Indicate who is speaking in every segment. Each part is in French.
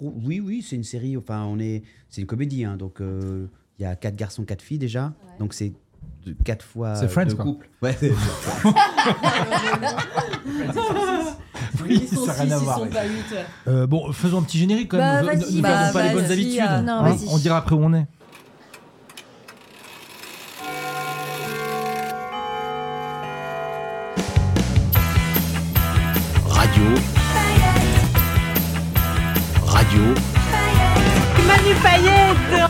Speaker 1: Oui, oui, c'est une série. Enfin, on est, c'est une comédie, hein, donc euh, il y a quatre garçons, quatre filles déjà. Donc c'est de- quatre fois
Speaker 2: C'est Friends,
Speaker 1: deux
Speaker 2: quoi.
Speaker 1: couples. Ouais, c'est-
Speaker 2: Oui,
Speaker 3: Ils sont
Speaker 2: ça a
Speaker 3: 6,
Speaker 2: rien
Speaker 3: ils
Speaker 2: à voir.
Speaker 3: sont pas 8.
Speaker 2: Euh, bon, faisons un petit générique quand
Speaker 4: Bah,
Speaker 2: même.
Speaker 4: vas-y,
Speaker 2: ne ne
Speaker 4: bah,
Speaker 2: perdons pas les bonnes
Speaker 3: vas-y,
Speaker 2: habitudes. hein.
Speaker 3: ah,
Speaker 4: non, vas-y.
Speaker 2: on dira après où on est.
Speaker 5: Radio. Radio.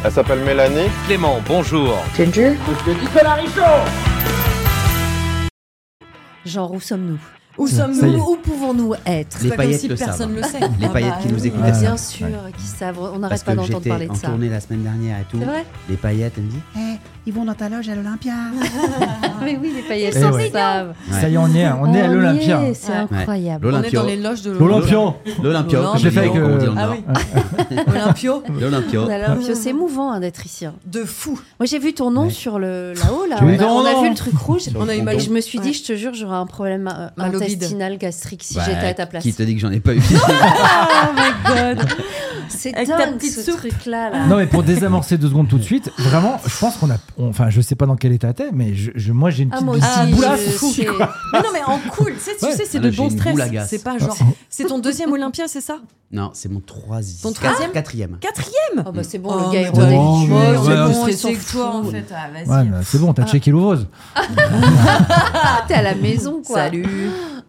Speaker 6: Elle s'appelle Mélanie.
Speaker 5: Clément, bonjour.
Speaker 4: Genre, où sommes-nous
Speaker 3: Où
Speaker 2: ça y est.
Speaker 3: sommes-nous Où pouvons-nous être C'est pas
Speaker 1: Les
Speaker 3: comme
Speaker 1: paillettes
Speaker 3: si
Speaker 1: le
Speaker 3: personne
Speaker 1: savent. hein.
Speaker 3: le sait.
Speaker 1: Les
Speaker 3: Ah
Speaker 1: paillettes
Speaker 3: bah,
Speaker 1: qui
Speaker 4: euh,
Speaker 1: nous
Speaker 3: oui.
Speaker 1: écoutent.
Speaker 2: Ouais.
Speaker 4: Bien sûr, qui savent. On
Speaker 1: Parce
Speaker 4: n'arrête pas
Speaker 1: que
Speaker 4: d'entendre
Speaker 1: j'étais
Speaker 4: parler de
Speaker 1: en
Speaker 4: ça.
Speaker 1: tournée la semaine dernière et tout.
Speaker 4: C'est vrai
Speaker 1: Les paillettes, elle me dit Eh, ils vont dans ta loge à l'Olympia.
Speaker 4: Mais Ah oui, les paillettes,
Speaker 2: Eh
Speaker 4: ils
Speaker 2: ouais.
Speaker 4: savent.
Speaker 2: Ça y est, on y est. On, est à
Speaker 4: y
Speaker 2: l'Olympia.
Speaker 4: est, C'est
Speaker 3: Ouais.
Speaker 4: incroyable.
Speaker 3: On est
Speaker 1: L'Olympio.
Speaker 3: dans les loges de
Speaker 2: L'Olympia.
Speaker 1: L'Olympio.
Speaker 3: L'Olympio.
Speaker 1: comme
Speaker 3: Je l'ai fait
Speaker 1: on dit-
Speaker 2: avec,
Speaker 1: comme on dit
Speaker 2: euh,
Speaker 1: en
Speaker 3: Ah
Speaker 1: Nord.
Speaker 3: oui, Olympio,
Speaker 1: L'Olympio.
Speaker 4: À l'Olympio, c'est émouvant hein, d'être ici. hein.
Speaker 3: de fou.
Speaker 4: Moi, j'ai vu ton nom
Speaker 1: Ouais.
Speaker 4: sur le là-haut. Là.
Speaker 2: J'ai vu
Speaker 4: On, a,
Speaker 2: ton
Speaker 4: on a
Speaker 2: nom.
Speaker 4: vu le truc rouge.
Speaker 1: Sur
Speaker 3: On a
Speaker 1: le
Speaker 3: eu
Speaker 4: Et
Speaker 3: mal-
Speaker 4: je me suis
Speaker 3: Ouais.
Speaker 4: dit, je te jure, j'aurais un problème euh,
Speaker 3: Malobide.
Speaker 4: intestinal, gastrique si
Speaker 1: Bah,
Speaker 4: j'étais à ta place.
Speaker 1: Qui te dit que j'en ai pas eu
Speaker 4: C'est
Speaker 3: Avec ta
Speaker 4: dingue
Speaker 3: petite
Speaker 4: ce
Speaker 3: soupe.
Speaker 4: truc-là. là.
Speaker 2: Non mais pour désamorcer deux secondes tout de suite, vraiment, je pense qu'on a, on- enfin, je sais pas dans quel état t'es, mais je, je- moi j'ai une
Speaker 4: Ah,
Speaker 2: petite
Speaker 4: moi
Speaker 2: petite
Speaker 4: aussi,
Speaker 2: boulasse.
Speaker 4: je- c'est-
Speaker 3: Mais non, mais en cool, tu sais, tu
Speaker 2: Ouais.
Speaker 3: sais c'est
Speaker 1: Ah,
Speaker 3: de
Speaker 1: là, j'ai
Speaker 3: bon
Speaker 1: une boule à
Speaker 3: stress.
Speaker 1: gaz.
Speaker 3: C'est pas genre. C'est ton deuxième Olympia, c'est ça
Speaker 1: Non, c'est mon troisième.
Speaker 3: Ton troisième
Speaker 1: Quat- Quatrième.
Speaker 3: Quatrième
Speaker 4: Oh, bah, c'est bon,
Speaker 3: Oh,
Speaker 4: le gars
Speaker 3: mais
Speaker 4: est
Speaker 3: t'as
Speaker 4: rodé.
Speaker 2: l'habitude,
Speaker 4: Ouais,
Speaker 2: ouais,
Speaker 4: c'est
Speaker 2: ouais.
Speaker 4: bon,
Speaker 3: C'est
Speaker 4: il s'en
Speaker 3: que toi, en
Speaker 4: fout.
Speaker 3: fait. Ah, vas-y.
Speaker 2: Ouais, mais c'est bon, t'as checké l'ouvreuse.
Speaker 4: Ah, T'es à la maison, quoi.
Speaker 3: Salut.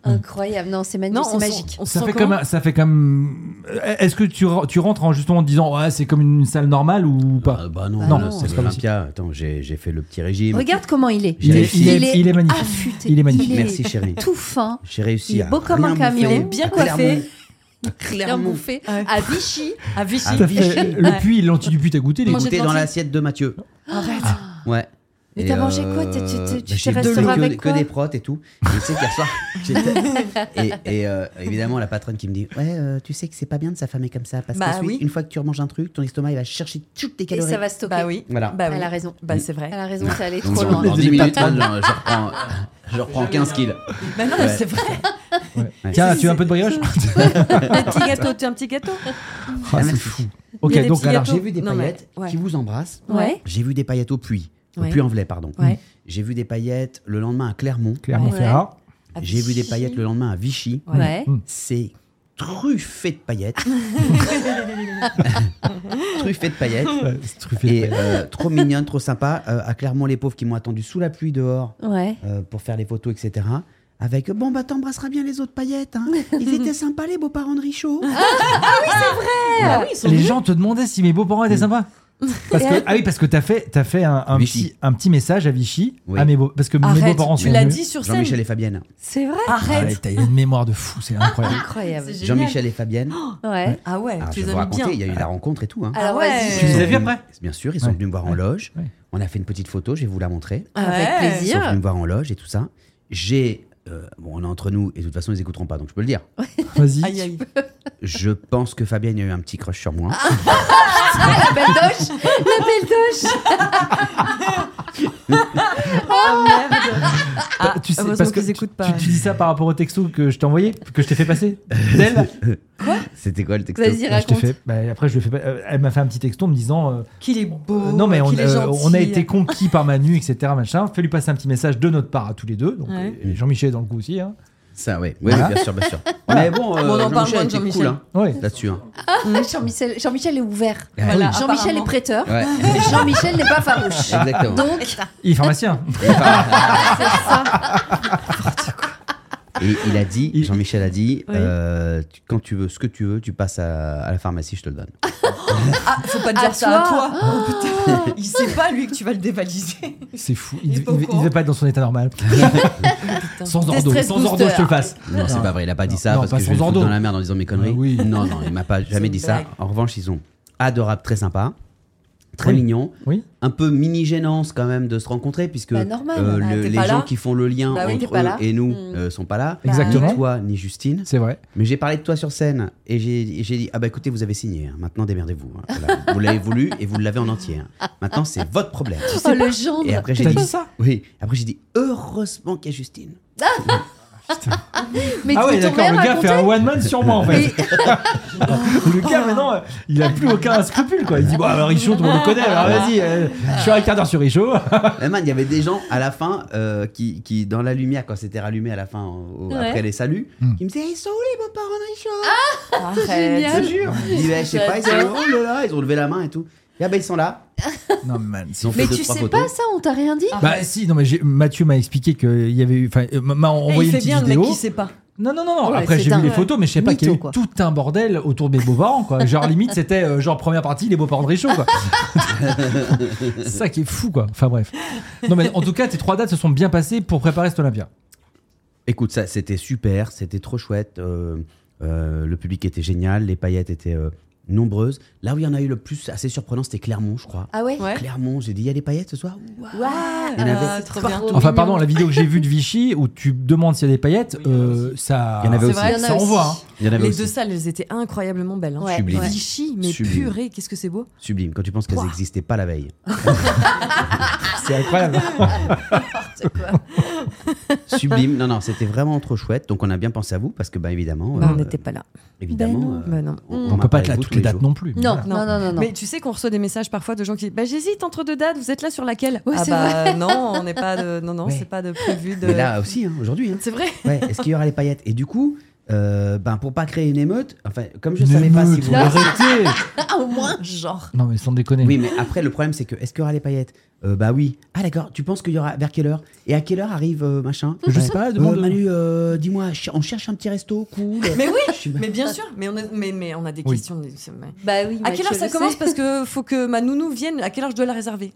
Speaker 4: Incroyable. Non, c'est magnifique,
Speaker 3: Non,
Speaker 4: c'est
Speaker 3: on
Speaker 4: magique.
Speaker 3: S'en, on se
Speaker 2: Ça
Speaker 3: sent
Speaker 2: fait
Speaker 3: comment
Speaker 2: comme, un- ça fait comme. euh, Est-ce que tu, re- tu rentres en justement en disant ouais c'est comme une salle normale ou pas
Speaker 1: Ah, bah non,
Speaker 4: Bah
Speaker 1: non,
Speaker 4: non,
Speaker 1: c'est
Speaker 2: c'est pas
Speaker 1: l'Olympia. Attends, j'ai j'ai fait le petit régime.
Speaker 4: Regarde comment il est.
Speaker 1: Il est- il
Speaker 2: est- il est magnifique.
Speaker 4: affûté,
Speaker 2: Il est magnifique.
Speaker 1: Merci, chérie.
Speaker 4: Tout fin.
Speaker 1: J'ai réussi
Speaker 4: Il est
Speaker 1: à.
Speaker 4: beau comme
Speaker 1: rien
Speaker 4: un camion,
Speaker 1: bouffer,
Speaker 3: bien
Speaker 1: à
Speaker 3: coiffé.
Speaker 4: Bien
Speaker 1: Clairement.
Speaker 4: bouffé.
Speaker 3: Ouais.
Speaker 4: À Vichy.
Speaker 3: À Vichy.
Speaker 1: Ah,
Speaker 2: Tout à fait. Le puits, l'anti du puits, t'as goûté les
Speaker 3: Moi, j'ai-
Speaker 2: goûtés
Speaker 1: Goûter
Speaker 3: de
Speaker 1: dans
Speaker 3: lentilles.
Speaker 1: l'assiette de Mathieu.
Speaker 3: Arrête.
Speaker 1: Ouais.
Speaker 4: Oh. Mais
Speaker 1: Et,
Speaker 4: t'as mangé
Speaker 1: euh,
Speaker 4: quoi T'es- tu- tu- tu
Speaker 1: bah,
Speaker 4: t'es
Speaker 1: j'ai
Speaker 4: restauré
Speaker 1: bouffé que-
Speaker 4: avec quoi
Speaker 1: Que des protes et tout. Et tu sais qu'hier soir, j'étais- Et, et, euh, évidemment, la patronne qui me dit Ouais, euh, tu sais que c'est pas bien de s'affamer comme ça. Parce
Speaker 3: Bah
Speaker 1: qu'ensuite,
Speaker 3: oui.
Speaker 1: une fois que tu remanges un truc, ton estomac, il va chercher toutes tes
Speaker 4: Et
Speaker 1: calories.
Speaker 4: ça va stocker.
Speaker 3: Bah oui.
Speaker 1: Voilà.
Speaker 3: Bah oui.
Speaker 4: Elle a raison.
Speaker 3: Bah c'est vrai.
Speaker 4: Elle a raison, c'est allé
Speaker 1: Donc,
Speaker 4: trop
Speaker 1: en-
Speaker 4: loin.
Speaker 1: En 10 minutes, moi, je, je reprends, euh, je reprends 15 kilos.
Speaker 3: Bah non, mais c'est vrai.
Speaker 2: Tiens, tu veux un peu de brioche
Speaker 3: un petit gâteau, tu as un petit gâteau.
Speaker 2: Ah,
Speaker 1: merci.
Speaker 2: C'est fou.
Speaker 3: Il y a
Speaker 2: Ok,
Speaker 3: des
Speaker 2: donc
Speaker 3: petits
Speaker 2: alors
Speaker 3: gâteaux.
Speaker 1: J'ai vu des
Speaker 3: Non, mais-
Speaker 1: paillettes
Speaker 3: ouais.
Speaker 1: qui vous embrassent.
Speaker 4: Ouais.
Speaker 1: J'ai vu des paillettes au puits.
Speaker 3: Ouais.
Speaker 1: Au puits en velay, pardon.
Speaker 3: Ouais.
Speaker 1: J'ai vu des paillettes le lendemain à Clermont.
Speaker 2: Clermont-Ferrat.
Speaker 3: À
Speaker 1: J'ai vu des
Speaker 3: Vichy.
Speaker 1: paillettes le lendemain à Vichy.
Speaker 4: Ouais.
Speaker 1: C'est truffé de paillettes. truffé de paillettes.
Speaker 2: Ouais, c'est truffé de
Speaker 1: Et
Speaker 2: paillettes.
Speaker 1: euh, trop mignonne, trop sympa. Euh, à Clermont, les pauvres qui m'ont attendu sous la pluie dehors
Speaker 4: Ouais.
Speaker 1: euh, pour faire les photos, etc. Avec bon, bah t'embrasseras bien les autres paillettes. hein. Ils étaient sympas, les beaux-parents de Richaud.
Speaker 2: Ah,
Speaker 3: Bah oui, ils sont
Speaker 2: Les
Speaker 3: venus.
Speaker 2: gens te demandaient si mes beaux-parents
Speaker 1: Mm.
Speaker 2: étaient sympas. Parce que, ah oui, parce que t'as fait, t'as fait un, un
Speaker 1: Vichy.
Speaker 2: petit, un petit message à Vichy,
Speaker 1: Oui.
Speaker 2: à mes beaux, parce que mes
Speaker 3: Arrête,
Speaker 2: beaux-parents
Speaker 3: tu
Speaker 2: sont
Speaker 3: l'as
Speaker 2: venus.
Speaker 3: dit sur scène.
Speaker 1: Jean-Michel et Fabienne.
Speaker 4: C'est vrai.
Speaker 2: Ouais,
Speaker 3: Arrête. Ah,
Speaker 2: T'as une mémoire de fou, c'est incroyable.
Speaker 4: Incroyable.
Speaker 3: C'est génial.
Speaker 1: Jean-Michel et Fabienne.
Speaker 4: Ah,
Speaker 2: Oh,
Speaker 4: Ouais.
Speaker 3: Ah ouais,
Speaker 1: Alors,
Speaker 3: tu
Speaker 1: je
Speaker 3: les
Speaker 1: vais
Speaker 3: as
Speaker 1: vous
Speaker 3: mis
Speaker 1: raconter,
Speaker 3: bien.
Speaker 1: il y a eu la rencontre et tout. hein.
Speaker 4: Alors
Speaker 3: Ah ouais.
Speaker 4: vas-y.
Speaker 2: Tu les as vus
Speaker 1: venus-
Speaker 2: après
Speaker 1: Bien sûr, ils sont
Speaker 2: Ouais.
Speaker 1: venus me voir en loge.
Speaker 2: Ouais.
Speaker 1: On a fait une petite photo, je vais vous la montrer.
Speaker 3: Ouais.
Speaker 4: Avec
Speaker 1: Ils sont venus
Speaker 4: plaisir.
Speaker 1: me voir en loge et tout ça. J'ai. euh, bon, on est entre nous et de toute façon, ils écouteront pas, donc je peux le dire.
Speaker 2: Vas-y.
Speaker 3: Aïe aïe.
Speaker 1: Je pense que Fabienne a eu un petit crush sur moi.
Speaker 4: Ah, la belle doche. La belle doche.
Speaker 3: Ah merde. Ah,
Speaker 2: tu sais,
Speaker 3: heureusement
Speaker 2: parce que
Speaker 3: qu'ils
Speaker 2: tu,
Speaker 3: écoutent pas.
Speaker 2: tu- tu dis ça par rapport au texto que je t'ai envoyé, que je t'ai fait passer d'elle.
Speaker 1: C'était quoi le texte
Speaker 4: Vas-y,
Speaker 2: Bah, je t'ai
Speaker 4: raconte.
Speaker 2: fait. bah, après, je lui ai fait. pas- euh, Elle m'a fait un petit texto en me disant. euh,
Speaker 3: Qu'il est beau.
Speaker 2: euh, non mais on,
Speaker 3: Oh, qu'il est
Speaker 2: euh,
Speaker 3: gentil.
Speaker 2: on a été conquis par Manu, etc. Machin. Fais lui passer un petit message de notre part à tous les deux. Donc
Speaker 3: Ouais.
Speaker 2: euh, Jean-Michel est dans le coup aussi. Hein.
Speaker 1: Ça, ouais. Oui,
Speaker 2: Voilà.
Speaker 1: bien sûr, bien sûr. Mais bon, euh,
Speaker 3: Bon, on en parle
Speaker 1: Jean-Michel
Speaker 3: moins de
Speaker 1: était
Speaker 3: Jean-Michel.
Speaker 1: cool hein,
Speaker 2: Ouais.
Speaker 1: là-dessus. hein.
Speaker 4: Jean-Michel Jean-Michel est
Speaker 2: Ah
Speaker 4: ouvert.
Speaker 3: Voilà,
Speaker 4: Jean-Michel est
Speaker 3: apparemment.
Speaker 4: prêteur.
Speaker 1: Ouais,
Speaker 4: Jean-Michel n'est pas farouche.
Speaker 1: exactement.
Speaker 4: Donc,
Speaker 2: Il est pharmacien.
Speaker 1: Et il a dit, Jean-Michel a dit,
Speaker 3: Oui.
Speaker 1: euh, tu- quand tu veux ce que tu veux, tu passes à, à la pharmacie, je te le donne.
Speaker 3: Ah, faut pas dire
Speaker 4: À
Speaker 3: ça à
Speaker 4: toi.
Speaker 3: toi. Oh, putain. Il sait pas lui que tu vas le dévaliser.
Speaker 2: C'est fou.
Speaker 3: Il
Speaker 2: Il,
Speaker 3: est
Speaker 2: ne
Speaker 3: pas au courant.
Speaker 2: devait pas être dans son état normal. sans
Speaker 3: Des
Speaker 2: ordo.
Speaker 3: stress
Speaker 2: Sans ordo, je te le passe.
Speaker 1: Non, c'est pas vrai, il a pas dit ça
Speaker 2: Non,
Speaker 1: parce
Speaker 2: pas
Speaker 1: que je
Speaker 2: sans
Speaker 1: vais le foutre
Speaker 2: ordo.
Speaker 1: dans la merde en disant mes conneries.
Speaker 2: Ah oui.
Speaker 1: Non, non, il m'a pas jamais
Speaker 3: une
Speaker 1: dit ça.
Speaker 3: blague.
Speaker 1: En revanche, ils sont adorables, très sympas, très
Speaker 2: Oui.
Speaker 1: mignons,
Speaker 2: Oui.
Speaker 1: un peu mini gênance quand même de se rencontrer puisque
Speaker 4: Bah,
Speaker 1: euh,
Speaker 4: normal.
Speaker 1: le-
Speaker 3: Ah, t'es
Speaker 1: les
Speaker 3: pas
Speaker 1: gens
Speaker 3: là.
Speaker 1: qui font le lien
Speaker 4: Bah oui, t'es
Speaker 1: entre
Speaker 4: pas
Speaker 1: eux
Speaker 4: là.
Speaker 1: et nous
Speaker 4: Mm.
Speaker 1: euh, sont pas là.
Speaker 2: Exactement.
Speaker 1: Ni toi, ni Justine.
Speaker 2: C'est vrai.
Speaker 1: Mais j'ai parlé de toi sur scène et j'ai et j'ai dit Ah bah écoutez, vous avez signé, hein. maintenant démerdez-vous. hein. Voilà. vous l'avez voulu et vous l'avez en entier. hein. Maintenant, c'est votre problème.
Speaker 4: oh, le gendre.
Speaker 1: Et après, j'ai
Speaker 2: T'as
Speaker 1: dit
Speaker 2: dit ça
Speaker 1: Oui, après, j'ai dit Heureusement qu'il y a Justine.
Speaker 4: Mais
Speaker 2: ah
Speaker 4: tu-
Speaker 2: ouais,
Speaker 4: ton
Speaker 2: d'accord,
Speaker 4: père
Speaker 2: le gars fait
Speaker 4: racontait-
Speaker 2: un one man sur moi en fait.
Speaker 4: Mais-
Speaker 2: Le gars maintenant, euh, il a plus aucun scrupule quoi. Il dit bon, alors Richaud, tout le monde le connaît, alors
Speaker 3: Ah.
Speaker 2: vas-y, euh, je suis à un quart d'heure sur Richaud.
Speaker 1: Mais Eh, man, il y avait des gens à la fin euh, qui, qui, dans la lumière, quand c'était rallumé à la fin, au- au-
Speaker 4: Ouais.
Speaker 1: après les saluts,
Speaker 2: Hmm.
Speaker 1: qui me disaient Ils sont où les beaux-parents de Richaud
Speaker 4: C'est
Speaker 1: Je te
Speaker 4: génial.
Speaker 1: jure Je dis, Ouais, Je sais pas, ils sont oh là là, ils ont levé la main et tout. Et ah ben ils sont là.
Speaker 2: Non, man,
Speaker 1: Ils ont fait
Speaker 4: Mais
Speaker 1: deux,
Speaker 4: tu
Speaker 1: trois
Speaker 4: sais
Speaker 1: photos.
Speaker 4: pas ça, on t'a rien dit
Speaker 2: Bah si, non mais j'ai- Mathieu m'a expliqué qu'il y avait eu, enfin euh, m'a
Speaker 3: Et
Speaker 2: envoyé
Speaker 3: il
Speaker 2: une
Speaker 3: fait
Speaker 2: petite
Speaker 3: bien le mec
Speaker 2: vidéo.
Speaker 3: qui sait pas.
Speaker 2: Non non non non.
Speaker 4: Ouais,
Speaker 2: Après
Speaker 4: c'est
Speaker 2: j'ai vu
Speaker 4: un
Speaker 2: les photos, mais je sais pas qu'il y a eu
Speaker 4: mytho, quoi.
Speaker 2: tout un bordel autour des beaux parents quoi. Genre limite c'était euh, genre première partie les beaux parents de Richaud quoi. C'est ça qui est fou quoi. Enfin bref. Non mais en tout cas tes trois dates se sont bien passées pour préparer cet Olympia.
Speaker 1: Écoute, ça, c'était super, c'était trop chouette. euh, euh, le public était génial, les paillettes étaient euh, nombreuses. Là où il y en a eu le plus assez surprenant, c'était Clermont, je crois.
Speaker 4: Ah ouais
Speaker 3: Ouais.
Speaker 1: Clermont, j'ai dit, il y a des paillettes ce soir
Speaker 4: Waouh.
Speaker 1: Il y en avait
Speaker 3: Ah, trop bien.
Speaker 4: partout.
Speaker 2: Enfin,
Speaker 4: mignon.
Speaker 2: pardon, la vidéo que j'ai vue de Vichy où tu demandes s'il y a des paillettes,
Speaker 3: Oui, il y en a
Speaker 2: euh, ça.
Speaker 1: Il y en avait
Speaker 3: C'est aussi. vrai, il y en a
Speaker 2: ça
Speaker 3: aussi.
Speaker 2: envoie. hein.
Speaker 1: Il y en avait
Speaker 3: Les
Speaker 1: aussi.
Speaker 3: deux salles, elles étaient incroyablement belles. Hein.
Speaker 4: Ouais,
Speaker 1: Sublime.
Speaker 4: ouais.
Speaker 3: Vichy, mais
Speaker 1: Sublime.
Speaker 3: purée, qu'est-ce que c'est beau.
Speaker 1: Sublime, quand tu penses qu'elles
Speaker 3: Ouah.
Speaker 1: n'existaient pas la veille.
Speaker 2: C'est incroyable.
Speaker 1: Sublime, non, non, c'était vraiment trop chouette. Donc on a bien pensé à vous parce que, bah, évidemment.
Speaker 3: Bah,
Speaker 1: euh,
Speaker 3: on n'était pas là.
Speaker 1: Évidemment.
Speaker 4: Ben non.
Speaker 1: euh,
Speaker 3: Bah, non.
Speaker 2: On peut
Speaker 1: a
Speaker 2: pas
Speaker 1: parlé
Speaker 2: être là
Speaker 1: de vous
Speaker 2: toutes
Speaker 1: tous
Speaker 2: les dates
Speaker 1: jours.
Speaker 2: non plus.
Speaker 4: Non,
Speaker 2: Voilà.
Speaker 4: non, non, non, non.
Speaker 3: Mais tu sais qu'on reçoit des messages parfois de gens qui disent bah, J'hésite entre deux dates, vous êtes là sur laquelle
Speaker 4: Ouais,
Speaker 3: Ah
Speaker 4: c'est
Speaker 3: bah non, on n'est pas de. Non, non,
Speaker 1: Ouais.
Speaker 3: c'est pas de prévu de.
Speaker 1: Mais là aussi, hein, aujourd'hui. hein.
Speaker 3: C'est vrai
Speaker 1: Ouais, Est-ce qu'il y aura les paillettes Et du coup, euh, ben, pour pas créer une émeute, enfin, comme je
Speaker 2: Une
Speaker 1: savais pas si
Speaker 2: émeute,
Speaker 1: vous.
Speaker 2: mais Arrêtez
Speaker 4: Ah, au moins
Speaker 3: Genre.
Speaker 2: Non, mais sans déconner.
Speaker 1: Oui, mais après, le problème, c'est que est-ce qu'il y aura les paillettes Euh, Bah oui. Ah d'accord, tu penses qu'il y aura vers quelle heure Et à quelle heure arrive euh, machin
Speaker 2: Je sais pas, demande-
Speaker 1: Euh, Manu, euh, dis-moi, ch- on cherche un petit resto cool.
Speaker 3: Mais oui
Speaker 1: Je suis- bah,
Speaker 3: Mais bien sûr, mais on a, mais, mais on a des
Speaker 2: Oui.
Speaker 3: questions. des- c'est- mais-
Speaker 4: Bah oui.
Speaker 3: À quelle heure
Speaker 4: Mathieu
Speaker 3: ça
Speaker 4: le
Speaker 3: commence
Speaker 4: sait.
Speaker 3: Parce que faut que ma nounou vienne. À quelle heure je dois la réserver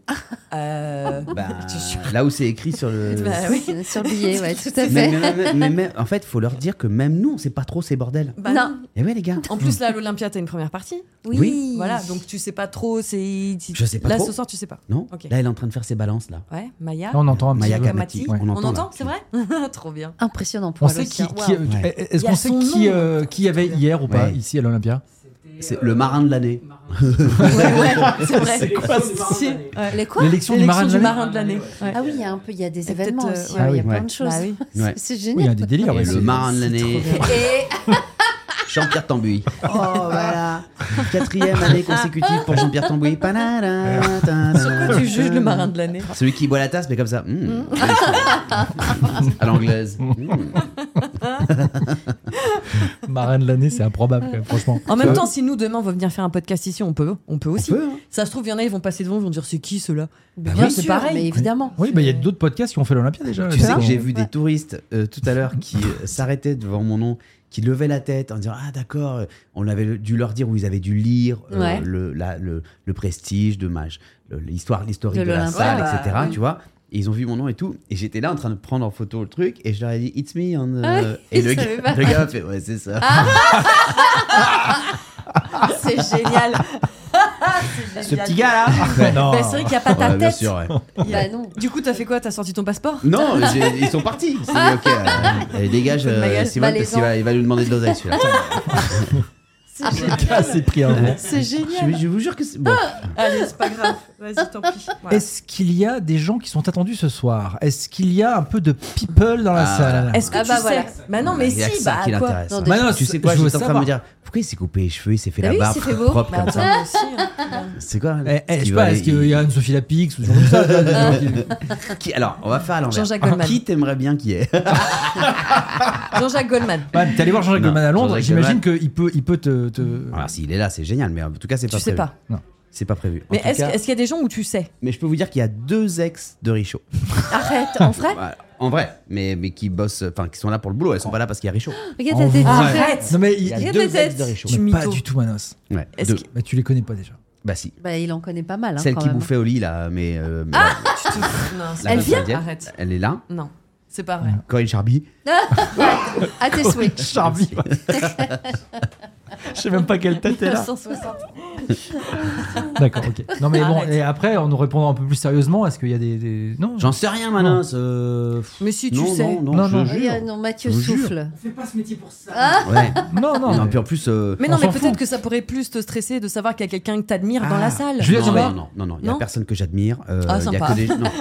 Speaker 3: Euh,
Speaker 1: Bah,
Speaker 3: je suis-
Speaker 1: là où c'est écrit sur le.
Speaker 3: Bah, oui.
Speaker 4: C'est Sur le billet, ouais, tout à fait.
Speaker 1: Mais- mais- mais- mais- mais- mais- en fait, faut leur dire que même nous, on sait pas trop ces bordels.
Speaker 3: Bah
Speaker 4: Non.
Speaker 3: non.
Speaker 1: Eh ouais, les gars.
Speaker 3: En plus, là, à l'Olympia, t'as une première partie.
Speaker 4: Oui.
Speaker 1: Oui.
Speaker 3: Voilà, donc tu sais pas trop. C'est...
Speaker 1: Je sais pas
Speaker 3: Là,
Speaker 1: trop.
Speaker 3: ce soir, tu sais pas.
Speaker 1: Non
Speaker 3: Ok.
Speaker 1: Là, elle est en train de faire ses balances, là.
Speaker 3: Ouais, Maya.
Speaker 2: Là, Ah, on entend un petit
Speaker 1: Maya
Speaker 2: peu.
Speaker 1: Kamati.
Speaker 2: Ouais.
Speaker 3: On,
Speaker 1: là.
Speaker 3: entend, c'est vrai Trop bien.
Speaker 4: Impressionnant pour
Speaker 2: On
Speaker 4: elle
Speaker 2: sait
Speaker 4: aussi,
Speaker 2: qui,
Speaker 4: hein.
Speaker 2: qui-
Speaker 4: Waouh.
Speaker 1: Ouais.
Speaker 2: euh, est-ce
Speaker 3: Il y a
Speaker 2: qu'on sait
Speaker 3: son
Speaker 2: qui,
Speaker 3: nom. hein.
Speaker 2: euh, qui y avait hier ou pas
Speaker 1: Ouais.
Speaker 2: ici à l'Olympia
Speaker 3: Euh,
Speaker 1: C'est le marin de l'année.
Speaker 3: Ouais, ouais, c'est vrai.
Speaker 2: C'est quoi ce
Speaker 3: Si, ouais.
Speaker 4: Les quoi
Speaker 2: L'élection du marin
Speaker 3: L'élection
Speaker 2: de
Speaker 3: du
Speaker 2: l'année
Speaker 3: marin de l'année. Ouais.
Speaker 4: Ah oui, il y a un peu, il y a des
Speaker 3: Et
Speaker 4: événements
Speaker 3: peut-être, euh,
Speaker 4: aussi,
Speaker 3: ouais.
Speaker 4: ouais, il y a
Speaker 1: Ouais.
Speaker 4: plein de choses.
Speaker 3: Bah oui.
Speaker 4: C'est-
Speaker 1: Ouais.
Speaker 4: C'est
Speaker 2: Oui, il y a
Speaker 4: génial.
Speaker 2: des délires. ouais,
Speaker 1: Et
Speaker 2: c'est-
Speaker 1: le marin de l'année,
Speaker 3: trop
Speaker 4: Et
Speaker 1: Jean-Pierre Tambouy. Oh, voilà. Quatrième année consécutive pour Jean-Pierre Tambouy. Panada, tada.
Speaker 3: Pourquoi tu juges le marin de l'année
Speaker 1: Celui qui boit la tasse, mais comme ça. Mm. à l'anglaise. Mm.
Speaker 2: Marin de l'année, c'est improbable, quand même, franchement. Euh,
Speaker 3: En même temps, si nous demain on va venir faire un podcast ici, on peut, on peut
Speaker 1: Euh. On
Speaker 3: aussi.
Speaker 1: peut, hein.
Speaker 3: Ça se trouve, il y en a, ils vont passer devant, ils vont dire c'est qui ceux-là
Speaker 4: bien
Speaker 3: oui,
Speaker 4: sûr,
Speaker 3: c'est pareil.
Speaker 4: mais évidemment.
Speaker 2: Oui, bah, il y a d'autres podcasts qui ont fait l'Olympia déjà.
Speaker 1: Tu sais
Speaker 2: Bon.
Speaker 1: que j'ai vu
Speaker 4: Ouais.
Speaker 1: des touristes euh, tout à l'heure qui euh, s'arrêtaient devant mon nom, qui levaient la tête en disant Ah, d'accord, euh, on avait dû leur dire où ils avaient dû lire euh,
Speaker 4: Ouais.
Speaker 1: le, la- le, le prestige de Mage, le- l'histoire l'historique
Speaker 4: De
Speaker 1: de, la
Speaker 4: l'Olympia.
Speaker 1: salle,
Speaker 3: Ouais, bah,
Speaker 1: etc.
Speaker 3: oui.
Speaker 1: Tu vois et ils ont vu mon nom et tout, et j'étais là en train de prendre en photo le truc, et je leur ai dit It's me. on, euh,
Speaker 4: Ah oui,
Speaker 1: et le
Speaker 4: ils
Speaker 1: gars,
Speaker 4: savaient pas.
Speaker 1: le gars a fait Ouais, c'est ça.
Speaker 4: c'est génial.
Speaker 1: Ce petit gars là
Speaker 2: Ah, Non.
Speaker 3: Bah, C'est vrai qu'il n'y a pas ta
Speaker 1: Ouais, Bien
Speaker 3: tête.
Speaker 1: sûr, ouais.
Speaker 4: Bah non.
Speaker 3: Du coup, t'as fait quoi T'as sorti ton passeport
Speaker 1: Non, j'ai- ils sont partis. C'est ok. euh, allez, dégage,
Speaker 4: Faut de ma
Speaker 1: euh,
Speaker 4: gueule,
Speaker 1: Simone, parce
Speaker 4: malaisant.
Speaker 1: qu'il va, il va lui demander de l'oseille celui-là.
Speaker 4: C'est génial.
Speaker 2: Ah, c'est pris un vent.
Speaker 3: C'est génial.
Speaker 1: Je, je vous jure que c'est. Bon.
Speaker 3: Allez, c'est pas grave. Vas-y, tant pis. Voilà.
Speaker 2: Est-ce qu'il y a des gens qui sont attendus ce soir Est-ce qu'il y a un peu de people dans la
Speaker 1: Ah.
Speaker 2: salle
Speaker 3: Est-ce que
Speaker 4: Ah
Speaker 3: tu
Speaker 4: bah
Speaker 3: sais
Speaker 4: voilà.
Speaker 3: Bah non, mais
Speaker 1: Il y a que
Speaker 3: si,
Speaker 1: ça
Speaker 3: bah
Speaker 1: qui
Speaker 3: quoi
Speaker 1: l'intéresse.
Speaker 4: Non,
Speaker 2: Bah non,
Speaker 1: tu sais quoi,
Speaker 2: je veux
Speaker 1: j'étais en train de
Speaker 2: savoir.
Speaker 1: me dire pourquoi il s'est coupé les cheveux, il s'est fait
Speaker 4: Bah
Speaker 1: la
Speaker 4: oui,
Speaker 1: barbe
Speaker 4: il s'est fait beau.
Speaker 1: propre
Speaker 3: Bah
Speaker 1: comme ça.
Speaker 3: attends, aussi, hein.
Speaker 1: C'est quoi
Speaker 2: Eh, eh,
Speaker 1: ce
Speaker 2: je
Speaker 1: qui
Speaker 2: sais
Speaker 1: va
Speaker 2: pas,
Speaker 1: aller-
Speaker 2: est-ce qu'il y a une Sophie Lapix ou des gens comme ça, tu vois, des gens qui-
Speaker 1: Qui- Alors, on va faire à l'envers.
Speaker 3: Jean-Jacques Goldman.
Speaker 1: Qui t'aimerais bien qui est
Speaker 3: Jean-Jacques Goldman.
Speaker 2: Ouais, mais T'es allé voir Jean-Jacques
Speaker 1: Non,
Speaker 2: Goldman à Londres,
Speaker 1: Jean-Jacques
Speaker 2: j'imagine qu'il peut, il peut te. te-
Speaker 1: Alors, s'il est là, c'est génial, mais en tout cas, c'est pas
Speaker 3: Tu sais
Speaker 1: prévu.
Speaker 3: pas.
Speaker 1: C'est pas prévu. En
Speaker 3: Mais
Speaker 1: tout
Speaker 3: est-ce
Speaker 1: cas-
Speaker 3: est-ce qu'il y a des gens où tu sais
Speaker 1: mais je peux vous dire qu'il y a deux ex de Richaud.
Speaker 4: Arrête, en vrai
Speaker 1: Voilà. En vrai, mais, mais qui bossent, enfin, qui sont là pour le boulot, elles sont pas là parce qu'il y a Richaud.
Speaker 4: Regarde,
Speaker 2: En
Speaker 4: elle était
Speaker 2: vrai.
Speaker 4: différente.
Speaker 2: Non mais il
Speaker 1: Il y a
Speaker 4: Regarde
Speaker 1: deux
Speaker 4: la
Speaker 1: ex de
Speaker 4: tête.
Speaker 1: Richaud.
Speaker 3: Tu-
Speaker 2: mais pas
Speaker 3: mytho.
Speaker 2: du tout Manos.
Speaker 1: Ouais,
Speaker 3: Est-ce
Speaker 1: deux.
Speaker 3: que-
Speaker 2: Bah tu les connais pas déjà.
Speaker 1: Bah si.
Speaker 4: Bah, il en connaît pas mal. Hein,
Speaker 1: Celle
Speaker 4: quand
Speaker 1: qui
Speaker 4: même.
Speaker 1: bouffait au lit, là, mais. euh, mais-
Speaker 3: Tu te- non, c'est
Speaker 1: la
Speaker 3: pas
Speaker 4: Elle
Speaker 1: meuf
Speaker 3: vrai.
Speaker 4: vient
Speaker 1: indienne,
Speaker 3: Arrête.
Speaker 1: Elle est là.
Speaker 3: Non, c'est pas vrai.
Speaker 1: Corinne Charby.
Speaker 4: À tes souhaits.
Speaker 2: Charby. Je sais même pas quelle tête est là.
Speaker 4: 960.
Speaker 2: D'accord, ok. Non, mais bon,
Speaker 3: Arrête.
Speaker 2: et après, en nous répondant un peu plus sérieusement, est-ce qu'il y a des. des- Non
Speaker 1: J'en sais rien, Manas. euh, pff,
Speaker 3: Mais si tu
Speaker 1: non,
Speaker 3: sais.
Speaker 1: non, non,
Speaker 2: Non,
Speaker 1: je
Speaker 2: non.
Speaker 1: jure.
Speaker 4: Oui, ah non, Mathieu
Speaker 1: Je vous
Speaker 4: souffle.
Speaker 2: Fais pas ce métier pour ça.
Speaker 4: Ah
Speaker 1: Ouais.
Speaker 2: Non, non.
Speaker 1: Non,
Speaker 2: mais-
Speaker 1: puis en plus. euh,
Speaker 3: Mais
Speaker 2: On
Speaker 3: non, mais
Speaker 2: s'en fout.
Speaker 3: peut-être que ça pourrait plus te stresser de savoir qu'il y a quelqu'un que t'admires dans
Speaker 1: Ah.
Speaker 3: la salle.
Speaker 2: Je veux dire,
Speaker 1: non,
Speaker 2: tu
Speaker 1: non,
Speaker 2: vois-
Speaker 1: non, non, non, il n'y a
Speaker 3: Non
Speaker 1: personne que j'admire. euh,
Speaker 3: Ah,
Speaker 1: il y a
Speaker 3: sympa.
Speaker 1: que des- non,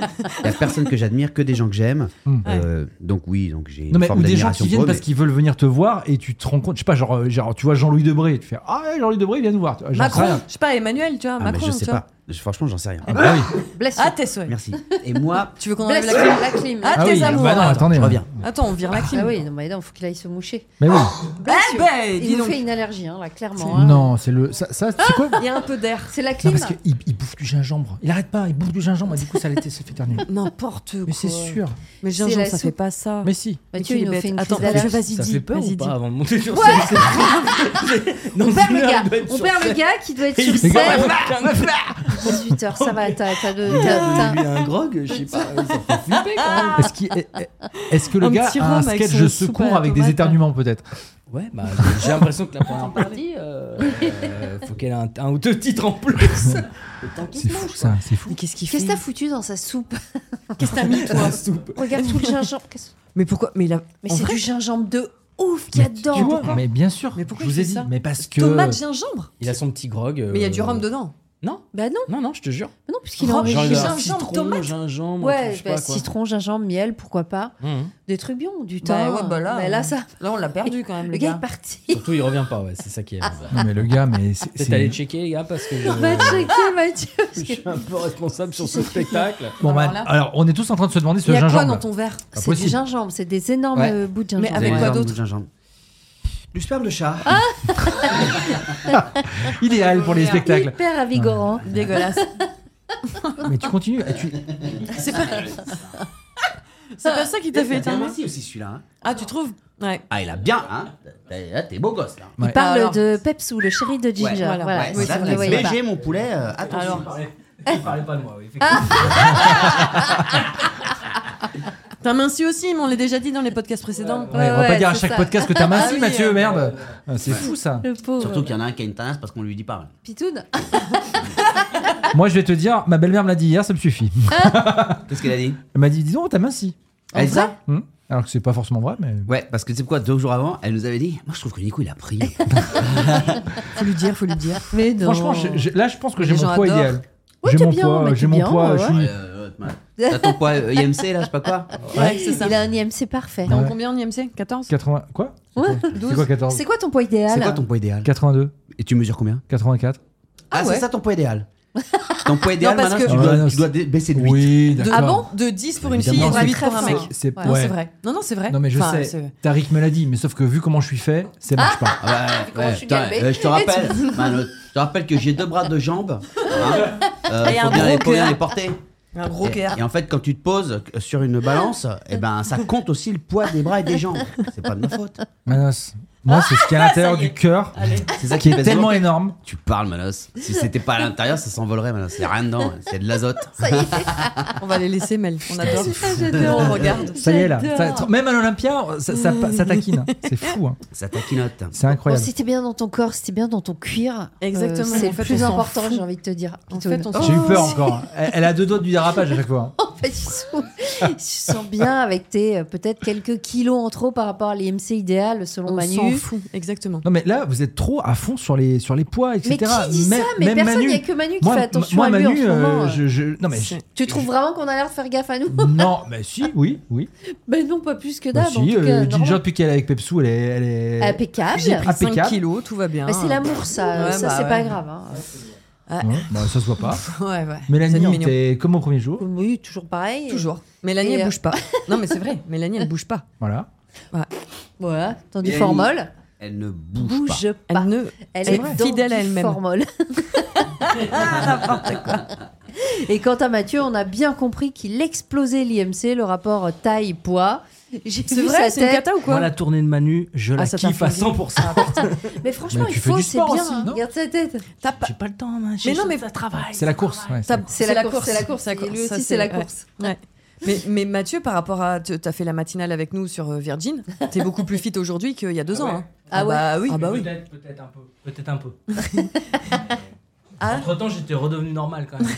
Speaker 1: il y a personne que j'admire, que des gens que j'aime.
Speaker 2: Hmm.
Speaker 1: Euh, donc oui, donc j'ai
Speaker 2: Non,
Speaker 1: une
Speaker 2: mais,
Speaker 1: forme
Speaker 2: ou des gens
Speaker 1: d'admiration
Speaker 2: qui
Speaker 1: pour
Speaker 2: viennent
Speaker 1: eux.
Speaker 2: parce
Speaker 1: mais-
Speaker 2: qu'ils veulent venir te voir et tu te rends compte, je sais pas, genre, euh, genre tu vois Jean-Louis Debré, tu fais Ah, ouais, Jean-Louis Debré, il vient nous voir. J'en sais
Speaker 3: Macron,
Speaker 2: rien.
Speaker 3: je sais pas, Emmanuel, tu vois,
Speaker 1: Ah, mais
Speaker 3: Macron,
Speaker 1: je sais
Speaker 3: tu vois.
Speaker 1: pas. Je- Franchement, j'en sais rien.
Speaker 2: Ah, bah oui.
Speaker 4: Bless
Speaker 3: Ah, tes souhaits.
Speaker 1: Merci. Et moi,
Speaker 3: Tu veux qu'on enlève
Speaker 4: Bless
Speaker 3: la clim
Speaker 4: la clim.
Speaker 3: Ah,
Speaker 2: Ah
Speaker 3: tes
Speaker 2: oui,
Speaker 3: amours.
Speaker 2: bah non,
Speaker 3: Attends,
Speaker 2: attendez.
Speaker 1: je reviens.
Speaker 3: Attends, on vire la clim.
Speaker 4: Ah oui, Ah non, mais non, faut qu'il aille se moucher.
Speaker 2: Mais oui.
Speaker 3: Eh ben, dis
Speaker 4: Il nous
Speaker 3: donc.
Speaker 4: fait une allergie, hein, là, clairement. hein.
Speaker 2: Non, c'est le. Ça, ça, c'est quoi
Speaker 3: Il y a un peu d'air.
Speaker 4: C'est la
Speaker 2: Non,
Speaker 4: clim.
Speaker 2: parce qu'il il bouffe du gingembre. Il arrête pas, il bouffe du gingembre et du coup, ça l'était, se fait terminer.
Speaker 3: N'importe quoi.
Speaker 2: Mais c'est sûr.
Speaker 3: Mais
Speaker 4: C'est
Speaker 3: Gingembre,
Speaker 4: la
Speaker 3: ça
Speaker 4: soupe.
Speaker 3: fait pas ça.
Speaker 2: Mais si.
Speaker 4: Mathieu,
Speaker 3: Mais
Speaker 4: il
Speaker 3: tu
Speaker 4: nous
Speaker 3: es
Speaker 4: fait
Speaker 3: bête.
Speaker 4: une
Speaker 3: Attends,
Speaker 4: crise d'allergie.
Speaker 3: vas-y,
Speaker 6: Ça
Speaker 3: dis.
Speaker 6: fait peur
Speaker 3: vas-y,
Speaker 6: ou
Speaker 3: dis.
Speaker 6: pas avant de monter sur scène
Speaker 4: On perd le gars, on perd le gars qui doit être sur
Speaker 2: fait
Speaker 4: scène. 18h, ça va, t'as t'as de. t'as-
Speaker 6: Il
Speaker 4: t'as-
Speaker 6: a un grog, je sais pas. ça fait flipper, quand même.
Speaker 2: Est-ce qu'il- est- est-ce que le
Speaker 3: Un
Speaker 2: gars
Speaker 3: petit
Speaker 2: a un
Speaker 3: rhum avec
Speaker 2: sketch
Speaker 3: son
Speaker 2: de
Speaker 3: soupe à
Speaker 2: secours
Speaker 3: la
Speaker 2: avec des
Speaker 3: tomate,
Speaker 2: éternuements peut-être
Speaker 6: Ouais, bah j'ai l'impression que la première partie, euh, euh, faut qu'elle ait un, un ou deux titres en plus. Autant qu'il
Speaker 2: C'est fou ça, c'est fou.
Speaker 3: Mais qu'est-ce qu'il fait
Speaker 4: Qu'est-ce que t'as foutu dans sa soupe
Speaker 3: Qu'est-ce que t'as mis, toi
Speaker 6: La soupe.
Speaker 4: Regarde tout le gingembre. Qu'est-ce-
Speaker 3: Mais pourquoi Mais la
Speaker 4: Mais
Speaker 3: en
Speaker 4: c'est
Speaker 3: vrai,
Speaker 4: du gingembre de ouf qu'il y a
Speaker 2: tu
Speaker 4: dedans.
Speaker 2: vois, mais bien sûr.
Speaker 3: Mais pourquoi
Speaker 2: je vous
Speaker 3: il
Speaker 2: ai
Speaker 3: fait
Speaker 2: dit,
Speaker 3: ça
Speaker 2: mais parce que.
Speaker 3: tomate gingembre.
Speaker 6: Il a son petit grog. euh,
Speaker 3: Mais il y a du rhum dedans.
Speaker 6: Non,
Speaker 4: Bah non,
Speaker 6: non, non, je te jure.
Speaker 4: non, puisqu'il est en
Speaker 3: Oh,
Speaker 6: Genre
Speaker 3: Gingembre,
Speaker 6: il
Speaker 4: régime.
Speaker 6: a un
Speaker 3: gingembre,
Speaker 6: citron,
Speaker 3: tomate.
Speaker 6: gingembre, enfin, je
Speaker 4: Ouais,
Speaker 6: sais
Speaker 4: bah,
Speaker 6: pas quoi.
Speaker 4: citron, gingembre, miel, pourquoi pas.
Speaker 6: Mhm.
Speaker 4: Des trucs bien, du
Speaker 3: Bah
Speaker 4: thym.
Speaker 3: ouais, bah là,
Speaker 4: Mais
Speaker 3: euh,
Speaker 4: là, ça.
Speaker 3: Là, on l'a perdu quand même,
Speaker 4: Le gars est parti.
Speaker 6: Surtout il revient pas, ouais, c'est ça qui est.
Speaker 4: Ah.
Speaker 2: Non, mais le gars, mais c'est.
Speaker 6: Peut-être
Speaker 2: c'est-
Speaker 6: aller checker les gars parce que je,
Speaker 4: On va checker, Mathieu.
Speaker 6: je
Speaker 4: parce que-
Speaker 6: suis un peu responsable sur ce spectacle.
Speaker 2: Bon, bah,
Speaker 3: Alors
Speaker 2: alors,
Speaker 3: là-
Speaker 2: on est tous en train de se demander ce
Speaker 3: Il y a quoi
Speaker 2: gingembre.
Speaker 3: dans ton verre
Speaker 2: Pas
Speaker 4: C'est du
Speaker 2: possible.
Speaker 4: gingembre, c'est des énormes
Speaker 6: Ouais.
Speaker 4: euh, bouts de gingembre.
Speaker 3: Mais avec
Speaker 1: Des
Speaker 3: quoi
Speaker 1: gingembre,
Speaker 3: d'autre Ah,
Speaker 1: du gingembre.
Speaker 6: Du sperme de chat.
Speaker 2: Idéal pour les spectacles.
Speaker 4: Hyper avigorant.
Speaker 3: Dégueulasse.
Speaker 2: Mais tu continues. ah, tu-
Speaker 3: C'est pas... C'est pas ça qui t'a fait éteindre
Speaker 1: aussi celui-là. hein.
Speaker 3: Ah, tu trouves Ouais.
Speaker 1: Ah, il a bien. Hein. T'es ah, t'es beau gosse là.
Speaker 2: Ouais.
Speaker 4: Il parle
Speaker 3: Alors-
Speaker 4: de Pepsou, le chéri de Ginger.
Speaker 3: voilà.
Speaker 4: voilà.
Speaker 3: Ouais,
Speaker 4: Oui,
Speaker 3: ça,
Speaker 4: vous
Speaker 3: là,
Speaker 4: le voyez pas.
Speaker 1: Léger mon poulet. euh, attention.
Speaker 3: Alors,
Speaker 2: Il parlait pas de moi, oui,
Speaker 3: t'as minci aussi, mais on l'a déjà dit dans les podcasts précédents.
Speaker 2: Ouais, on va
Speaker 4: Ouais,
Speaker 2: pas
Speaker 4: ouais,
Speaker 2: dire à
Speaker 4: c'est
Speaker 2: chaque
Speaker 4: ça.
Speaker 2: podcast que t'as
Speaker 3: Ah
Speaker 2: minci,
Speaker 3: oui,
Speaker 2: Mathieu,
Speaker 3: euh,
Speaker 2: merde. Ah, c'est fou ça.
Speaker 4: Le pauvre.
Speaker 1: Surtout qu'il y en a un qui a une tendance parce qu'on lui dit pas.
Speaker 4: Pitoune.
Speaker 2: Moi, je vais te dire, ma belle-mère me l'a dit hier, ça me suffit.
Speaker 1: Qu'est-ce qu'elle a dit
Speaker 2: Elle m'a dit, dis donc, t'as minci.
Speaker 1: Elle a dit ça
Speaker 2: Hmm Alors que c'est pas forcément vrai, mais.
Speaker 1: Ouais, parce que tu sais quoi, deux jours avant, elle nous avait dit Moi je trouve que Nico il a pris.
Speaker 3: Faut lui dire, faut lui dire.
Speaker 4: Mais non.
Speaker 2: Franchement, je- je- là, je pense que
Speaker 3: Les
Speaker 2: j'ai mon
Speaker 3: gens
Speaker 2: poids
Speaker 3: adorent.
Speaker 2: idéal.
Speaker 4: Ouais,
Speaker 2: j'ai
Speaker 4: t'es
Speaker 2: mon
Speaker 4: bien, mais
Speaker 2: poids,
Speaker 4: t'es
Speaker 2: j'ai mon
Speaker 4: bien,
Speaker 2: poids,
Speaker 4: ouais,
Speaker 2: je
Speaker 4: ouais.
Speaker 2: suis.
Speaker 1: Euh, ouais, T'as ton poids euh, IMC là, je sais pas quoi
Speaker 3: Ouais, c'est ça.
Speaker 4: Il a un IMC parfait.
Speaker 3: T'es en
Speaker 2: Ouais.
Speaker 3: combien en IMC 14
Speaker 2: 80. Quoi
Speaker 4: Ouais.
Speaker 2: C'est quoi 14
Speaker 4: C'est quoi ton poids idéal
Speaker 1: C'est quoi ton poids idéal
Speaker 2: 82,
Speaker 1: Et tu mesures combien
Speaker 2: 84.
Speaker 1: Ah, c'est
Speaker 3: ouais.
Speaker 1: ça ton poids idéal Ton poids idéal,
Speaker 3: Non, parce
Speaker 1: maintenant,
Speaker 3: que-
Speaker 1: tu dois,
Speaker 2: Ouais, non,
Speaker 1: tu dois dé- baisser de 8.
Speaker 2: Oui,
Speaker 3: De-
Speaker 2: d'accord.
Speaker 4: Ah bon
Speaker 3: De 10 pour une fille
Speaker 1: Évidemment,
Speaker 3: et de
Speaker 4: c'est
Speaker 3: 8
Speaker 4: très
Speaker 3: pour un mec.
Speaker 4: fin.
Speaker 2: C'est
Speaker 3: Non,
Speaker 2: ouais.
Speaker 3: c'est vrai. Non, non, c'est vrai.
Speaker 2: Non mais je
Speaker 3: Enfin,
Speaker 2: sais,
Speaker 3: c'est-
Speaker 2: Tariq me l'a dit, mais sauf que vu comment je suis fait, ça marche pas.
Speaker 1: Ah ouais,
Speaker 4: Comment
Speaker 1: ouais,
Speaker 4: je suis
Speaker 1: putain,
Speaker 4: galbée.
Speaker 1: euh, je te rappelle, Mano, je te rappelle que j'ai deux bras, deux jambes. hein. Euh,
Speaker 3: Et
Speaker 1: faut
Speaker 3: un
Speaker 1: bien, les-
Speaker 3: gros
Speaker 1: faut bien
Speaker 3: cœur.
Speaker 1: les porter.
Speaker 3: Un gros
Speaker 1: et,
Speaker 3: cœur.
Speaker 1: et en fait, quand tu te poses euh, sur une balance, eh ben, ça compte aussi le poids des bras et des jambes. C'est pas de ma faute.
Speaker 2: Manos, moi c'est ce qui est à
Speaker 4: Ah,
Speaker 2: l'intérieur
Speaker 3: ça y est.
Speaker 2: du cœur,
Speaker 1: C'est ça
Speaker 2: qui est
Speaker 1: pèse
Speaker 2: tellement
Speaker 1: lourd.
Speaker 2: énorme.
Speaker 1: Tu parles, Manos. Si c'était pas à l'intérieur, ça s'envolerait, Manos. Il y a rien dedans. hein. C'est de l'azote.
Speaker 4: Ça y est,
Speaker 3: On va les laisser, Mel. On adore.
Speaker 4: ah, j'adore.
Speaker 3: On regarde.
Speaker 2: Ça y est là,
Speaker 4: J'adore. Mm.
Speaker 2: Ça- tr- même à l'Olympia, ça, ça pa- ça taquine. hein. C'est fou, hein.
Speaker 1: Ça taquinote.
Speaker 2: c'est
Speaker 4: Bon,
Speaker 2: incroyable.
Speaker 4: si t'es bien dans ton corps, si t'es bien dans ton cuir, euh,
Speaker 3: Exactement.
Speaker 4: c'est
Speaker 3: En fait,
Speaker 4: le
Speaker 3: on
Speaker 4: plus
Speaker 3: s'en
Speaker 4: important,
Speaker 3: fout.
Speaker 4: j'ai envie de te dire.
Speaker 3: En
Speaker 4: Pitoune.
Speaker 3: fait, on s'en
Speaker 2: J'ai eu peur
Speaker 4: Oh,
Speaker 2: encore. Elle, elle a deux doigts du dérapage à chaque fois. hein.
Speaker 4: En fait, tu sens, tu sens bien avec tes euh, peut-être quelques kilos en trop par rapport à l'IMC idéal selon
Speaker 3: On s'en
Speaker 4: Manu.
Speaker 3: fout. Exactement.
Speaker 2: Non mais là, vous êtes trop à fond sur les sur les poids, etc.
Speaker 4: Mais qui dit
Speaker 2: Même-
Speaker 4: ça Mais
Speaker 2: même
Speaker 4: personne, il
Speaker 2: Manu.
Speaker 4: n'y a que Manu qui
Speaker 2: Moi,
Speaker 4: fait attention
Speaker 2: moi,
Speaker 4: à lui
Speaker 2: Manu,
Speaker 4: en ce moment.
Speaker 2: euh, je, je- non mais je-
Speaker 3: C'est-
Speaker 4: Tu trouves vraiment qu'on a l'air de faire gaffe à nous
Speaker 2: non, mais si, oui, oui.
Speaker 4: Ben non, pas plus que
Speaker 2: Bah
Speaker 4: d'hab. en
Speaker 2: si,
Speaker 4: tout
Speaker 2: euh,
Speaker 4: cas,
Speaker 2: Ginger
Speaker 4: normal.
Speaker 2: depuis qu'elle est avec Pepsou, elle est, elle est-
Speaker 4: Ah, Impeccable.
Speaker 3: J'ai pris 5
Speaker 2: Impeccable.
Speaker 3: kilos, tout va bien.
Speaker 4: Bah, c'est l'amour, ça.
Speaker 3: Ouais,
Speaker 4: ça,
Speaker 3: bah
Speaker 4: c'est
Speaker 3: ouais.
Speaker 4: pas grave. hein.
Speaker 2: Ouais, bah, ça se voit pas.
Speaker 3: Ouais, ouais. C'est
Speaker 2: Mélanie,
Speaker 3: mignon.
Speaker 2: t'es comme au premier jour.
Speaker 4: Oui, toujours pareil.
Speaker 3: Toujours. Mélanie,
Speaker 4: Et,
Speaker 3: elle
Speaker 4: euh,
Speaker 3: bouge pas. Non, mais c'est vrai. Mélanie, elle bouge pas.
Speaker 2: Voilà.
Speaker 4: Voilà, tandis
Speaker 1: Mélanie.
Speaker 4: formol.
Speaker 1: Elle ne bouge, pas.
Speaker 4: Bouge pas.
Speaker 3: Elle ne.
Speaker 4: Elle
Speaker 3: C'est
Speaker 4: est
Speaker 3: vrai.
Speaker 4: dans
Speaker 3: fidèle
Speaker 4: du
Speaker 3: à elle-même.
Speaker 4: formol. Et quant à Mathieu, on a bien compris qu'il explosait l'IMC, le rapport taille-poids. J'ai
Speaker 3: C'est
Speaker 4: vu
Speaker 3: vrai,
Speaker 4: sa
Speaker 3: c'est une
Speaker 4: tête.
Speaker 3: cata ou quoi
Speaker 6: Moi la tournée de Manu, je la
Speaker 3: Ah, ça t'a
Speaker 6: kiffe à
Speaker 3: fait
Speaker 6: 100%.
Speaker 4: Mais franchement,
Speaker 2: Mais tu
Speaker 4: il
Speaker 2: fais
Speaker 4: faut,
Speaker 2: du
Speaker 4: c'est
Speaker 2: sport
Speaker 4: bien.
Speaker 2: aussi, non
Speaker 4: Regarde sa tête.
Speaker 3: T'as pas-
Speaker 6: J'ai pas le temps, man.
Speaker 3: Mais
Speaker 6: j'ai-
Speaker 3: non, mais ça travaille.
Speaker 2: C'est la course. ouais,
Speaker 3: Ça-
Speaker 2: c'est-
Speaker 4: C'est la course, c'est la course.
Speaker 3: c'est la course.
Speaker 4: Lui aussi,
Speaker 3: Ça, c'est-
Speaker 4: c'est la
Speaker 3: ouais.
Speaker 4: course.
Speaker 3: Ouais. Mais, mais Mathieu, par rapport à. tu- T'as fait la matinale avec nous sur euh, Virgin. T'es beaucoup plus fit aujourd'hui qu'il y a deux
Speaker 6: Ah
Speaker 3: ans.
Speaker 6: ouais.
Speaker 3: hein.
Speaker 4: Ah ouais.
Speaker 3: bah oui.
Speaker 6: Ah
Speaker 3: bah oui.
Speaker 6: Peut-être, peut-être un peu. Peut-être un peu.
Speaker 3: Ah.
Speaker 6: Entre temps, j'étais redevenu normal quand même.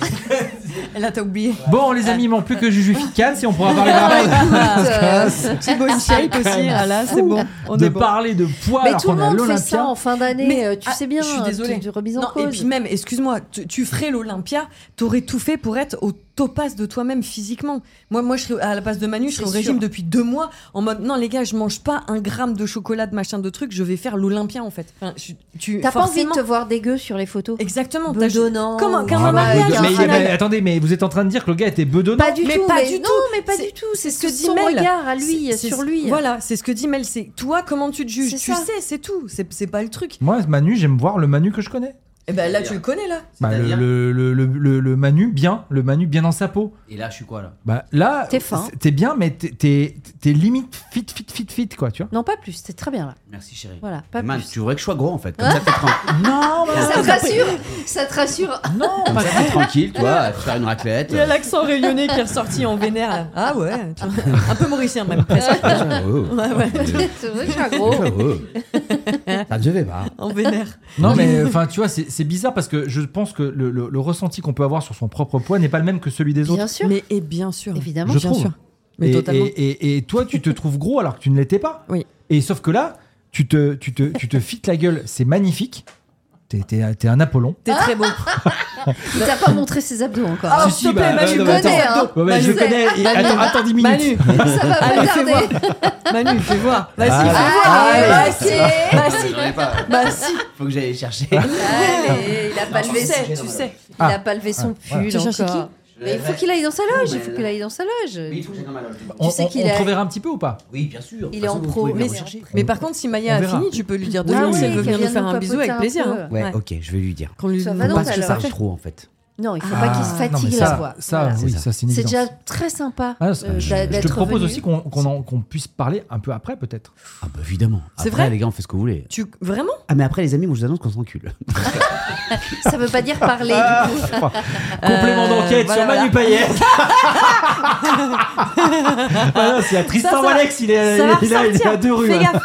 Speaker 3: Là, t'as oublié.
Speaker 2: Bon, les amis, il manque plus que Juju Fican si on pourra parler d'arrêt.
Speaker 4: Écoute, euh,
Speaker 3: Ah, C'est beau shape aussi. Ah là, c'est bon. On
Speaker 2: de
Speaker 3: est bon.
Speaker 2: parler de poids
Speaker 4: Mais
Speaker 2: alors
Speaker 4: tout le
Speaker 2: qu'on est à
Speaker 4: monde fait ça
Speaker 2: l'Olympia.
Speaker 4: en fin d'année,
Speaker 3: Mais-
Speaker 4: euh, tu
Speaker 3: Ah,
Speaker 4: sais bien.
Speaker 3: je suis
Speaker 4: hein,
Speaker 3: désolée.
Speaker 4: tu- tu remise en
Speaker 3: Non, et
Speaker 4: cause.
Speaker 3: puis même, excuse-moi, tu, tu ferais l'Olympia, t'aurais tout fait pour être au topaz de toi-même physiquement. Moi, moi, je serais à la place de Manu, je serais au
Speaker 4: C'est
Speaker 3: régime
Speaker 4: sûr.
Speaker 3: depuis deux mois, en mode non les gars, je mange pas un gramme de chocolat, de machin, de truc, je vais faire l'Olympia en fait. Enfin, je- tu
Speaker 4: T'as pas envie de
Speaker 3: forcément-
Speaker 4: te voir dégueu sur les photos
Speaker 3: Exactement. t'as-
Speaker 4: Bedonnant.
Speaker 3: Comme un-
Speaker 4: ou-
Speaker 3: comme un
Speaker 2: Ah, bah,
Speaker 3: mariage,
Speaker 2: mais-
Speaker 3: au
Speaker 2: mais-
Speaker 3: final.
Speaker 2: mais attendez, mais vous êtes en train de dire que le gars était bedonnant.
Speaker 4: Pas du
Speaker 3: Mais
Speaker 4: tout.
Speaker 3: pas
Speaker 4: mais
Speaker 3: du
Speaker 4: non,
Speaker 3: tout.
Speaker 4: mais pas
Speaker 3: C'est-
Speaker 4: du tout. C'est
Speaker 3: ce que dit
Speaker 4: son
Speaker 3: Mel.
Speaker 4: regard à lui,
Speaker 3: C'est- c'est-
Speaker 4: sur lui.
Speaker 3: Voilà, c'est ce que dit Mel, c'est toi comment tu te juges,
Speaker 4: C'est
Speaker 3: tu
Speaker 4: ça.
Speaker 3: sais, c'est tout, c'est c'est pas le truc.
Speaker 2: Moi, Manu, j'aime voir le Manu que je connais.
Speaker 3: Et ben là tu le connais là.
Speaker 2: Bah, le,
Speaker 1: C'est-à-dire
Speaker 2: le, le, le, le- le Manu bien, le Manu bien dans sa peau.
Speaker 1: Et là, je suis quoi là
Speaker 2: Bah là,
Speaker 4: T'es fin.
Speaker 2: c'est- t'es bien, mais t'es- t'es t'es limite fit, fit, fit, fit quoi, tu vois.
Speaker 4: Non, pas plus. C'est très bien là.
Speaker 1: Merci chérie.
Speaker 4: Voilà, pas
Speaker 1: Man,
Speaker 4: plus.
Speaker 1: tu voudrais que je sois gros en fait. Comme ça, t'es tranquille.
Speaker 2: Non, mais
Speaker 4: Ça te rassure. Ça te rassure.
Speaker 2: non,
Speaker 1: Comme
Speaker 2: pas
Speaker 1: ça, t'es tranquille, toi, faire une raclette. euh,
Speaker 3: l'accent rayonné qui est ressorti en vénère là. Ah ouais, tu vois. un peu mauricien même. presque.
Speaker 1: oh, oh.
Speaker 3: Ouais, ouais,
Speaker 4: C'est vrai que je suis un gros.
Speaker 1: Oh, oh. Ça ne vais pas.
Speaker 3: en vénère.
Speaker 2: Non, mais enfin, tu vois, c'est c'est bizarre parce que je pense que le, le- le ressenti qu'on peut avoir sur son propre poids n'est pas le même que celui des autres.
Speaker 4: Bien sûr.
Speaker 3: Mais et bien sûr.
Speaker 4: Évidemment.
Speaker 2: je
Speaker 3: bien
Speaker 2: trouve.
Speaker 3: sûr. Mais
Speaker 2: et,
Speaker 3: totalement.
Speaker 2: et- et- et toi, tu te trouves gros alors que tu ne l'étais pas.
Speaker 3: Oui.
Speaker 2: Et sauf que là, tu te, tu te, tu te fites la gueule, c'est magnifique. T'es t'es- t'es un Apollon.
Speaker 3: T'es très beau.
Speaker 4: Il t'a pas montré ses abdos encore.
Speaker 3: Ah,
Speaker 2: Oh,
Speaker 4: hein.
Speaker 3: s'il te plaît, Manu,
Speaker 2: non,
Speaker 4: tu
Speaker 2: mais
Speaker 4: connais,
Speaker 2: attends.
Speaker 4: hein.
Speaker 2: Ouais, ouais,
Speaker 4: Manu,
Speaker 2: je
Speaker 4: c'est-
Speaker 2: connais. Et attends, attends 10 minutes.
Speaker 3: Manu,
Speaker 4: Ça va pas
Speaker 3: allez, fais
Speaker 4: tarder.
Speaker 3: voir. Manu, fais voir. Vas-y,
Speaker 2: Ah,
Speaker 3: fais voir.
Speaker 4: Allez,
Speaker 3: Ah,
Speaker 4: vas-y.
Speaker 1: J'en ai pas.
Speaker 3: Bah si,
Speaker 1: Faut que j'aille chercher.
Speaker 4: Allez, il a pas
Speaker 3: tu
Speaker 4: levé
Speaker 3: sais,
Speaker 4: son-
Speaker 3: tu sais.
Speaker 4: Il
Speaker 2: Ah.
Speaker 4: a pas levé son
Speaker 2: voilà.
Speaker 4: pull
Speaker 3: Tu cherches
Speaker 4: encore. Mais il faut qu'il aille dans sa loge. Il
Speaker 1: mais
Speaker 4: faut
Speaker 1: là-
Speaker 4: qu'il aille dans sa
Speaker 1: Oui, il
Speaker 4: loge.
Speaker 1: faut que j'aille dans ma loge.
Speaker 2: On,
Speaker 4: sais
Speaker 2: on-
Speaker 4: qu'il
Speaker 2: on
Speaker 4: a-
Speaker 2: te reverra un petit peu ou pas
Speaker 1: Oui, bien sûr.
Speaker 4: Il
Speaker 1: De
Speaker 4: est
Speaker 1: toute
Speaker 4: en
Speaker 1: façon, vous
Speaker 4: pro.
Speaker 1: pouvez me
Speaker 4: Mais
Speaker 1: rechercher.
Speaker 3: Mais par contre, si Maya
Speaker 2: On
Speaker 3: a
Speaker 2: verra.
Speaker 3: fini, tu peux lui dire de
Speaker 4: Ah
Speaker 3: nous
Speaker 4: oui,
Speaker 3: si elle veut
Speaker 4: qu'elle
Speaker 3: venir nous
Speaker 4: vienne
Speaker 3: faire
Speaker 4: nous
Speaker 3: un bisou
Speaker 4: papoter
Speaker 3: avec
Speaker 4: un
Speaker 3: plaisir.
Speaker 4: peu.
Speaker 3: hein.
Speaker 1: Ouais,
Speaker 3: Ouais.
Speaker 1: ok, je vais lui dire.
Speaker 3: Qu'on lui
Speaker 4: Ça va
Speaker 1: Faut
Speaker 4: donc,
Speaker 1: pas que je
Speaker 4: Ah bah alors.
Speaker 1: charge trop en fait.
Speaker 4: Non, il faut
Speaker 3: Ah,
Speaker 4: pas qu'il se
Speaker 2: non, mais
Speaker 4: fatigue
Speaker 2: ça,
Speaker 4: la voix.
Speaker 2: Ça,
Speaker 4: Voilà.
Speaker 2: oui,
Speaker 1: C'est ça.
Speaker 2: ça, c'est une
Speaker 4: C'est
Speaker 2: évidence.
Speaker 4: déjà très sympa
Speaker 2: Ah, c'est-
Speaker 4: euh,
Speaker 1: je-
Speaker 4: d'a-
Speaker 1: je te
Speaker 2: Je te
Speaker 4: d'être
Speaker 2: propose
Speaker 4: venu.
Speaker 2: aussi qu'on qu'on en- qu'on puisse parler un peu après, peut-être.
Speaker 1: Ah bah évidemment.
Speaker 3: C'est
Speaker 1: Après,
Speaker 3: vrai
Speaker 1: les gars, on fait ce que vous voulez.
Speaker 3: Tu vraiment
Speaker 1: Ah mais après les amis, moi je vous annonce qu'on s'encule.
Speaker 4: Ça veut pas dire parler. du
Speaker 2: Ah,
Speaker 4: coup.
Speaker 2: Complément d'enquête
Speaker 3: Euh, voilà,
Speaker 2: sur Manu Payet. ah non, c'est à Tristan
Speaker 3: Ça, ça-
Speaker 2: Walex, il est,
Speaker 3: ça va
Speaker 2: il est- il est à- il est à
Speaker 3: ressortir.
Speaker 2: deux rues.
Speaker 3: Fais
Speaker 2: hein.
Speaker 3: gaffe.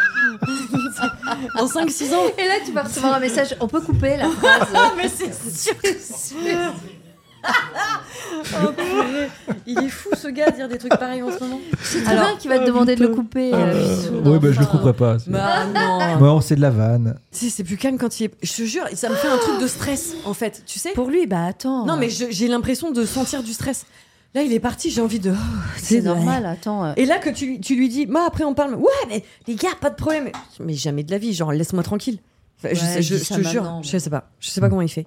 Speaker 3: En 5-6 ans.
Speaker 4: Et là, tu vas recevoir un message. On peut couper la phrase.
Speaker 3: Mais c'est sûr. Oh, purée. Il est fou ce gars à dire des trucs pareils en ce moment.
Speaker 4: C'est
Speaker 3: Alors,
Speaker 4: Thomas qui va te demander de le couper. euh,
Speaker 2: Euh,
Speaker 4: bisous,
Speaker 2: ouais, bah, je le
Speaker 4: enfin.
Speaker 2: couperai pas. c'est-
Speaker 3: Bah non.
Speaker 2: Bon, c'est de la vanne.
Speaker 3: Tu sais, c'est plus calme quand il est. Je te jure, ça me fait un truc de stress en fait, tu sais.
Speaker 4: Pour lui, bah attends.
Speaker 3: Non mais je- j'ai l'impression de sentir du stress. Là il est parti, j'ai envie de. Oh,
Speaker 4: c'est
Speaker 3: vrai.
Speaker 4: normal. Attends. euh,
Speaker 3: Et là que tu, lui- tu lui dis, moi après on parle. Ouais mais les gars pas de problème. Mais jamais de la vie, genre laisse-moi tranquille. Enfin, je,
Speaker 4: Ouais,
Speaker 3: sais- je-
Speaker 4: dis
Speaker 3: je
Speaker 4: ça
Speaker 3: te jure,
Speaker 4: maintenant,
Speaker 3: je
Speaker 4: mais-
Speaker 3: sais pas, je sais pas comment il fait.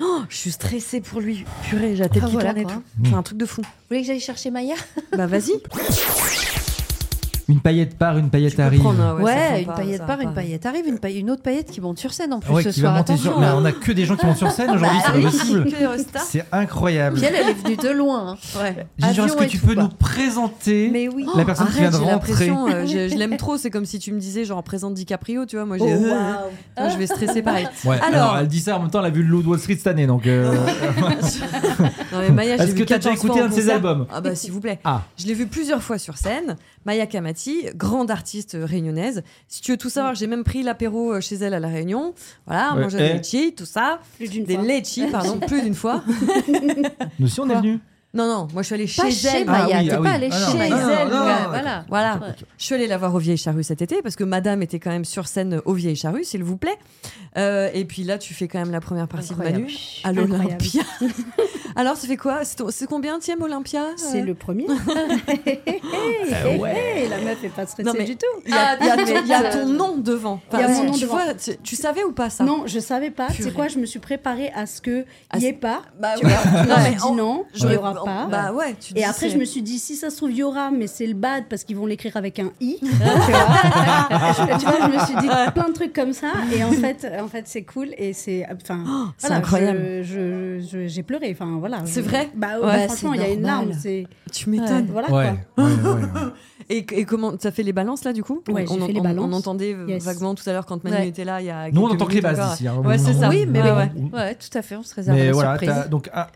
Speaker 3: Oh, je suis stressée pour lui. Purée, j'ai la tête
Speaker 4: Ah,
Speaker 3: qui
Speaker 4: voilà,
Speaker 3: tourne et
Speaker 4: quoi.
Speaker 3: tout. C'est un truc de fou.
Speaker 4: Vous voulez que j'aille chercher Maya
Speaker 3: Bah vas-y.
Speaker 2: Une paillette part, une paillette
Speaker 3: Tu peux
Speaker 2: arrive.
Speaker 3: prendre, hein,
Speaker 4: Ouais,
Speaker 3: ça fait
Speaker 4: une
Speaker 3: pas,
Speaker 4: paillette
Speaker 3: ça
Speaker 4: part,
Speaker 3: va
Speaker 4: une
Speaker 3: pas.
Speaker 4: paillette arrive, une, paille- une autre paillette qui monte sur scène en plus
Speaker 2: Ah Ouais,
Speaker 4: ce
Speaker 2: qui va
Speaker 4: soir.
Speaker 2: monter
Speaker 4: Attention. hein.
Speaker 2: sur. Mais
Speaker 3: hein.
Speaker 2: on a que des gens qui montent sur scène aujourd'hui,
Speaker 3: Bah,
Speaker 2: c'est pas possible. C'est incroyable.
Speaker 4: Puis elle, elle est venue de loin. hein. Ouais.
Speaker 2: Ginger, est-ce
Speaker 4: Avion
Speaker 2: que
Speaker 4: et
Speaker 2: tu
Speaker 4: tout,
Speaker 2: peux
Speaker 4: quoi.
Speaker 2: nous présenter
Speaker 4: Mais oui.
Speaker 3: Oh,
Speaker 2: la personne qui vient
Speaker 3: Arrête,
Speaker 2: de
Speaker 3: j'ai la
Speaker 2: rentrer
Speaker 3: pression, euh, je, je l'aime trop, c'est comme si tu me disais genre présente DiCaprio, tu vois, moi j'ai...
Speaker 4: Oh,
Speaker 3: Euh,
Speaker 4: waouh.
Speaker 3: euh, je vais stresser pareil.
Speaker 2: Ouais,
Speaker 3: Alors-
Speaker 2: alors, elle dit ça en même temps, elle a vu le Loup de Wall Street cette année, donc. euh,
Speaker 3: Non, mais Maya, je
Speaker 2: Est-ce
Speaker 3: l'ai vu
Speaker 2: que t'as déjà
Speaker 3: 14 fois
Speaker 2: écouté
Speaker 3: en
Speaker 2: un de ses
Speaker 3: concert.
Speaker 2: albums
Speaker 3: Ah bah s'il vous plaît.
Speaker 2: Ah.
Speaker 3: Je l'ai vu plusieurs fois sur scène. Maya Kamati, grande artiste euh, réunionnaise. Si tu veux tout savoir, j'ai même pris l'apéro euh, chez elle à La Réunion. Voilà, on
Speaker 2: Ouais.
Speaker 3: mangeait
Speaker 2: Eh.
Speaker 3: des litchis, tout ça.
Speaker 4: Plus d'une
Speaker 3: Des
Speaker 4: fois.
Speaker 3: litchis, pardon, plus d'une fois.
Speaker 2: Nous aussi, on est
Speaker 3: Quoi
Speaker 2: venus.
Speaker 3: Non, non, moi je suis allée
Speaker 4: Pas
Speaker 3: chez,
Speaker 4: chez
Speaker 3: elle.
Speaker 4: Maya.
Speaker 2: Ah oui,
Speaker 4: T'es
Speaker 2: ah
Speaker 4: pas
Speaker 2: oui.
Speaker 4: allé
Speaker 2: Ah non,
Speaker 4: chez
Speaker 2: mais non,
Speaker 4: elle.
Speaker 2: non,
Speaker 4: ouais,
Speaker 2: non,
Speaker 4: Voilà.
Speaker 3: Voilà.
Speaker 4: Ouais.
Speaker 3: Je suis allée la voir au Vieille Charrue cet été parce que madame était quand même sur scène au Vieille Charrue, s'il vous plaît. Euh, et puis là, tu fais quand même la première partie de Manu à l'Olympia. Alors, ça fait quoi C'est ton- C'est combien, tième Olympia
Speaker 7: C'est
Speaker 3: Euh,
Speaker 7: le premier. Ah ouais. La meuf est pas stressée
Speaker 3: Non, mais-
Speaker 7: du tout.
Speaker 3: Euh, Il y, a- il y a ton- il y a
Speaker 4: Ah,
Speaker 3: ton nom devant.
Speaker 7: Euh, Il y a
Speaker 3: Enfin,
Speaker 7: mon nom
Speaker 3: tu,
Speaker 7: devant.
Speaker 3: vois, tu, tu savais ou pas ça
Speaker 7: Non, je savais pas. Tu sais
Speaker 3: Purée.
Speaker 7: quoi, je me suis préparée à ce
Speaker 3: À
Speaker 7: qu'il n'y
Speaker 3: ce-
Speaker 7: ait pas.
Speaker 3: Bah
Speaker 7: Tu
Speaker 3: ouais.
Speaker 7: vois, je
Speaker 3: Non,
Speaker 7: me
Speaker 3: mais
Speaker 7: suis dit
Speaker 3: en-
Speaker 7: non, il n'y aura pas.
Speaker 3: Bah ouais, tu
Speaker 7: Et
Speaker 3: dis
Speaker 7: après,
Speaker 3: c'est-
Speaker 7: je me suis dit, si ça se trouve, il y aura, mais c'est le bad parce qu'ils vont l'écrire avec un i. tu, vois Tu vois, je me suis dit plein de trucs comme ça. Et en fait, en fait c'est cool. Et c'est. Enfin,
Speaker 3: Oh, c'est
Speaker 7: voilà,
Speaker 3: incroyable.
Speaker 7: je- je- je- J'ai pleuré. Enfin, voilà.
Speaker 3: C'est
Speaker 7: Je-
Speaker 3: vrai
Speaker 7: Bah,
Speaker 3: Ouais,
Speaker 7: bah,
Speaker 3: c'est
Speaker 7: franchement, il y a une
Speaker 3: normal.
Speaker 7: larme. c'est-
Speaker 3: Tu m'étonnes.
Speaker 7: Voilà quoi.
Speaker 2: Ouais, ouais, ouais, ouais.
Speaker 3: Et, et comment ça fait les balances là du coup
Speaker 7: Ouais, j'ai
Speaker 3: on,
Speaker 7: fait les
Speaker 3: on-
Speaker 7: balances.
Speaker 3: on entendait
Speaker 7: Yes.
Speaker 3: vaguement tout à l'heure quand Manu
Speaker 4: Ouais.
Speaker 3: était là. Il y a
Speaker 2: Nous, on
Speaker 3: quelques
Speaker 2: entend que les
Speaker 3: minutes
Speaker 2: bases
Speaker 3: encore.
Speaker 2: ici. hein.
Speaker 3: Ouais, c'est ça.
Speaker 4: Oui, mais
Speaker 3: Ouais,
Speaker 4: bon.
Speaker 3: ouais.
Speaker 4: Ouais, tout à fait. On se réserve
Speaker 2: Mais
Speaker 4: la
Speaker 2: voilà,
Speaker 4: surprise.
Speaker 2: t'as- donc un-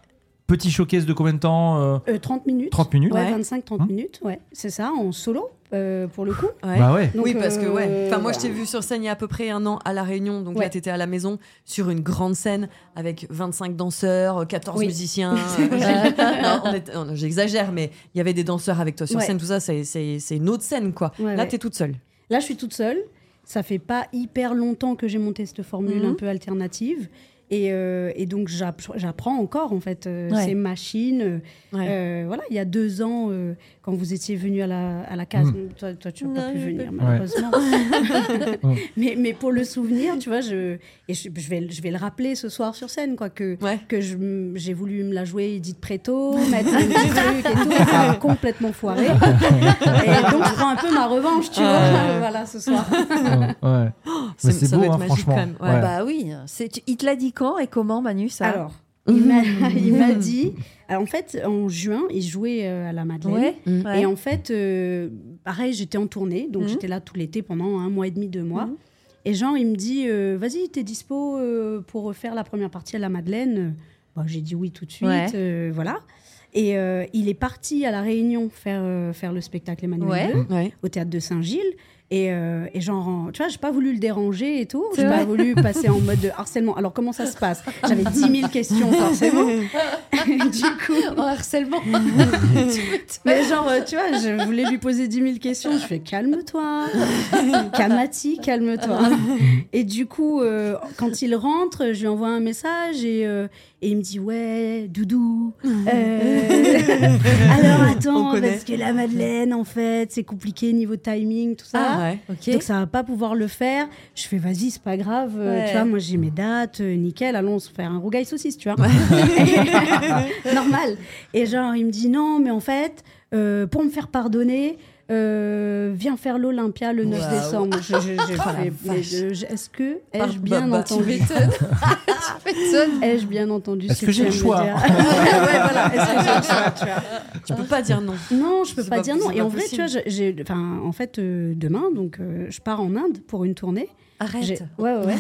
Speaker 2: Petit showcase de combien de temps euh,
Speaker 7: Euh, 30 minutes.
Speaker 2: 30 minutes
Speaker 7: Ouais,
Speaker 3: Ouais.
Speaker 7: 25-30
Speaker 2: Hein
Speaker 7: minutes, ouais. C'est ça, en solo, euh, pour le coup.
Speaker 3: Ouais.
Speaker 2: Bah ouais.
Speaker 7: Donc,
Speaker 3: oui, parce que
Speaker 7: euh,
Speaker 3: ouais. Enfin, moi,
Speaker 7: voilà.
Speaker 3: je t'ai vu sur scène il y a à peu près un an à La Réunion. Donc là,
Speaker 7: Ouais.
Speaker 3: t'étais à la maison sur une grande scène avec 25 danseurs, 14
Speaker 7: Oui.
Speaker 3: musiciens.
Speaker 7: C'est vrai.
Speaker 3: Non, on est- non, J'exagère, mais il y avait des danseurs avec toi sur
Speaker 7: Ouais.
Speaker 3: scène, tout ça. C'est c'est- c'est une autre scène, quoi.
Speaker 7: Ouais,
Speaker 3: là,
Speaker 7: ouais.
Speaker 3: t'es toute seule.
Speaker 7: Là, je suis toute seule. Ça fait pas hyper longtemps que j'ai monté cette formule
Speaker 3: Mhm.
Speaker 7: un peu alternative. Et, euh, et donc, j'app- j'apprends encore, en fait, euh,
Speaker 4: Ouais.
Speaker 7: ces machines. euh,
Speaker 3: Ouais.
Speaker 7: euh, voilà, il y a deux ans, euh, quand vous étiez venu à la, à la case, toi, toi, tu n'as
Speaker 3: Mhm.
Speaker 7: pas
Speaker 3: Non,
Speaker 7: pu
Speaker 3: j'ai
Speaker 7: venir,
Speaker 3: pas
Speaker 7: malheureusement.
Speaker 2: Mm.
Speaker 7: mais, mais pour le souvenir, tu vois, je, et je, je vais, le- je vais le rappeler ce soir sur scène, quoi, que,
Speaker 3: Ouais.
Speaker 7: que je m- j'ai voulu me la jouer Edith Preto, mettre un petit truc et tout, ça a complètement foiré. et donc, je prends un peu ma revanche, tu
Speaker 3: Euh.
Speaker 7: vois, voilà, ce soir.
Speaker 2: Ouais. Ouais.
Speaker 3: C'est-
Speaker 2: c'est
Speaker 3: ça
Speaker 2: beau,
Speaker 3: doit être
Speaker 2: hein,
Speaker 3: magique,
Speaker 2: franchement.
Speaker 3: quand même. Ouais.
Speaker 2: Ouais.
Speaker 4: Bah oui, c'est tu- il te l'a dit quand et comment Manu ça
Speaker 7: Alors, il m'a- il m'a dit, alors, en fait, en juin, il jouait euh, à la Madeleine.
Speaker 4: ouais.
Speaker 3: Mm.
Speaker 4: ouais.
Speaker 7: Et en fait, euh, pareil, j'étais en tournée, donc
Speaker 4: Mhm.
Speaker 7: j'étais là tout l'été pendant un mois et demi, deux mois.
Speaker 4: Mhm.
Speaker 7: Et Jean, il me dit, euh, vas-y, t'es dispo euh, pour faire la première partie à la Madeleine Bah, J'ai dit oui tout de suite,
Speaker 4: Ouais.
Speaker 7: euh, voilà. Et euh, il est parti à la Réunion faire, euh, faire le spectacle Emmanuel
Speaker 4: Ouais.
Speaker 7: II,
Speaker 3: Ouais.
Speaker 7: au théâtre de Saint-Gilles. Et, euh, et genre, tu vois, j'ai pas voulu le déranger et tout.
Speaker 4: C'est
Speaker 7: J'ai pas
Speaker 4: vrai.
Speaker 7: voulu passer en mode de harcèlement. Alors, comment ça se passe J'avais 10 000 questions, forcément. du coup,
Speaker 4: En harcèlement.
Speaker 7: mais genre, euh, tu vois, je voulais lui poser 10 000 questions. Je fais calme-toi, Kamati, calme-toi. Et du coup, euh, quand il rentre, je lui envoie un message et, euh, et il me dit Ouais, Doudou. euh, alors
Speaker 3: On
Speaker 7: attends,
Speaker 3: connaît.
Speaker 7: parce que la Madeleine, en fait, c'est compliqué niveau timing, tout ça.
Speaker 3: Ah, ouais.
Speaker 4: ok.
Speaker 7: Donc ça va pas pouvoir le faire. Je fais vas-y, c'est pas grave. euh,
Speaker 4: Ouais.
Speaker 7: Tu vois, moi j'ai mes dates, euh, nickel. Allons se faire un rougail saucisse, tu vois. Normal. Et genre il me dit non, mais en fait, euh, pour me faire pardonner. euh, viens faire l'Olympia le 9
Speaker 4: Waouh.
Speaker 7: décembre. Je- je- je
Speaker 4: Oh la
Speaker 7: fais, mais,
Speaker 4: vache.
Speaker 7: euh, je- Est-ce que
Speaker 3: Par-
Speaker 7: ai-je
Speaker 3: Ah, bah,
Speaker 7: bien
Speaker 3: bah,
Speaker 7: entendu
Speaker 3: tu m'étonnes.
Speaker 7: Ai-je bien entendu
Speaker 2: Est-ce
Speaker 7: ce
Speaker 2: que j'ai
Speaker 7: tu
Speaker 2: le
Speaker 7: viens de me
Speaker 2: choix
Speaker 7: dire Ouais, voilà. Est-ce que j'ai le choix tu vois
Speaker 3: Tu peux pas dire non.
Speaker 7: non, je peux
Speaker 3: C'est
Speaker 7: pas,
Speaker 3: pas-
Speaker 7: dire
Speaker 3: c'est
Speaker 7: non.
Speaker 3: pas
Speaker 7: Et en vrai,
Speaker 3: possible.
Speaker 7: tu vois, j'ai, j'ai- enfin, en fait, euh, demain, donc, euh, je pars en Inde pour une tournée. J'ai-
Speaker 4: Arrête.
Speaker 7: Ouais, ouais, ouais.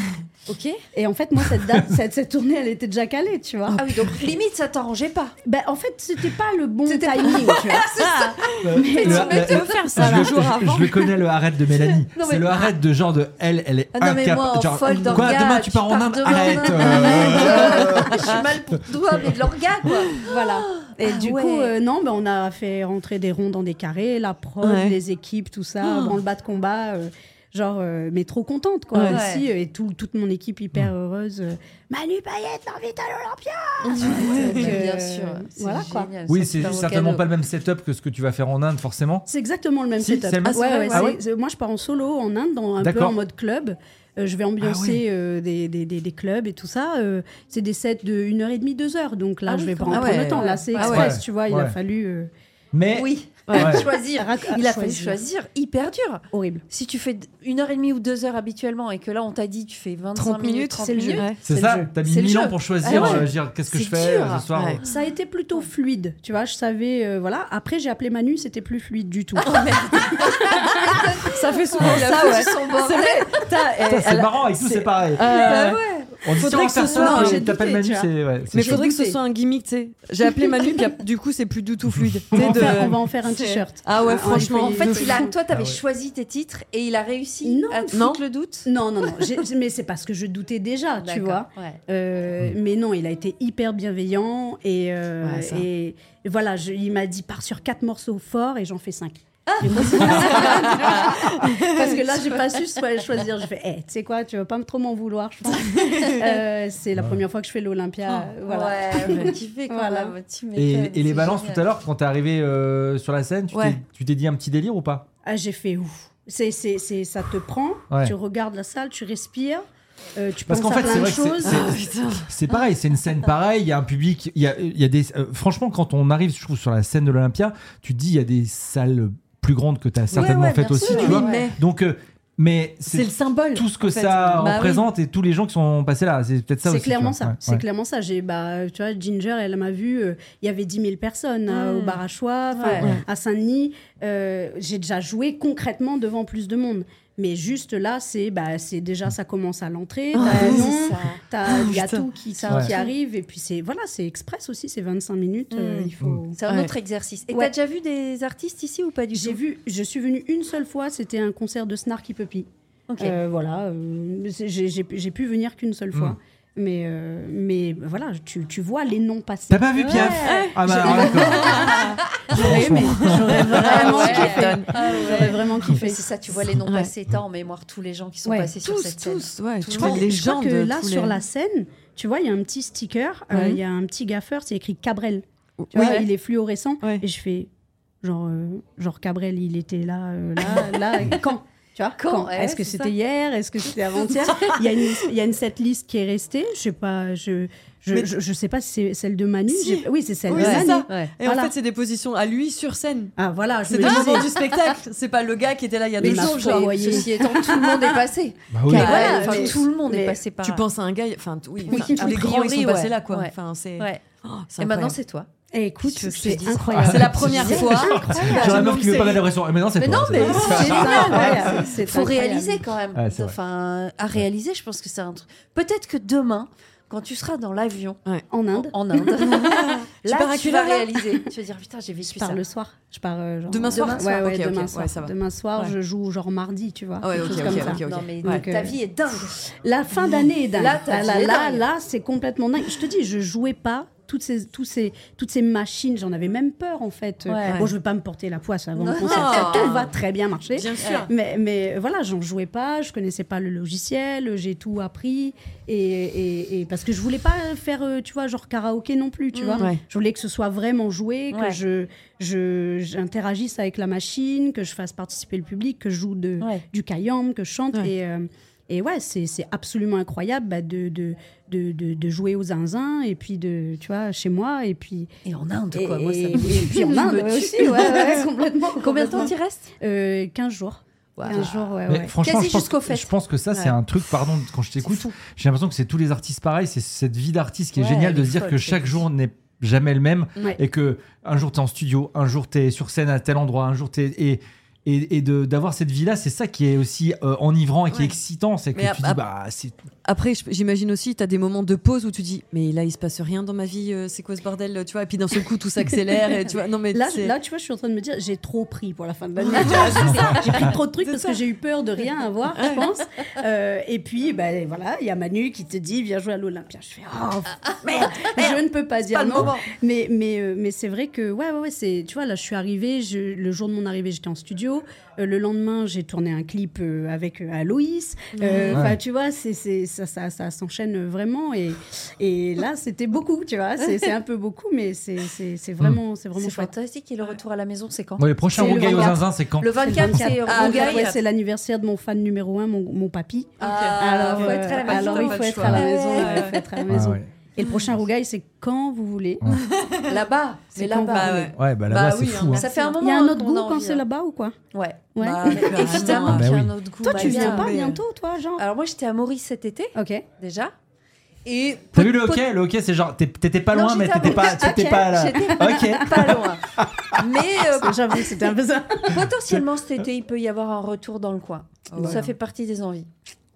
Speaker 4: Ok.
Speaker 7: Et en fait, moi, cette date, cette, cette tournée, elle était déjà calée, tu vois.
Speaker 4: Ah oui, donc limite, ça t'arrangeait pas.
Speaker 7: Ben, en fait, c'était pas le bon
Speaker 4: C'était pas-
Speaker 7: timing, tu vois.
Speaker 2: Le-
Speaker 3: tu
Speaker 2: le-
Speaker 3: peux faire ça
Speaker 2: je,
Speaker 3: le
Speaker 2: le,
Speaker 3: jour
Speaker 2: je- je
Speaker 3: avant.
Speaker 2: le connais le arrête de Mélanie.
Speaker 4: Non,
Speaker 2: c'est
Speaker 4: mais-
Speaker 2: le arrête de genre de elle, elle est
Speaker 4: Ah non, mais
Speaker 2: incapable.
Speaker 4: moi, en
Speaker 2: genre,
Speaker 4: folle
Speaker 2: quoi,
Speaker 4: d'orga,
Speaker 2: demain tu pars en Inde,
Speaker 4: demain,
Speaker 2: arrête.
Speaker 4: demain,
Speaker 2: euh,
Speaker 4: arrête. Je suis mal pour toi, mais de l'orga, quoi.
Speaker 7: Voilà. Et
Speaker 4: Ah
Speaker 7: du
Speaker 4: ouais.
Speaker 7: coup, euh, non, ben, on a fait rentrer des ronds dans des carrés, la prod,
Speaker 3: Ouais.
Speaker 7: les équipes, tout
Speaker 4: Oh.
Speaker 7: ça, dans le bas de combat. euh, Genre, euh, mais trop contente, quoi,
Speaker 4: Ouais.
Speaker 7: aussi. euh, Et tout- toute mon équipe hyper heureuse. euh, Manu Payet t'invite à l'Olympia
Speaker 4: Ah Mais
Speaker 7: euh,
Speaker 4: bien sûr. c'est
Speaker 7: voilà, quoi.
Speaker 4: génial,
Speaker 2: Oui,
Speaker 4: ça,
Speaker 2: c'est
Speaker 4: un beau
Speaker 2: certainement
Speaker 4: cadeau.
Speaker 2: pas le même setup que ce que tu vas faire en Inde, forcément.
Speaker 7: C'est exactement le même
Speaker 2: Si,
Speaker 7: setup.
Speaker 2: c'est le même-
Speaker 7: Ouais,
Speaker 4: Ah, c'est
Speaker 7: ouais,
Speaker 4: vrai, ouais.
Speaker 7: c'est- c'est- moi, je pars en solo en Inde, dans, un peu
Speaker 2: D'accord. Ah
Speaker 7: en mode club. Euh, je vais ambiancer euh, des, des- des- des clubs et tout ça. Euh, c'est des sets de 1h30, 2h. Donc là,
Speaker 4: Ah
Speaker 7: je
Speaker 4: oui,
Speaker 7: vais
Speaker 4: quand
Speaker 7: pas
Speaker 4: même.
Speaker 7: en
Speaker 3: Ah
Speaker 7: prendre
Speaker 3: ouais.
Speaker 7: le temps. Là, c'est
Speaker 3: Ah
Speaker 7: express,
Speaker 2: ouais. Eh
Speaker 7: tu vois. Il a
Speaker 2: Ouais.
Speaker 7: fallu. euh,
Speaker 2: Mais
Speaker 4: Oui,
Speaker 2: Ouais.
Speaker 4: choisir.
Speaker 7: rac-
Speaker 4: Il a fallu
Speaker 7: choisir.
Speaker 4: choisir hyper dur.
Speaker 7: Horrible.
Speaker 4: Si tu fais une heure et demie ou deux heures habituellement et que là on t'a dit tu fais 25
Speaker 3: 30 minutes,
Speaker 4: 30
Speaker 3: c'est le jeu.
Speaker 4: minutes,
Speaker 3: Ouais.
Speaker 2: c'est
Speaker 4: c'est
Speaker 2: ça,
Speaker 4: le jeu.
Speaker 2: t'as mis
Speaker 4: C'est le
Speaker 2: 1000 ans
Speaker 4: jeu.
Speaker 2: pour choisir.
Speaker 4: Ah ouais.
Speaker 2: euh, dire qu'est-ce que
Speaker 4: C'est
Speaker 2: je fais euh,
Speaker 4: dur.
Speaker 2: ce soir.
Speaker 3: Ouais.
Speaker 7: Ça a été plutôt fluide, tu vois. Je savais, euh, voilà. Après, j'ai appelé Manu, c'était plus fluide du tout.
Speaker 3: Ça fait souvent
Speaker 4: Il a
Speaker 3: ça,
Speaker 4: foutu
Speaker 3: ouais.
Speaker 4: son bordel.
Speaker 3: C'est vrai. T'as-
Speaker 2: Putain, C'est
Speaker 3: elle-
Speaker 2: marrant, avec nous c'est pareil.
Speaker 3: Euh,
Speaker 2: On dit
Speaker 3: faudrait
Speaker 2: tiens, on va
Speaker 3: que ce
Speaker 2: faire
Speaker 3: soit-
Speaker 2: ça,
Speaker 3: Non,
Speaker 2: mais
Speaker 3: j'ai
Speaker 2: t'appelles Manu,
Speaker 7: douté, tu vois.
Speaker 2: c'est. ouais, c'est
Speaker 3: Mais
Speaker 2: chaud.
Speaker 3: faudrait que ce
Speaker 7: douté.
Speaker 3: soit un gimmick, tu sais. J'ai appelé Manu, puis du coup, c'est plus du tout fluide. Tu
Speaker 7: on, va
Speaker 3: sais,
Speaker 7: en
Speaker 3: de-
Speaker 7: faire, on va en faire un t-shirt.
Speaker 3: Ah ouais,
Speaker 7: Ah,
Speaker 3: franchement.
Speaker 4: En fait, il a, toi,
Speaker 2: Ah
Speaker 4: t'avais
Speaker 2: ouais.
Speaker 4: choisi tes titres et il a réussi
Speaker 7: Non,
Speaker 4: à te
Speaker 3: non.
Speaker 4: foutre le doute. Ah,
Speaker 7: Non, non, non. j'ai- mais c'est parce que je doutais déjà, tu
Speaker 4: D'accord,
Speaker 7: vois.
Speaker 4: ouais.
Speaker 7: Euh, mais non, il a été hyper bienveillant et, euh,
Speaker 3: Ouais, ça.
Speaker 7: et voilà, je- il m'a dit pars sur quatre morceaux forts et j'en fais cinq. Et moi, c'est- Parce que là, j'ai pas su soi- choisir. Je fais, Eh, tu sais quoi, tu vas pas trop m'en vouloir, je pense. Euh, c'est la première fois que je fais l'Olympia. euh, voilà.
Speaker 4: Oh, Ah, Ouais, on va kiffer quand
Speaker 7: Voilà.
Speaker 4: même. Tu m'étonnes,
Speaker 2: Et, et les
Speaker 4: c'est
Speaker 2: balances
Speaker 4: génial.
Speaker 2: tout à l'heure, quand t'es arrivé euh, sur la scène, tu t'es-
Speaker 3: Ouais.
Speaker 2: tu t'es dit un petit délire ou pas
Speaker 7: Ah, j'ai fait ouf. C'est, c'est, c'est- ça te prend.
Speaker 2: Ouais.
Speaker 7: Tu regardes la salle, tu respires, euh, tu
Speaker 2: Parce
Speaker 7: penses
Speaker 2: qu'en fait,
Speaker 7: à
Speaker 2: c'est vrai
Speaker 7: plein de
Speaker 2: que c'est-
Speaker 7: choses.
Speaker 2: c'est-
Speaker 3: Oh,
Speaker 2: C'est pareil, c'est une scène pareille, il y a un public, il y a, il y a des... euh, franchement, quand on arrive, je trouve, sur la scène de l'Olympia, tu te dis, il y a des salles plus grandes que tu as certainement
Speaker 4: ouais,
Speaker 2: faites
Speaker 4: bien
Speaker 2: aussi,
Speaker 4: sûr,
Speaker 2: tu
Speaker 4: oui,
Speaker 2: vois.
Speaker 4: ouais.
Speaker 3: Mais
Speaker 2: Donc, euh, mais
Speaker 3: c'est
Speaker 2: c'est
Speaker 3: le symbole.
Speaker 2: tout ce que
Speaker 3: en fait.
Speaker 2: ça
Speaker 3: Bah oui.
Speaker 2: représente et tous les gens qui sont passés là, c'est peut-être ça
Speaker 7: C'est
Speaker 2: aussi. tu
Speaker 7: clairement
Speaker 2: vois.
Speaker 7: ça.
Speaker 2: Ouais,
Speaker 7: c'est
Speaker 2: ouais.
Speaker 7: clairement ça. J'ai, bah, tu vois, Ginger, elle m'a vu. euh, Il y avait 10 000 personnes à-
Speaker 4: Mm.
Speaker 7: au Barachois,
Speaker 4: Ouais.
Speaker 7: à Saint-Denis. Euh, j'ai déjà joué concrètement devant plus de monde. Mais juste là, c'est bah, c'est déjà, ça commence à l'entrée.
Speaker 4: Ouais,
Speaker 7: t'as le nom,
Speaker 4: c'est ça.
Speaker 7: t'as- Il y a
Speaker 3: Putain.
Speaker 7: tout qui, ça,
Speaker 2: Ah, Ouais.
Speaker 7: qui arrive. Et puis, c'est voilà, c'est express aussi, c'est 25 minutes. euh,
Speaker 4: Mm.
Speaker 7: il faut...
Speaker 4: C'est un
Speaker 3: Ouais.
Speaker 4: autre exercice. Et
Speaker 7: Ouais.
Speaker 4: t'as déjà vu des artistes ici ou pas du tout
Speaker 7: J'ai vu, je suis venue une seule fois, c'était un concert de Snarky Puppy.
Speaker 4: Ok.
Speaker 7: Euh, voilà, euh, c'est- j'ai- j'ai j'ai pu venir qu'une seule
Speaker 3: Hmm.
Speaker 7: fois. Mais, euh, mais voilà, tu, tu vois les noms passer.
Speaker 2: T'as pas vu Piaf
Speaker 4: Ouais.
Speaker 2: Ah bah alors, d'accord.
Speaker 7: J'aurais aimé, j'aurais vraiment
Speaker 4: Ah ouais.
Speaker 7: kiffé.
Speaker 4: Ah ouais.
Speaker 7: J'aurais vraiment
Speaker 4: Mais
Speaker 7: kiffé.
Speaker 4: c'est ça, tu vois les noms
Speaker 3: Ouais.
Speaker 4: passer. T'as en mémoire tous les gens qui sont
Speaker 7: Ouais.
Speaker 4: passés sur
Speaker 3: Tous,
Speaker 4: cette scène.
Speaker 3: tous, ouais.
Speaker 4: Tout
Speaker 3: Tu
Speaker 4: le
Speaker 3: vois
Speaker 4: monde.
Speaker 3: les
Speaker 7: Je crois
Speaker 3: gens
Speaker 7: que
Speaker 3: de
Speaker 7: là,
Speaker 3: tous
Speaker 7: sur
Speaker 3: les-
Speaker 7: la scène, tu vois, il y a un petit sticker, euh,
Speaker 3: Ouais.
Speaker 7: il y a un petit gaffeur, c'est écrit Cabrel. Tu
Speaker 3: Oui.
Speaker 7: vois, il est fluorescent.
Speaker 3: Ouais.
Speaker 7: Et je fais, genre, euh, genre Cabrel, il était là, euh, là, là, et quand Tu vois,
Speaker 4: Quand Ouais,
Speaker 7: Est-ce que
Speaker 4: c'est ça.
Speaker 7: c'était hier Est-ce que c'était avant-hier Il y a une, il y a une setlist qui est restée. Je sais pas, je, je,
Speaker 3: Mais-
Speaker 7: je, je sais pas si c'est celle de Manu.
Speaker 3: Si.
Speaker 7: j'ai- Oui, c'est celle
Speaker 3: Oui,
Speaker 7: de
Speaker 3: c'est
Speaker 7: Manu.
Speaker 3: ça.
Speaker 4: Ouais.
Speaker 3: Et
Speaker 7: Voilà.
Speaker 3: en fait, c'est des positions à lui sur scène.
Speaker 7: Ah voilà, je
Speaker 3: C'est
Speaker 7: me
Speaker 3: des
Speaker 7: disais.
Speaker 3: moments du spectacle. C'est pas le gars qui était là il y a
Speaker 7: Mais
Speaker 3: deux
Speaker 7: il m'a
Speaker 3: jours.
Speaker 7: fait-
Speaker 3: genre.
Speaker 7: Ouais. voyez.
Speaker 4: Ceci étant, tout le monde est passé.
Speaker 2: Bah oui.
Speaker 4: Ouais,
Speaker 7: voilà,
Speaker 4: enfin,
Speaker 7: mais-
Speaker 4: tout le monde est
Speaker 7: mais
Speaker 4: passé par
Speaker 3: Tu
Speaker 4: là.
Speaker 3: penses à un gars, enfin t- oui,
Speaker 4: Oui,
Speaker 3: enfin, tous
Speaker 4: a
Speaker 3: les grands ils
Speaker 4: priori,
Speaker 3: sont passés
Speaker 4: ouais.
Speaker 3: là quoi.
Speaker 4: Ouais.
Speaker 3: Enfin c'est
Speaker 4: Ouais.
Speaker 3: oh, c'est
Speaker 4: Et maintenant,
Speaker 3: incroyable.
Speaker 4: c'est toi.
Speaker 7: Eh, écoute,
Speaker 3: Qu'est-ce que je te
Speaker 7: c'est
Speaker 3: dis
Speaker 7: incroyable.
Speaker 3: C'est la première fois.
Speaker 2: Genre la
Speaker 4: Incroyable.
Speaker 2: meuf qui veut pas mettre la pression. Ah, Mais non, c'est
Speaker 4: Mais
Speaker 2: toi,
Speaker 4: non,
Speaker 2: c'est
Speaker 4: mais
Speaker 2: toi.
Speaker 4: c'est génial.
Speaker 7: Ouais, c'est- c'est
Speaker 4: faut
Speaker 7: incroyable.
Speaker 4: réaliser quand même.
Speaker 2: Ouais, c'est vrai.
Speaker 4: enfin, à réaliser, je pense que c'est un truc. Peut-être que demain, quand tu seras dans l'avion
Speaker 7: En
Speaker 4: en,
Speaker 7: Inde,
Speaker 4: en Inde,
Speaker 3: pars
Speaker 4: là,
Speaker 3: à
Speaker 4: tu
Speaker 3: quelle
Speaker 4: vas
Speaker 3: heure, là
Speaker 4: réaliser. Tu vas dire putain, j'ai
Speaker 7: je
Speaker 4: vécu
Speaker 7: pars
Speaker 4: ça.
Speaker 7: le soir. Je pars euh, genre-
Speaker 3: Demain soir,
Speaker 7: Ouais,
Speaker 3: soir,
Speaker 7: ouais,
Speaker 3: ok,
Speaker 7: demain
Speaker 3: ok,
Speaker 7: soir.
Speaker 3: ouais, ça va.
Speaker 7: Demain soir,
Speaker 3: Ouais.
Speaker 7: je joue genre mardi, tu vois.
Speaker 3: Ah ouais,
Speaker 7: quelque
Speaker 3: ok, ok,
Speaker 7: chose comme
Speaker 3: ok,
Speaker 7: ça.
Speaker 3: ok.
Speaker 4: Non mais
Speaker 7: Ouais.
Speaker 4: ta vie est dingue.
Speaker 7: La fin d'année est dingue.
Speaker 4: Là, t'as
Speaker 7: là,
Speaker 4: dit,
Speaker 7: là,
Speaker 4: est
Speaker 7: là,
Speaker 4: dingue.
Speaker 7: là, c'est complètement dingue. Je te dis, je jouais pas toutes ces, tous ces, toutes ces machines. J'en avais même peur, en fait. Euh,
Speaker 4: Ouais.
Speaker 7: Bon, je veux pas me porter la poisse avant le
Speaker 4: Non.
Speaker 7: concert. Ça, Tout va très bien marcher.
Speaker 3: Bien sûr.
Speaker 7: Mais, mais voilà, j'en jouais pas, je connaissais pas le logiciel, j'ai tout appris. Et, et- et parce que je voulais pas faire, euh, tu vois, genre karaoké non plus, tu
Speaker 4: Mm.
Speaker 7: vois.
Speaker 3: Ouais.
Speaker 7: Je voulais que ce soit vraiment joué, que
Speaker 4: Ouais.
Speaker 7: je, je, j'interagisse avec la machine, que je fasse participer le public, que je joue de,
Speaker 4: Ouais.
Speaker 7: du kayam, que je chante.
Speaker 3: Ouais.
Speaker 7: Et, euh, et ouais, c'est, c'est absolument incroyable bah, de, de, de, de, de jouer aux zinzins et puis de, tu vois, chez moi. Et puis,
Speaker 4: Et en Inde
Speaker 7: et,
Speaker 4: quoi, moi ça.
Speaker 7: et-
Speaker 4: me-
Speaker 7: et puis en Inde
Speaker 4: me tue.
Speaker 7: aussi, ouais, ouais, complètement.
Speaker 4: Combien de temps
Speaker 7: complètement.
Speaker 4: tu y restes
Speaker 7: Euh, 15 jours.
Speaker 4: Waouh.
Speaker 7: 15 jours, ouais,
Speaker 2: Mais
Speaker 7: Bah ouais.
Speaker 2: franchement,
Speaker 4: Quasi
Speaker 2: je pense,
Speaker 4: jusqu'aux
Speaker 2: que,
Speaker 4: fêtes.
Speaker 2: je pense que ça, c'est
Speaker 4: Ouais.
Speaker 2: un truc, pardon, quand je t'écoute, j'ai l'impression que c'est tous les artistes pareils, c'est cette vie d'artiste qui est
Speaker 4: Ouais,
Speaker 2: géniale de
Speaker 4: elle est
Speaker 2: se dire
Speaker 4: folle,
Speaker 2: que
Speaker 4: cette
Speaker 2: chaque
Speaker 4: vie.
Speaker 2: jour n'est jamais le même
Speaker 7: Ouais.
Speaker 2: et que un jour t'es en studio, un jour t'es sur scène à tel endroit, un jour t'es et et, et de- d'avoir cette vie là, c'est ça qui est aussi euh, enivrant et qui est
Speaker 3: Ouais.
Speaker 2: excitant, c'est que
Speaker 3: Mais à-
Speaker 2: tu
Speaker 3: à-
Speaker 2: dis bah c'est
Speaker 3: Après, je- j'imagine aussi, tu as des moments de pause où tu dis, mais là, il se passe rien dans ma vie, euh, c'est quoi ce bordel, tu vois, et puis d'un seul coup, tout s'accélère, et tu vois, non, mais
Speaker 7: Là,
Speaker 3: c'est-
Speaker 7: là, tu vois, je suis en train de me dire, j'ai trop pris pour la fin de l'année. Tu vois, c'est ça. j'ai pris trop de trucs parce que j'ai eu peur de rien avoir, je pense. Euh, et puis, ben voilà, il y a Manu qui te dit, viens jouer à l'Olympia. Je fais, oh, merde, je ne peux pas dire
Speaker 3: pas le
Speaker 7: non.
Speaker 3: moment.
Speaker 7: Mais, mais, euh, mais c'est vrai que, ouais, ouais, ouais, c'est, tu vois, là, je suis arrivée, je- le jour de mon arrivée, j'étais en studio. Euh, le lendemain, j'ai tourné un clip euh, avec euh, Aloïs. Euh,
Speaker 2: Ouais.
Speaker 7: enfin, Tu vois, c'est, c'est, ça, ça, ça s'enchaîne vraiment. Et, et là, c'était beaucoup, tu vois. C'est, c'est un peu beaucoup, mais c'est, c'est, c'est vraiment, c'est vraiment
Speaker 4: C'est
Speaker 7: chouette.
Speaker 4: fantastique. Et le retour à la maison, c'est quand
Speaker 2: Bon, les prochains
Speaker 7: C'est le
Speaker 2: Rougail aux
Speaker 7: 24.
Speaker 2: Zinzin, c'est quand
Speaker 4: Le 24,
Speaker 7: C'est
Speaker 4: c'est
Speaker 7: le
Speaker 4: ah,
Speaker 7: Ah, ouais,
Speaker 4: Rougail.
Speaker 7: c'est l'anniversaire de mon fan numéro un, mon, mon papy.
Speaker 4: Ah,
Speaker 7: alors,
Speaker 4: faut
Speaker 7: euh,
Speaker 4: être à la maison,
Speaker 7: alors
Speaker 4: t'as
Speaker 7: il
Speaker 4: pas
Speaker 7: faut
Speaker 4: le
Speaker 7: être
Speaker 4: choix.
Speaker 7: à la maison.
Speaker 4: Ouais.
Speaker 7: il faut être à la
Speaker 2: Ah,
Speaker 7: maison.
Speaker 2: ouais.
Speaker 7: Et le prochain Rougail, c'est quand vous voulez.
Speaker 2: Ouais.
Speaker 4: Là-bas,
Speaker 7: C'est
Speaker 4: mais
Speaker 7: quand vous
Speaker 4: là-bas.
Speaker 7: voulez.
Speaker 3: ouais.
Speaker 2: Ouais, bah
Speaker 3: Bah
Speaker 2: là-bas c'est
Speaker 3: oui,
Speaker 2: fou.
Speaker 3: hein.
Speaker 2: hein.
Speaker 4: Ça fait un moment.
Speaker 7: Il y a un autre
Speaker 4: qu'on
Speaker 7: goût quand
Speaker 4: envie,
Speaker 7: c'est
Speaker 4: hein.
Speaker 7: là-bas ou quoi
Speaker 4: Ouais.
Speaker 7: Ouais.
Speaker 3: Bah,
Speaker 4: Évidemment,
Speaker 2: Bah
Speaker 4: qu'il y a
Speaker 2: oui.
Speaker 4: un autre goût.
Speaker 7: Toi,
Speaker 4: bah,
Speaker 7: tu viens
Speaker 4: bien. Euh,
Speaker 7: pas
Speaker 3: mais-
Speaker 7: bientôt, toi, genre
Speaker 4: Alors moi, j'étais à Maurice cet été
Speaker 7: Ok.
Speaker 4: déjà. Et
Speaker 2: T'as
Speaker 4: pot-
Speaker 2: vu le
Speaker 4: pot-
Speaker 2: hockey Le hockey c'est genre t'es- t'étais pas
Speaker 4: Non,
Speaker 2: loin mais
Speaker 4: j'étais à
Speaker 2: t'étais pas
Speaker 4: Maurice.
Speaker 2: t'étais
Speaker 4: Ok,
Speaker 2: pas là.
Speaker 4: j'étais
Speaker 2: OK.
Speaker 4: pas loin. Mais euh,
Speaker 7: J'avoue que c'était un peu ça.
Speaker 4: potentiellement cet été, il peut y avoir un retour dans le coin.
Speaker 3: Oh,
Speaker 4: Ça
Speaker 3: ouais.
Speaker 4: fait partie des envies.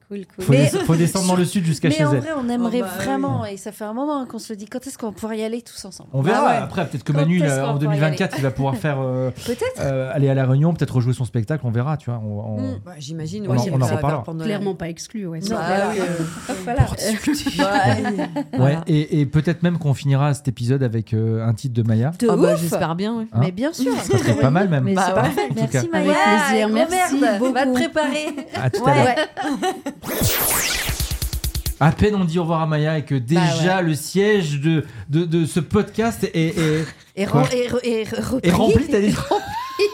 Speaker 7: Cool, cool.
Speaker 2: Faut,
Speaker 4: Mais-
Speaker 2: des- faut descendre dans le sud jusqu'à
Speaker 4: Mais
Speaker 2: chez
Speaker 4: en
Speaker 2: elle.
Speaker 4: vrai, on aimerait
Speaker 3: Oh, bah, oui.
Speaker 4: vraiment et ça fait un moment hein, qu'on se le dit quand est-ce qu'on va pouvoir y aller tous ensemble.
Speaker 2: On verra
Speaker 3: Ah ouais.
Speaker 2: après, peut-être que
Speaker 4: Quand
Speaker 2: Manu
Speaker 4: est-ce
Speaker 2: là,
Speaker 4: qu'on
Speaker 2: en
Speaker 4: va pouvoir y
Speaker 2: 2024 il va pouvoir faire euh,
Speaker 4: Peut-être.
Speaker 2: euh, aller à la Réunion, peut-être rejouer son spectacle, on verra, tu vois. on- on-
Speaker 4: Mm.
Speaker 3: Bah, j'imagine,
Speaker 2: On
Speaker 3: ouais,
Speaker 2: en-
Speaker 3: c'est-
Speaker 2: on en
Speaker 3: ça va
Speaker 2: reparlera.
Speaker 3: faire pendant la-
Speaker 7: Clairement pas exclu, ouais.
Speaker 4: Non,
Speaker 7: ça.
Speaker 3: bah
Speaker 4: voilà.
Speaker 3: oui, euh,
Speaker 4: Donc, voilà. Bah,
Speaker 3: Ouais.
Speaker 2: Ouais,
Speaker 3: Voilà.
Speaker 2: et, et peut-être même qu'on finira cet épisode avec euh, un titre de Maya.
Speaker 4: De
Speaker 3: Ah bah,
Speaker 4: ouf.
Speaker 3: j'espère bien, ouais.
Speaker 2: Hein
Speaker 4: Mais bien sûr.
Speaker 2: Ça serait pas mal même.
Speaker 4: Mais
Speaker 3: Bah
Speaker 4: c'est parfait.
Speaker 2: ouais. En tout
Speaker 4: Merci
Speaker 2: cas.
Speaker 4: Maya.
Speaker 7: Avec plaisir,
Speaker 4: Gros
Speaker 7: merci
Speaker 4: merde. Va te
Speaker 7: beaucoup.
Speaker 4: préparer.
Speaker 2: À tout à l'heure.
Speaker 4: Ouais.
Speaker 2: À peine on dit au revoir à Maya et que
Speaker 3: Bah
Speaker 2: déjà le siège de, de, de ce podcast est, est,
Speaker 4: Et,
Speaker 2: Quoi
Speaker 4: ren- et re- et re-
Speaker 2: est
Speaker 4: repris.
Speaker 2: rempli, t'as dit
Speaker 4: Et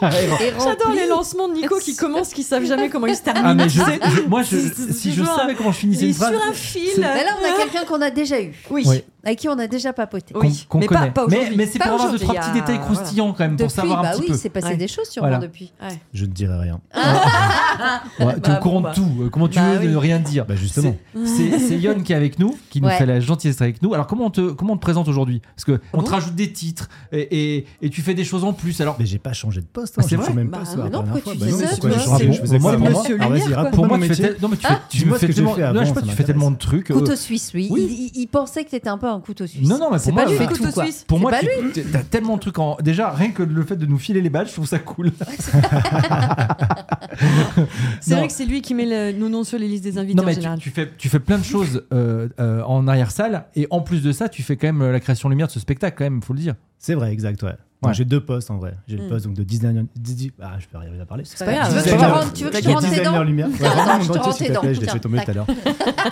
Speaker 3: J'adore
Speaker 4: rempli.
Speaker 3: les lancements de Nico qui commencent, qui savent jamais comment ils se terminent.
Speaker 2: Ah mais je,
Speaker 3: tu sais.
Speaker 2: je- moi je,
Speaker 3: C'est
Speaker 2: si je
Speaker 3: toujours
Speaker 2: savais comment je finissais
Speaker 3: Il
Speaker 2: une
Speaker 3: est sur
Speaker 2: phrase,
Speaker 3: un
Speaker 2: c'est-
Speaker 3: fil.
Speaker 4: Mais Bah là, on a quelqu'un qu'on a déjà eu,
Speaker 3: Oui.
Speaker 2: Oui.
Speaker 4: avec qui on a déjà papoté.
Speaker 2: qu'on-
Speaker 3: Oui,
Speaker 2: qu'on
Speaker 3: mais pas-
Speaker 2: connaît.
Speaker 3: pas
Speaker 2: mais
Speaker 3: aujourd'hui.
Speaker 2: mais c'est
Speaker 3: Pas
Speaker 2: pour avoir deux trois
Speaker 3: aujourd'hui, il y
Speaker 2: petits
Speaker 3: a-
Speaker 2: détails
Speaker 3: voilà.
Speaker 2: croustillants quand même
Speaker 4: Depuis,
Speaker 2: pour savoir un
Speaker 4: bah
Speaker 2: petit
Speaker 4: oui,
Speaker 2: peu.
Speaker 4: c'est passé
Speaker 3: Ouais.
Speaker 4: des choses sûrement
Speaker 2: Voilà.
Speaker 4: depuis. Ouais.
Speaker 8: Je ne dirai rien.
Speaker 2: Ouais, t'es
Speaker 3: Bah,
Speaker 2: au courant
Speaker 3: bon,
Speaker 2: de tout. Euh, Comment tu
Speaker 3: Bah
Speaker 2: veux
Speaker 3: oui.
Speaker 2: ne rien dire
Speaker 8: Bah justement.
Speaker 2: C'est- C'est c'est Yon qui est avec nous, qui nous
Speaker 4: Ouais. Ah
Speaker 2: fait la gentillesse d'être avec nous. Alors comment on te, comment on te présente aujourd'hui Parce que on te rajoute des titres et, et- et tu fais des choses en plus. Alors
Speaker 8: Mais j'ai pas changé de poste. poste. hein.
Speaker 4: Ah,
Speaker 2: C'est
Speaker 8: Je me
Speaker 2: vrai
Speaker 8: souviens même
Speaker 3: Bah,
Speaker 8: pas ça.
Speaker 3: mais
Speaker 8: la
Speaker 4: non,
Speaker 8: dernière fois.
Speaker 4: pourquoi tu
Speaker 8: Bah
Speaker 4: fais
Speaker 8: non,
Speaker 4: ça,
Speaker 8: c'est
Speaker 4: tu
Speaker 8: quoi, je
Speaker 4: vois,
Speaker 8: me
Speaker 2: c'est-
Speaker 8: souviens. Moi,
Speaker 2: Moi, pour
Speaker 8: moi,
Speaker 2: moi-
Speaker 8: ah, vas-y,
Speaker 2: Pour
Speaker 8: raconte-moi,
Speaker 2: moi,
Speaker 8: mais
Speaker 2: tu fais,
Speaker 8: tu-
Speaker 2: tel- non, mais tu fais,
Speaker 8: Ah,
Speaker 2: tu
Speaker 8: dis-moi
Speaker 2: me
Speaker 8: ce
Speaker 2: fais
Speaker 8: que j'ai
Speaker 2: tellement,
Speaker 8: fait
Speaker 2: non,
Speaker 8: avant,
Speaker 2: je sais pas,
Speaker 8: ça
Speaker 2: tu fais tellement de trucs.
Speaker 4: Hein Couteau suisse, oui.
Speaker 2: Oui.
Speaker 4: Il, il- il pensait que t'étais un peu un couteau suisse.
Speaker 2: Non, non, mais
Speaker 4: C'est
Speaker 2: pour
Speaker 4: pas
Speaker 2: moi,
Speaker 4: lui
Speaker 2: euh,
Speaker 4: le couteau
Speaker 3: couteau
Speaker 4: quoi.
Speaker 3: suisse.
Speaker 2: Pour
Speaker 4: C'est
Speaker 2: moi,
Speaker 4: pas
Speaker 2: tu- t- t'as tellement de trucs en. Déjà, rien que le fait de nous filer les balles, je trouve ça cool.
Speaker 3: C'est
Speaker 2: Non.
Speaker 3: vrai que c'est lui qui met le- nos noms sur les listes des invités
Speaker 2: Non,
Speaker 3: en
Speaker 2: mais tu,
Speaker 3: général.
Speaker 2: tu fais, tu fais plein de choses euh, euh, en arrière-salle, et en plus de ça, tu fais quand même euh, la création lumière de ce spectacle, quand même, faut le dire.
Speaker 8: C'est vrai, exact, ouais.
Speaker 2: Ouais.
Speaker 8: Donc, J'ai deux postes en vrai. J'ai le
Speaker 4: Hmm.
Speaker 3: Mm.
Speaker 8: poste donc de 19 10 Ah, je peux arriver à parler.
Speaker 4: pas grave.
Speaker 3: Tu veux que je te
Speaker 8: Designer-
Speaker 4: rende- tu veux que je te
Speaker 8: Le
Speaker 4: rende tes
Speaker 8: designer
Speaker 4: dents
Speaker 8: lumière.
Speaker 4: Attends,
Speaker 8: vraiment,
Speaker 4: je te
Speaker 8: mon dentier,
Speaker 4: rends
Speaker 8: s'il
Speaker 4: tes
Speaker 8: plaît,
Speaker 4: dents,
Speaker 8: Je l'ai fait
Speaker 4: tiens,
Speaker 8: tomber tout à l'heure.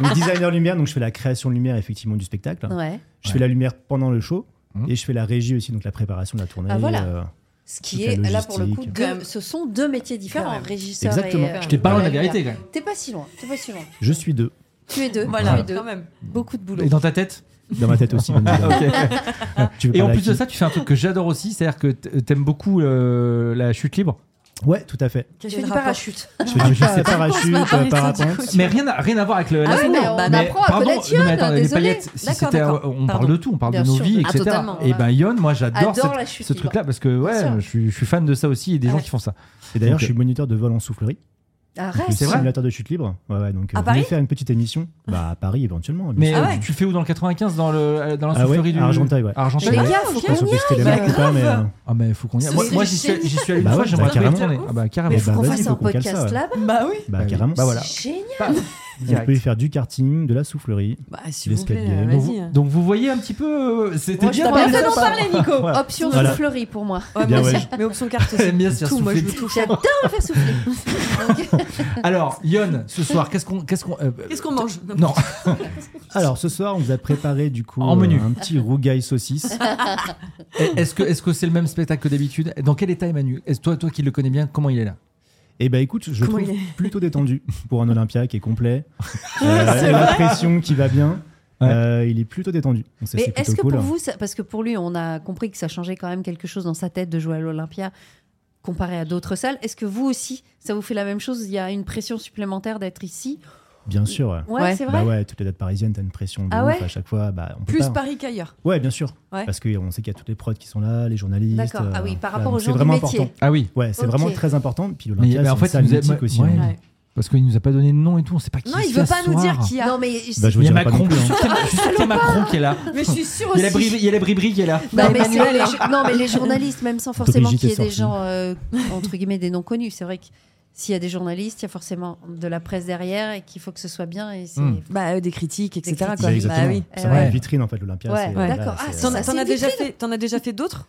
Speaker 8: Donc designer lumière, donc je fais la création lumière effectivement du spectacle.
Speaker 4: Ouais.
Speaker 8: Je
Speaker 2: Ouais.
Speaker 8: fais la lumière pendant le show
Speaker 2: Mhm.
Speaker 8: et je fais la régie aussi, donc la préparation de la tournée.
Speaker 4: Ah, voilà.
Speaker 8: euh,
Speaker 4: Ce qui
Speaker 8: Toute
Speaker 4: est,
Speaker 8: la
Speaker 4: là pour le coup,
Speaker 8: logistique.
Speaker 4: deux- ce sont deux métiers différents, régisseur
Speaker 8: Exactement.
Speaker 4: et. euh,
Speaker 2: Je t'ai pas loin de la
Speaker 4: lumière.
Speaker 2: vérité, quand même.
Speaker 4: T'es pas si loin, t'es pas si loin.
Speaker 8: je suis deux
Speaker 4: Tu es deux,
Speaker 3: Voilà,
Speaker 4: tu es deux.
Speaker 3: quand même.
Speaker 4: Beaucoup de boulot.
Speaker 2: Et dans ta tête
Speaker 8: dans ma tête aussi. bien évidemment. Tu veux
Speaker 2: Et en
Speaker 8: parler à
Speaker 2: plus de
Speaker 8: qui
Speaker 2: ça, tu fais un truc que j'adore aussi, c'est-à-dire que t- t'aimes beaucoup euh, la chute libre,
Speaker 8: ouais, tout à fait.
Speaker 4: Tu
Speaker 3: Quel
Speaker 4: fais
Speaker 3: est
Speaker 4: du
Speaker 3: le rapport
Speaker 4: parachute.
Speaker 8: Je fais du pa- parachute, euh, parapente.
Speaker 2: mais rien à, rien à voir avec le. la-
Speaker 4: Ah ouais, mais on
Speaker 2: Mais
Speaker 4: apprend à
Speaker 2: pardon,
Speaker 4: connaître
Speaker 2: non, mais
Speaker 4: Yon,
Speaker 2: attends, les
Speaker 4: désolé.
Speaker 2: paillettes, si
Speaker 3: D'accord,
Speaker 2: c'était,
Speaker 3: d'accord.
Speaker 2: euh, on
Speaker 3: Pardon.
Speaker 2: parle de tout, on parle
Speaker 4: Bien
Speaker 2: de nos
Speaker 4: sûr.
Speaker 2: vies,
Speaker 4: Ah,
Speaker 2: etc.
Speaker 4: totalement,
Speaker 2: et
Speaker 4: ouais.
Speaker 2: ben Yon, moi j'adore
Speaker 4: Adore
Speaker 2: cette-
Speaker 4: la chute
Speaker 2: ce
Speaker 4: libre.
Speaker 2: truc-là parce que ouais,
Speaker 4: sûr. Ah
Speaker 2: je suis, je suis fan de ça aussi et des gens
Speaker 3: Ouais.
Speaker 2: qui font ça.
Speaker 8: Et d'ailleurs,
Speaker 2: Ok.
Speaker 8: je suis moniteur de vol en soufflerie.
Speaker 4: Arrête.
Speaker 8: Le
Speaker 2: C'est vrai
Speaker 8: Simulateur de chute libre. Ouais, ouais. Donc, euh,
Speaker 3: À
Speaker 8: venez
Speaker 3: Paris
Speaker 8: faire une petite émission. Bah, à Paris éventuellement. bien
Speaker 2: Mais
Speaker 4: Ah
Speaker 8: sûr.
Speaker 2: euh, tu- tu le fais où dans le 95 dans le euh, dans la
Speaker 8: Ah
Speaker 2: soufflerie
Speaker 8: ouais,
Speaker 2: du
Speaker 8: à Argenteuil, ouais.
Speaker 2: À Argenteuil,
Speaker 4: Les
Speaker 2: ouais.
Speaker 4: gars, faut
Speaker 8: Enfin,
Speaker 4: qu'on
Speaker 8: surtout,
Speaker 4: y aille.
Speaker 8: c'était les mecs ou pas, mais. euh,
Speaker 2: Ah mais faut qu'on y aille. Moi,
Speaker 4: C'est
Speaker 2: moi,
Speaker 4: du
Speaker 2: j'y suis
Speaker 4: génie.
Speaker 2: j'y suis allé une
Speaker 8: Bah
Speaker 2: fois,
Speaker 8: ouais,
Speaker 2: j'aimerais
Speaker 8: bah
Speaker 2: carrément y
Speaker 8: carrément.
Speaker 2: retourner. Ah bah
Speaker 4: Mais
Speaker 2: carrément.
Speaker 4: faut
Speaker 8: bah,
Speaker 4: qu'on
Speaker 8: vas-y,
Speaker 4: fasse
Speaker 8: faut
Speaker 4: un
Speaker 8: qu'on cale ça,
Speaker 4: podcast
Speaker 8: ouais.
Speaker 4: là-bas.
Speaker 3: Bah oui.
Speaker 8: Bah, carrément.
Speaker 2: Bah voilà.
Speaker 4: C'est génial.
Speaker 8: On peut y
Speaker 2: Direct.
Speaker 8: faire du karting, de la soufflerie.
Speaker 3: Bah, s'il vous plaît,
Speaker 8: L'escalier.
Speaker 2: Donc vous-
Speaker 3: vas-y.
Speaker 2: donc vous voyez un petit peu, euh, c'était
Speaker 4: Moi, je
Speaker 2: bien.
Speaker 4: t'appelle
Speaker 2: parlé de
Speaker 8: bah,
Speaker 4: demain
Speaker 2: ça.
Speaker 4: parler,
Speaker 3: Nico.
Speaker 8: Ouais.
Speaker 4: Option
Speaker 8: Voilà.
Speaker 4: soufflerie pour moi.
Speaker 3: Ouais,
Speaker 8: Bien,
Speaker 3: moi
Speaker 8: ouais.
Speaker 3: aussi. Mais option carte aussi.
Speaker 2: J'aime bien se faire
Speaker 3: Tout, moi je
Speaker 2: souffler.
Speaker 3: veux tout faire.
Speaker 4: J'adore me faire souffler.
Speaker 2: Alors Yon, ce soir, qu'est-ce qu'on qu'est-ce qu'on euh,
Speaker 3: Qu'est-ce qu'on mange
Speaker 2: non
Speaker 8: Alors, ce soir, on vous a préparé du coup
Speaker 2: En
Speaker 8: euh,
Speaker 2: menu.
Speaker 8: un petit rougail saucisse.
Speaker 2: Est-ce que est-ce que c'est le même spectacle que d'habitude Dans quel état est Manu Est-ce toi toi qui le connais bien, comment il est là
Speaker 8: Et bah, écoute, je le
Speaker 3: Comment
Speaker 8: trouve
Speaker 3: il
Speaker 8: plutôt détendu pour un Olympia qui est complet. Euh, et la pression qui va bien.
Speaker 2: Ouais.
Speaker 8: Euh, il est plutôt détendu. Donc, ça,
Speaker 4: Mais
Speaker 8: c'est
Speaker 4: est-ce
Speaker 8: plutôt
Speaker 4: que
Speaker 8: cool. hein.
Speaker 4: pour vous, ça- parce que pour lui, on a compris que ça changeait quand même quelque chose dans sa tête de jouer à l'Olympia comparé à d'autres salles. Est-ce que vous aussi, ça vous fait la même chose Il y a une pression supplémentaire d'être ici
Speaker 8: Bien sûr. ouais.
Speaker 4: Ouais,
Speaker 3: Ouais.
Speaker 4: c'est vrai.
Speaker 8: Bah ouais, toutes les dates parisiennes, t'as une pression de
Speaker 4: Ah
Speaker 8: ouf
Speaker 4: ouais
Speaker 8: à chaque fois. Bah, on peut
Speaker 3: Plus
Speaker 8: pas.
Speaker 3: Paris qu'ailleurs.
Speaker 8: Ouais, bien sûr.
Speaker 3: Ouais.
Speaker 8: Parce qu'on sait qu'il y a toutes les prods qui sont là, les journalistes. euh,
Speaker 4: D'accord. Ah oui, par rapport
Speaker 8: donc
Speaker 4: aux gens
Speaker 8: C'est
Speaker 4: du
Speaker 8: vraiment
Speaker 4: métier.
Speaker 8: important.
Speaker 2: Ah oui,
Speaker 8: Ouais, c'est
Speaker 4: Ok.
Speaker 8: vraiment très important. Puis
Speaker 2: Mais-
Speaker 8: l'Olympia,
Speaker 2: mais
Speaker 8: c'est
Speaker 2: en
Speaker 8: une
Speaker 2: fait,
Speaker 8: salle
Speaker 2: il nous a-
Speaker 8: mythique aussi.
Speaker 2: ouais.
Speaker 8: hein.
Speaker 3: Ouais.
Speaker 2: parce qu'il nous a pas donné de nom et tout, on sait pas qui
Speaker 3: Non,
Speaker 2: c'est
Speaker 3: il veut
Speaker 2: ce
Speaker 3: pas nous
Speaker 2: soir.
Speaker 3: dire qui a.
Speaker 4: Non, mais
Speaker 8: Bah, je vous
Speaker 2: Il y a
Speaker 8: dirai pas non
Speaker 2: Macron,
Speaker 8: plus,
Speaker 2: je
Speaker 8: hein.
Speaker 2: suis sûr qu'il y a- je suis sûr qu'il y a Macron qui est là.
Speaker 3: Mais je suis sûre
Speaker 2: Il y a la
Speaker 3: aussi.
Speaker 2: Bribri- il y a la Bribri qui est là.
Speaker 4: Non mais,
Speaker 3: Emmanuel,
Speaker 4: les,
Speaker 3: alors.
Speaker 4: ju- non, mais les journalistes, même sans forcément
Speaker 8: Brigitte
Speaker 4: qu'il y
Speaker 8: est
Speaker 4: ait des
Speaker 8: sortie.
Speaker 4: gens, euh, entre guillemets, des non connus, c'est vrai que s'il y a des journalistes, il y a forcément de la presse derrière et qu'il faut que ce soit bien. Et c'est...
Speaker 2: Hmm.
Speaker 3: Bah, euh, des critiques, etc.
Speaker 4: Des critiques.
Speaker 3: quoi.
Speaker 8: Bah, exactement.
Speaker 3: Bah oui.
Speaker 8: C'est
Speaker 4: Eh
Speaker 8: vraiment
Speaker 2: ouais.
Speaker 8: une vitrine en fait, l'Olympia.
Speaker 4: Ouais,
Speaker 8: c'est-
Speaker 4: ouais.
Speaker 8: là,
Speaker 4: d'accord. Ah,
Speaker 8: c'est-
Speaker 4: ça,
Speaker 3: T'en
Speaker 4: ça,
Speaker 3: t'en
Speaker 4: c'est
Speaker 3: as déjà
Speaker 4: vitrine.
Speaker 3: fait, t'en as déjà fait d'autres